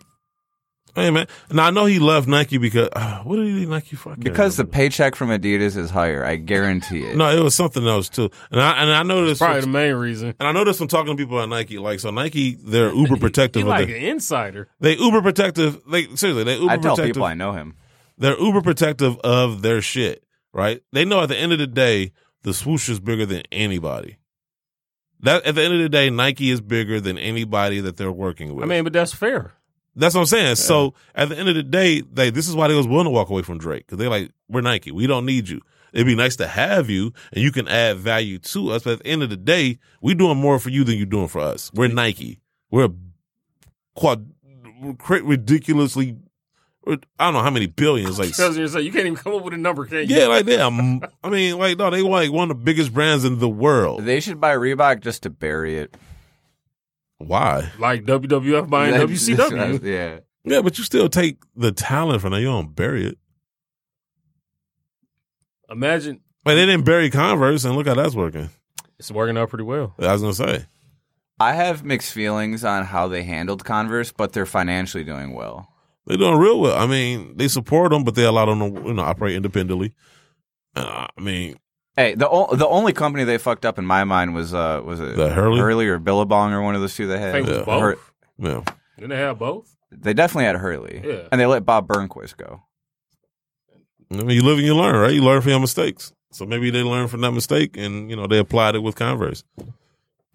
S2: Hey man. Now I know he left Nike because uh, what did he leave Nike for? I can't
S5: Because the
S2: remember.
S5: paycheck from Adidas is higher, I guarantee it.
S2: no, it was something else too. And I and I know this.
S4: Probably the
S2: from-
S4: main reason.
S2: and I know this from talking to people at Nike. Like so, Nike they're uber protective.
S4: He
S2: of
S4: like
S2: their-
S4: an insider.
S2: they uber protective. They seriously they uber
S5: I tell
S2: protective.
S5: people I know him.
S2: they're uber protective of their shit, right? They know at the end of the day, the swoosh is bigger than anybody. That at the end of the day, Nike is bigger than anybody that they're working with.
S4: I mean, but that's fair.
S2: that's what I'm saying. So at the end of the day, they this is why they was willing to walk away from Drake because they're like, we're Nike, we don't need you. It'd be nice to have you, and you can add value to us. But at the end of the day, we doing more for you than you doing for us. We're Nike. We're a quad cra- ridiculously. I don't know how many billions, like
S4: Because you're saying you can't even come up with a number, can you?
S2: yeah, like them. I mean, like no, they like one of the biggest brands in the world.
S5: They should buy Reebok just to bury it.
S2: Why?
S4: Like WWF buying WCW.
S5: yeah.
S2: Yeah, but you still take the talent from there. You don't bury it.
S4: Imagine
S2: But they didn't bury Converse, and look how that's working.
S4: it's working out pretty well.
S2: I was gonna say.
S5: I have mixed feelings on how they handled Converse, but they're financially doing well.
S2: They're doing real well. I mean, they support them, but they allow them to you know operate independently. Uh, I mean,
S5: Hey, the o- the only company they fucked up in my mind was uh was it
S2: The Hurley?
S5: Hurley or Billabong or one of those two they
S4: I
S5: had.
S4: think it was
S2: Yeah.
S4: both.
S5: Hur-
S2: yeah,
S4: Didn't they have both?
S5: they definitely had Hurley,
S4: Yeah.
S5: and they let Bob Burnquist go.
S2: I mean, you live and you learn, right? You learn from your mistakes. So maybe they learned from that mistake, and you know they applied it with Converse.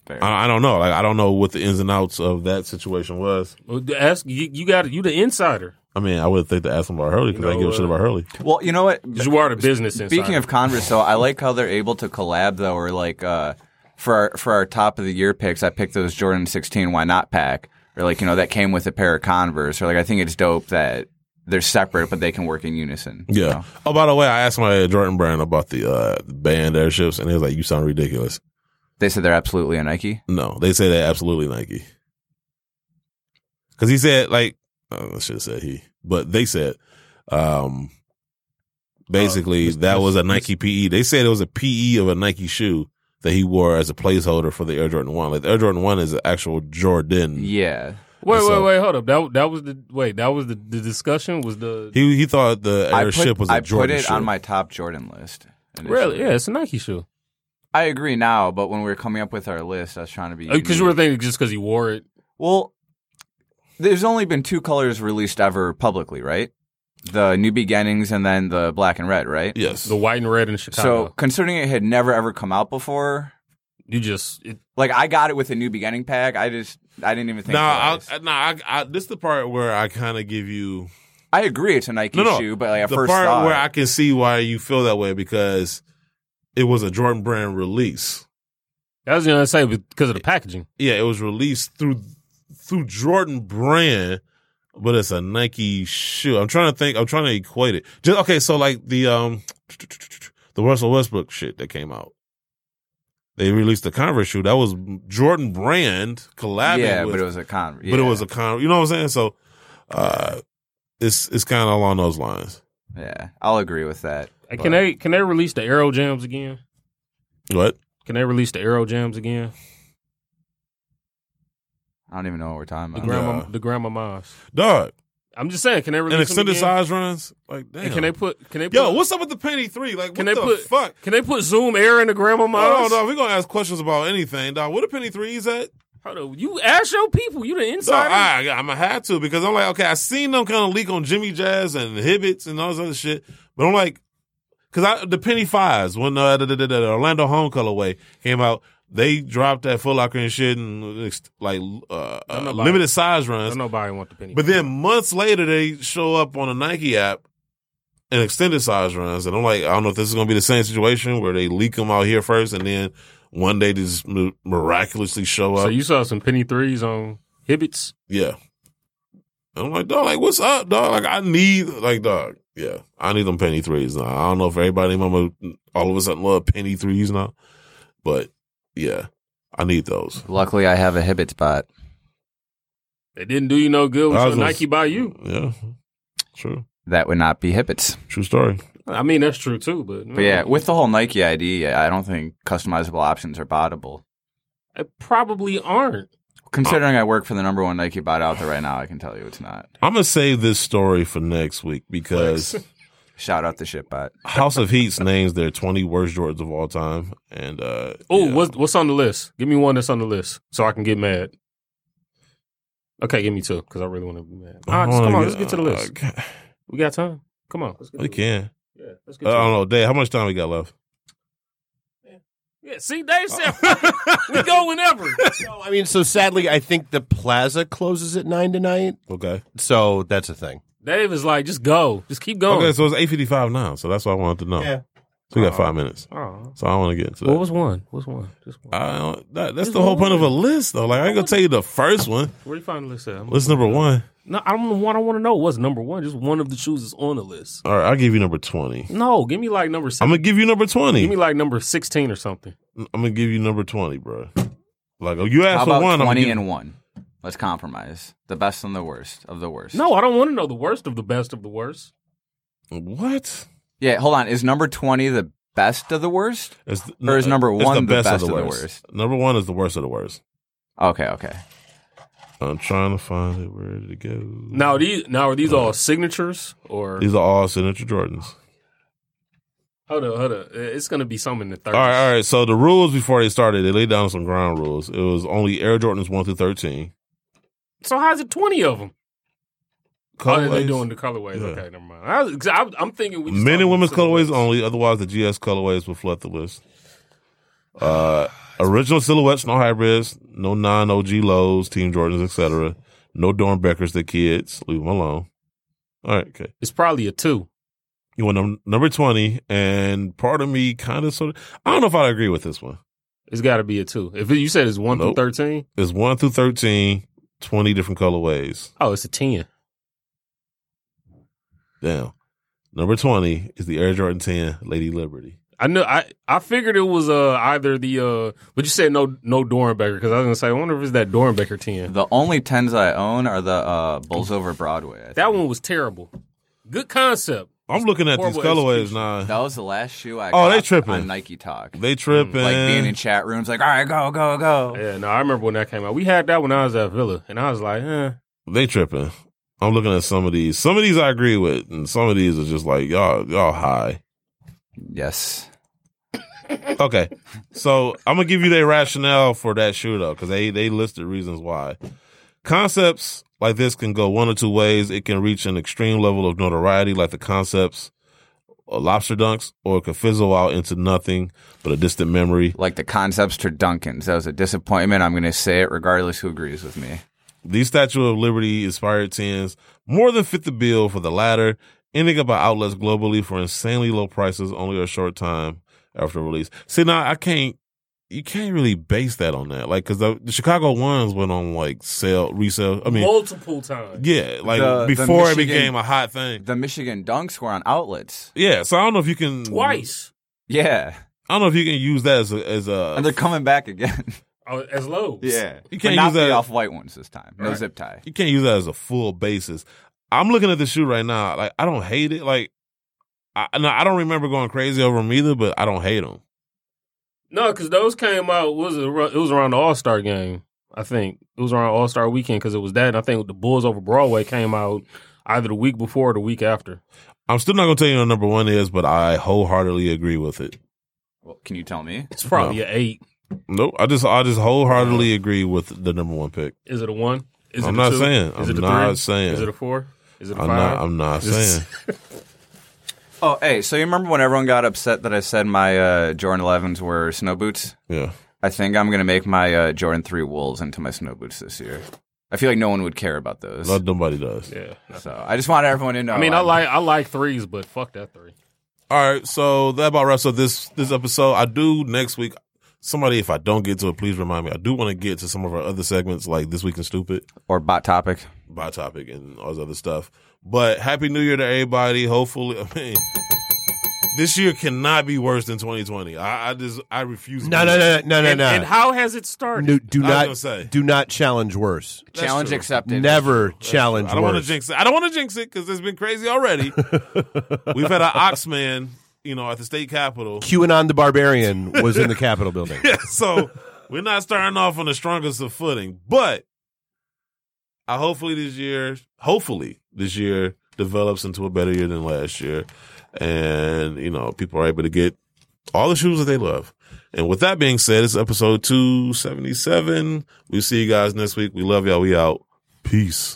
S5: Fair.
S2: I, I don't know. Like I don't know what the ins and outs of that situation was.
S4: Well, ask you, you got you the insider.
S2: I mean, I would think to ask them about Hurley because I
S4: know,
S2: didn't give a shit
S4: uh,
S2: about Hurley.
S5: well, you know what?
S4: 'Cause You are the business insider.
S5: Speaking of Converse, though, I like how they're able to collab though, or like uh, for our, for our top of the year picks, I picked those Jordan 16 Why Not pack, or like you know that came with a pair of Converse, or like I think it's dope that they're separate but they can work in unison. you
S2: Yeah.
S5: know?
S2: Oh, by the way, I asked somebody at Jordan Brand about the uh, band airships, and they was like, "You sound ridiculous."
S5: they said they're absolutely a Nike.
S2: No, they say that absolutely Nike. Because he said, like, uh, I should have said he, but they said, um,
S5: Oh,
S2: basically
S4: Uh, Mr.
S2: that was a
S4: Mr.
S2: Nike PE. They said it was a PE of a Nike shoe that he wore as a placeholder for the Air Jordan One. Like the Air Jordan One is an actual Jordan.
S5: Yeah,
S4: wait,
S2: so-
S4: wait, wait, hold up. That that was the wait. That was the, the discussion. Was the
S2: He he thought the
S5: I
S2: airship
S5: put,
S2: was a
S5: I
S2: Jordan
S5: put it
S2: shoe.
S5: on my top Jordan list. initially.
S4: really? Yeah, it's a Nike shoe.
S5: I agree now, but when we were coming up with our list, I was trying to be
S4: Because Uh, Oh, you
S5: unique.
S4: were thinking just because he wore it.
S5: Well, there's only been two colors released ever publicly, right? The New Beginnings and then the black and red, right?
S2: yes.
S4: The white and red in
S5: So,
S4: Chicago.
S5: considering it had never ever come out before,
S4: you just it,
S5: like I got it with the New Beginning pack. I just I didn't even think.
S2: Nah,
S5: twice.
S2: I, nah. I, I, this is the part where I kind of give you
S5: I agree it's a Nike
S2: no, no.
S5: shoe, but like at
S2: the
S5: first
S2: part
S5: thought,
S2: where I can see why you feel that way because it was a Jordan Brand release.
S4: that was gonna say because of the packaging.
S2: Yeah, it was released through through Jordan Brand, but it's a Nike shoe. I'm trying to think. I'm trying to equate it. Just okay. So like the um the Russell Westbrook shit that came out. They released the Converse shoe that was Jordan Brand collabing
S5: yeah,
S2: with
S5: but it was a con.
S2: but it
S5: yeah,
S2: was a con. You know what I'm saying? So uh, it's it's kind of along those lines.
S5: yeah. I'll agree with that.
S4: Hey,
S5: but-
S4: Can they can they release the Aero Jams again?
S2: What?
S4: Can they release the Aero Jams again?
S5: I don't even know what we're talking
S4: The
S5: about.
S4: grandma
S2: Yeah.
S4: the grandma moms.
S2: Dog.
S4: I'm just saying. Can they release
S2: And
S4: them
S2: extended
S4: again?
S2: size runs? Like damn.
S4: And can they put can they put,
S2: Yo, what's up with the penny three? Like
S4: Can
S2: what
S4: they
S2: the
S4: put-
S2: fuck?
S4: can they put Zoom Air in the grandma
S2: Oh
S4: moms?
S2: no, we're gonna ask questions about anything, dog. Where the penny threes at?
S4: Hold on. You ask your people. You the
S2: So
S4: insider.
S2: I, I'm gonna have to because I'm like, okay, I seen them kind of leak on Jimmy Jazz and Hibbits and all this other shit, but I'm like, because I the penny fives when uh, the, the, the, the Orlando Home colorway came out, They dropped that Foot Locker and shit and ex- like uh,
S4: Don't
S2: uh,
S4: nobody-
S2: limited size
S4: Don't
S2: runs.
S4: nobody want the penny.
S2: But then months later, they show up on a Nike app and extended size runs, and I'm like, I don't know if this is gonna be the same situation where they leak them out here first, and then one day they just mi- miraculously show up.
S4: so you saw some penny threes on Hibbits.
S2: yeah. And I'm like, dog, like what's up, dog? Like I need, like dog, yeah, I need them penny threes now. I don't know if everybody, mama, all of a sudden love penny threes now, but yeah, I need those.
S5: Luckily, I have a Hibbit spot.
S4: It didn't do you no good with
S2: I
S4: your
S2: was gonna
S4: Nike
S2: s-
S4: by you.
S2: Yeah, true,
S5: That would not be Hibbits.
S2: true story.
S4: I mean, that's true too. But,
S5: But yeah, with the whole Nike idea, I don't think customizable options are bottable.
S4: I probably aren't.
S5: Considering I work for the number one Nike bot out there right now, I can tell you it's not.
S2: I'm gonna save this story for next week because.
S5: Shout out the shit bot.
S2: House of Heats names their 20 worst Jordans of all time. And, uh,
S4: Oh,
S2: yeah.
S4: what's what's on the list? Give me one that's on the list so I can get mad. Okay, give me two because I really want to be mad. All
S2: I
S4: right, just
S2: wanna
S4: come on, let's get to the
S2: uh,
S4: list.
S2: God,
S4: We got time. Come on, let's get
S2: we
S4: to the list.
S2: can. Uh,
S4: Yeah, let's
S2: I
S4: get to
S2: don't
S4: it.
S2: know. Dave, how much time we got left?
S4: Yeah, see,
S2: uh,
S4: Dave said we go whenever.
S3: So, I mean, so sadly, I think the plaza closes at nine tonight.
S2: Okay.
S3: So that's a thing.
S4: Dave is like, just go, just keep going.
S2: Okay, so it's 8.55 now. So that's what I wanted to know.
S6: Yeah.
S2: So we got five minutes.
S4: Aw.
S2: So I want to get into that.
S4: What was one? What's one? Just one.
S2: I don't, that, that's the whole point of a list, though. Like, I ain't going to tell you the first one.
S4: Where you find the list at? I'm-
S2: List number one.
S4: No, I don't want. I want to know what's number one. Just one of the shoes is on the list.
S2: All right, I'll give you number 20.
S4: No, give me like number. 6
S2: I'm going to give you number
S4: give me
S2: 20.
S4: like number sixteen or something.
S2: I'm going to give you number 20, bro. Like, oh, you
S5: How
S2: asked for
S5: about
S2: one. I'm gonna
S5: 20
S2: give-
S5: and 1? Let's compromise. The best and the worst of the worst.
S4: No, I don't want to know the worst of the best of the worst.
S2: What?
S5: Yeah, hold on. Is number 20 the best of the worst?
S2: It's,
S5: Or is number
S2: it's
S5: one the best of the worst?
S2: Number one is the worst of the worst.
S5: Okay, okay.
S2: I'm trying to find it. Where did it go?
S4: Now these now are these
S2: Uh,
S4: all signatures or
S2: These are all signature Jordans.
S4: hold up, hold up. It's gonna be some in the
S2: All
S4: thirties.
S2: right, all right. So the rules before they started, they laid down some ground rules. It was only Air Jordans one through thirteen.
S4: So how's it twenty of them? Oh, they're
S2: Colorways.
S4: doing the colorways.
S2: Yeah.
S4: Okay, never mind. I, was- 'cause I, am thinking we just
S2: Men and
S4: talking
S2: women's
S4: silhouettes.
S2: colorways only. Otherwise, the GS colorways would flood the list. Uh, original silhouettes, no hybrids, no non OG lows, Team Jordans, etc. No Dornbeckers, the kids. Leave them alone. All right, okay.
S4: It's probably a two.
S2: You want num- number 20, and part of me kind of sort of, I don't know if I agree with this one.
S4: It's got to be a two. If you said it's one
S2: Nope.
S4: through thirteen,
S2: It's 1 through 13, 20 different colorways.
S4: oh, it's a ten.
S2: Damn. Number 20 is the Air Jordan 10 Lady Liberty.
S4: I knew I, I figured it was uh either the uh but you said no no Dornbecker because I was gonna say I wonder if it's that Dornbecker ten.
S5: The only 10s I own are the uh, Bulls Over Broadway. I think.
S4: That one was terrible. Good concept.
S2: I'm looking at these
S4: Horrible
S2: colorways
S4: execution.
S2: now.
S5: That was the last shoe I
S2: Oh, they
S5: copped
S2: tripping.
S5: on Nike Talk.
S2: They tripping.
S5: like being in chat rooms, like, all right, go, go, go.
S4: Yeah, no, I remember when that came out. We had that when I was at Villa, and I was like, eh.
S2: they tripping. I'm looking at some of these. Some of these I agree with, and some of these are just like, y'all, y'all high.
S5: Yes.
S2: Okay. So I'm gonna give you their rationale for that shoe though, because they they listed reasons why. Concepts like this can go one or two ways. It can reach an extreme level of notoriety, like the concepts of lobster dunks, or it could fizzle out into nothing but a distant memory.
S5: Like the concepts to Duncan's. That was a disappointment. I'm going to say it regardless who agrees with me.
S2: These Statue of Liberty inspired tens more than fit the bill for the latter, ending up at outlets globally for insanely low prices only a short time after release. See, now I can't, you can't really base that on that. Like, cause the, the Chicago ones went on like sale, resale. I mean,
S4: multiple times.
S2: yeah, like
S5: The- the
S2: before it
S5: Michigan-
S2: became a hot thing.
S5: The Michigan Dunks were on outlets.
S2: Yeah, so I don't know if you can
S4: Twice.
S5: Yeah.
S2: I don't know if you can use that as a, as
S5: And they're
S2: a
S5: coming back again.
S4: Oh, as low.
S2: You
S5: You
S2: can't
S5: can't not
S2: use
S5: the
S2: that-
S5: off white ones this time. No zip tie.
S2: you can't use that as a full basis. I'm looking at the shoe right now. Like I don't hate it. Like I no, I don't remember going crazy over them either, but I don't hate them.
S4: No, because those came out was it ar- it was around the All Star game. I think it was around All Star weekend because it was that. And I think the Bulls over Broadway came out either the week before or the week after.
S2: I'm still not gonna tell you what number one is, but I wholeheartedly agree with it.
S5: Well, can you tell me?
S4: It's probably a eight.
S2: Nope. I just I just wholeheartedly agree with the number one pick.
S4: Is it a one? Is
S2: I'm
S4: it a
S2: not
S4: two?
S2: saying.
S4: Is
S2: I'm
S4: it a
S2: not
S4: three?
S2: saying.
S4: Is it a four? Is it a
S2: I'm
S4: five?
S2: not I'm not
S4: This-
S2: saying.
S5: Oh, hey, so you remember when everyone got upset that I said my uh, Jordan 11s were snow boots?
S2: Yeah.
S5: I think I'm gonna make my uh, Jordan Three Wolves into my snow boots this year. I feel like no one would care about those.
S2: Not nobody does.
S4: Yeah.
S5: So I just want everyone to know.
S4: I mean, I
S5: I'm-
S4: like I like threes, but fuck that three.
S2: All right, so that about wraps up this this episode. I do next week. Somebody, if I don't get to it, please remind me. I do want to get to some of our other segments, like this week in stupid,
S5: or bot topic.
S2: by topic, and all this other stuff. But happy New Year to everybody. Hopefully, I mean, this year cannot be worse than 2020. I, I just I refuse. to
S3: No, no,
S2: believe
S3: no,
S2: it.
S3: no, no,
S4: and, and
S3: no.
S4: how has it started?
S3: No, do
S2: I was
S3: not
S2: gonna say.
S3: do not challenge worse.
S5: Challenge
S2: true.
S5: accepted.
S3: Never challenge
S2: I don't want to
S3: worse.
S2: jinx it. I don't want to jinx it because it's been crazy already. We've had an Oxman, you know, at the state capitol.
S3: QAnon the Barbarian was in the Capitol building.
S2: so we're not starting off on the strongest of footing, but I hopefully this year, hopefully this year develops into a better year than last year, and you know people are able to get all the shoes that they love. And with that being said, it's episode two seventy seven. We'll see you guys next week. We love y'all. We out. Peace.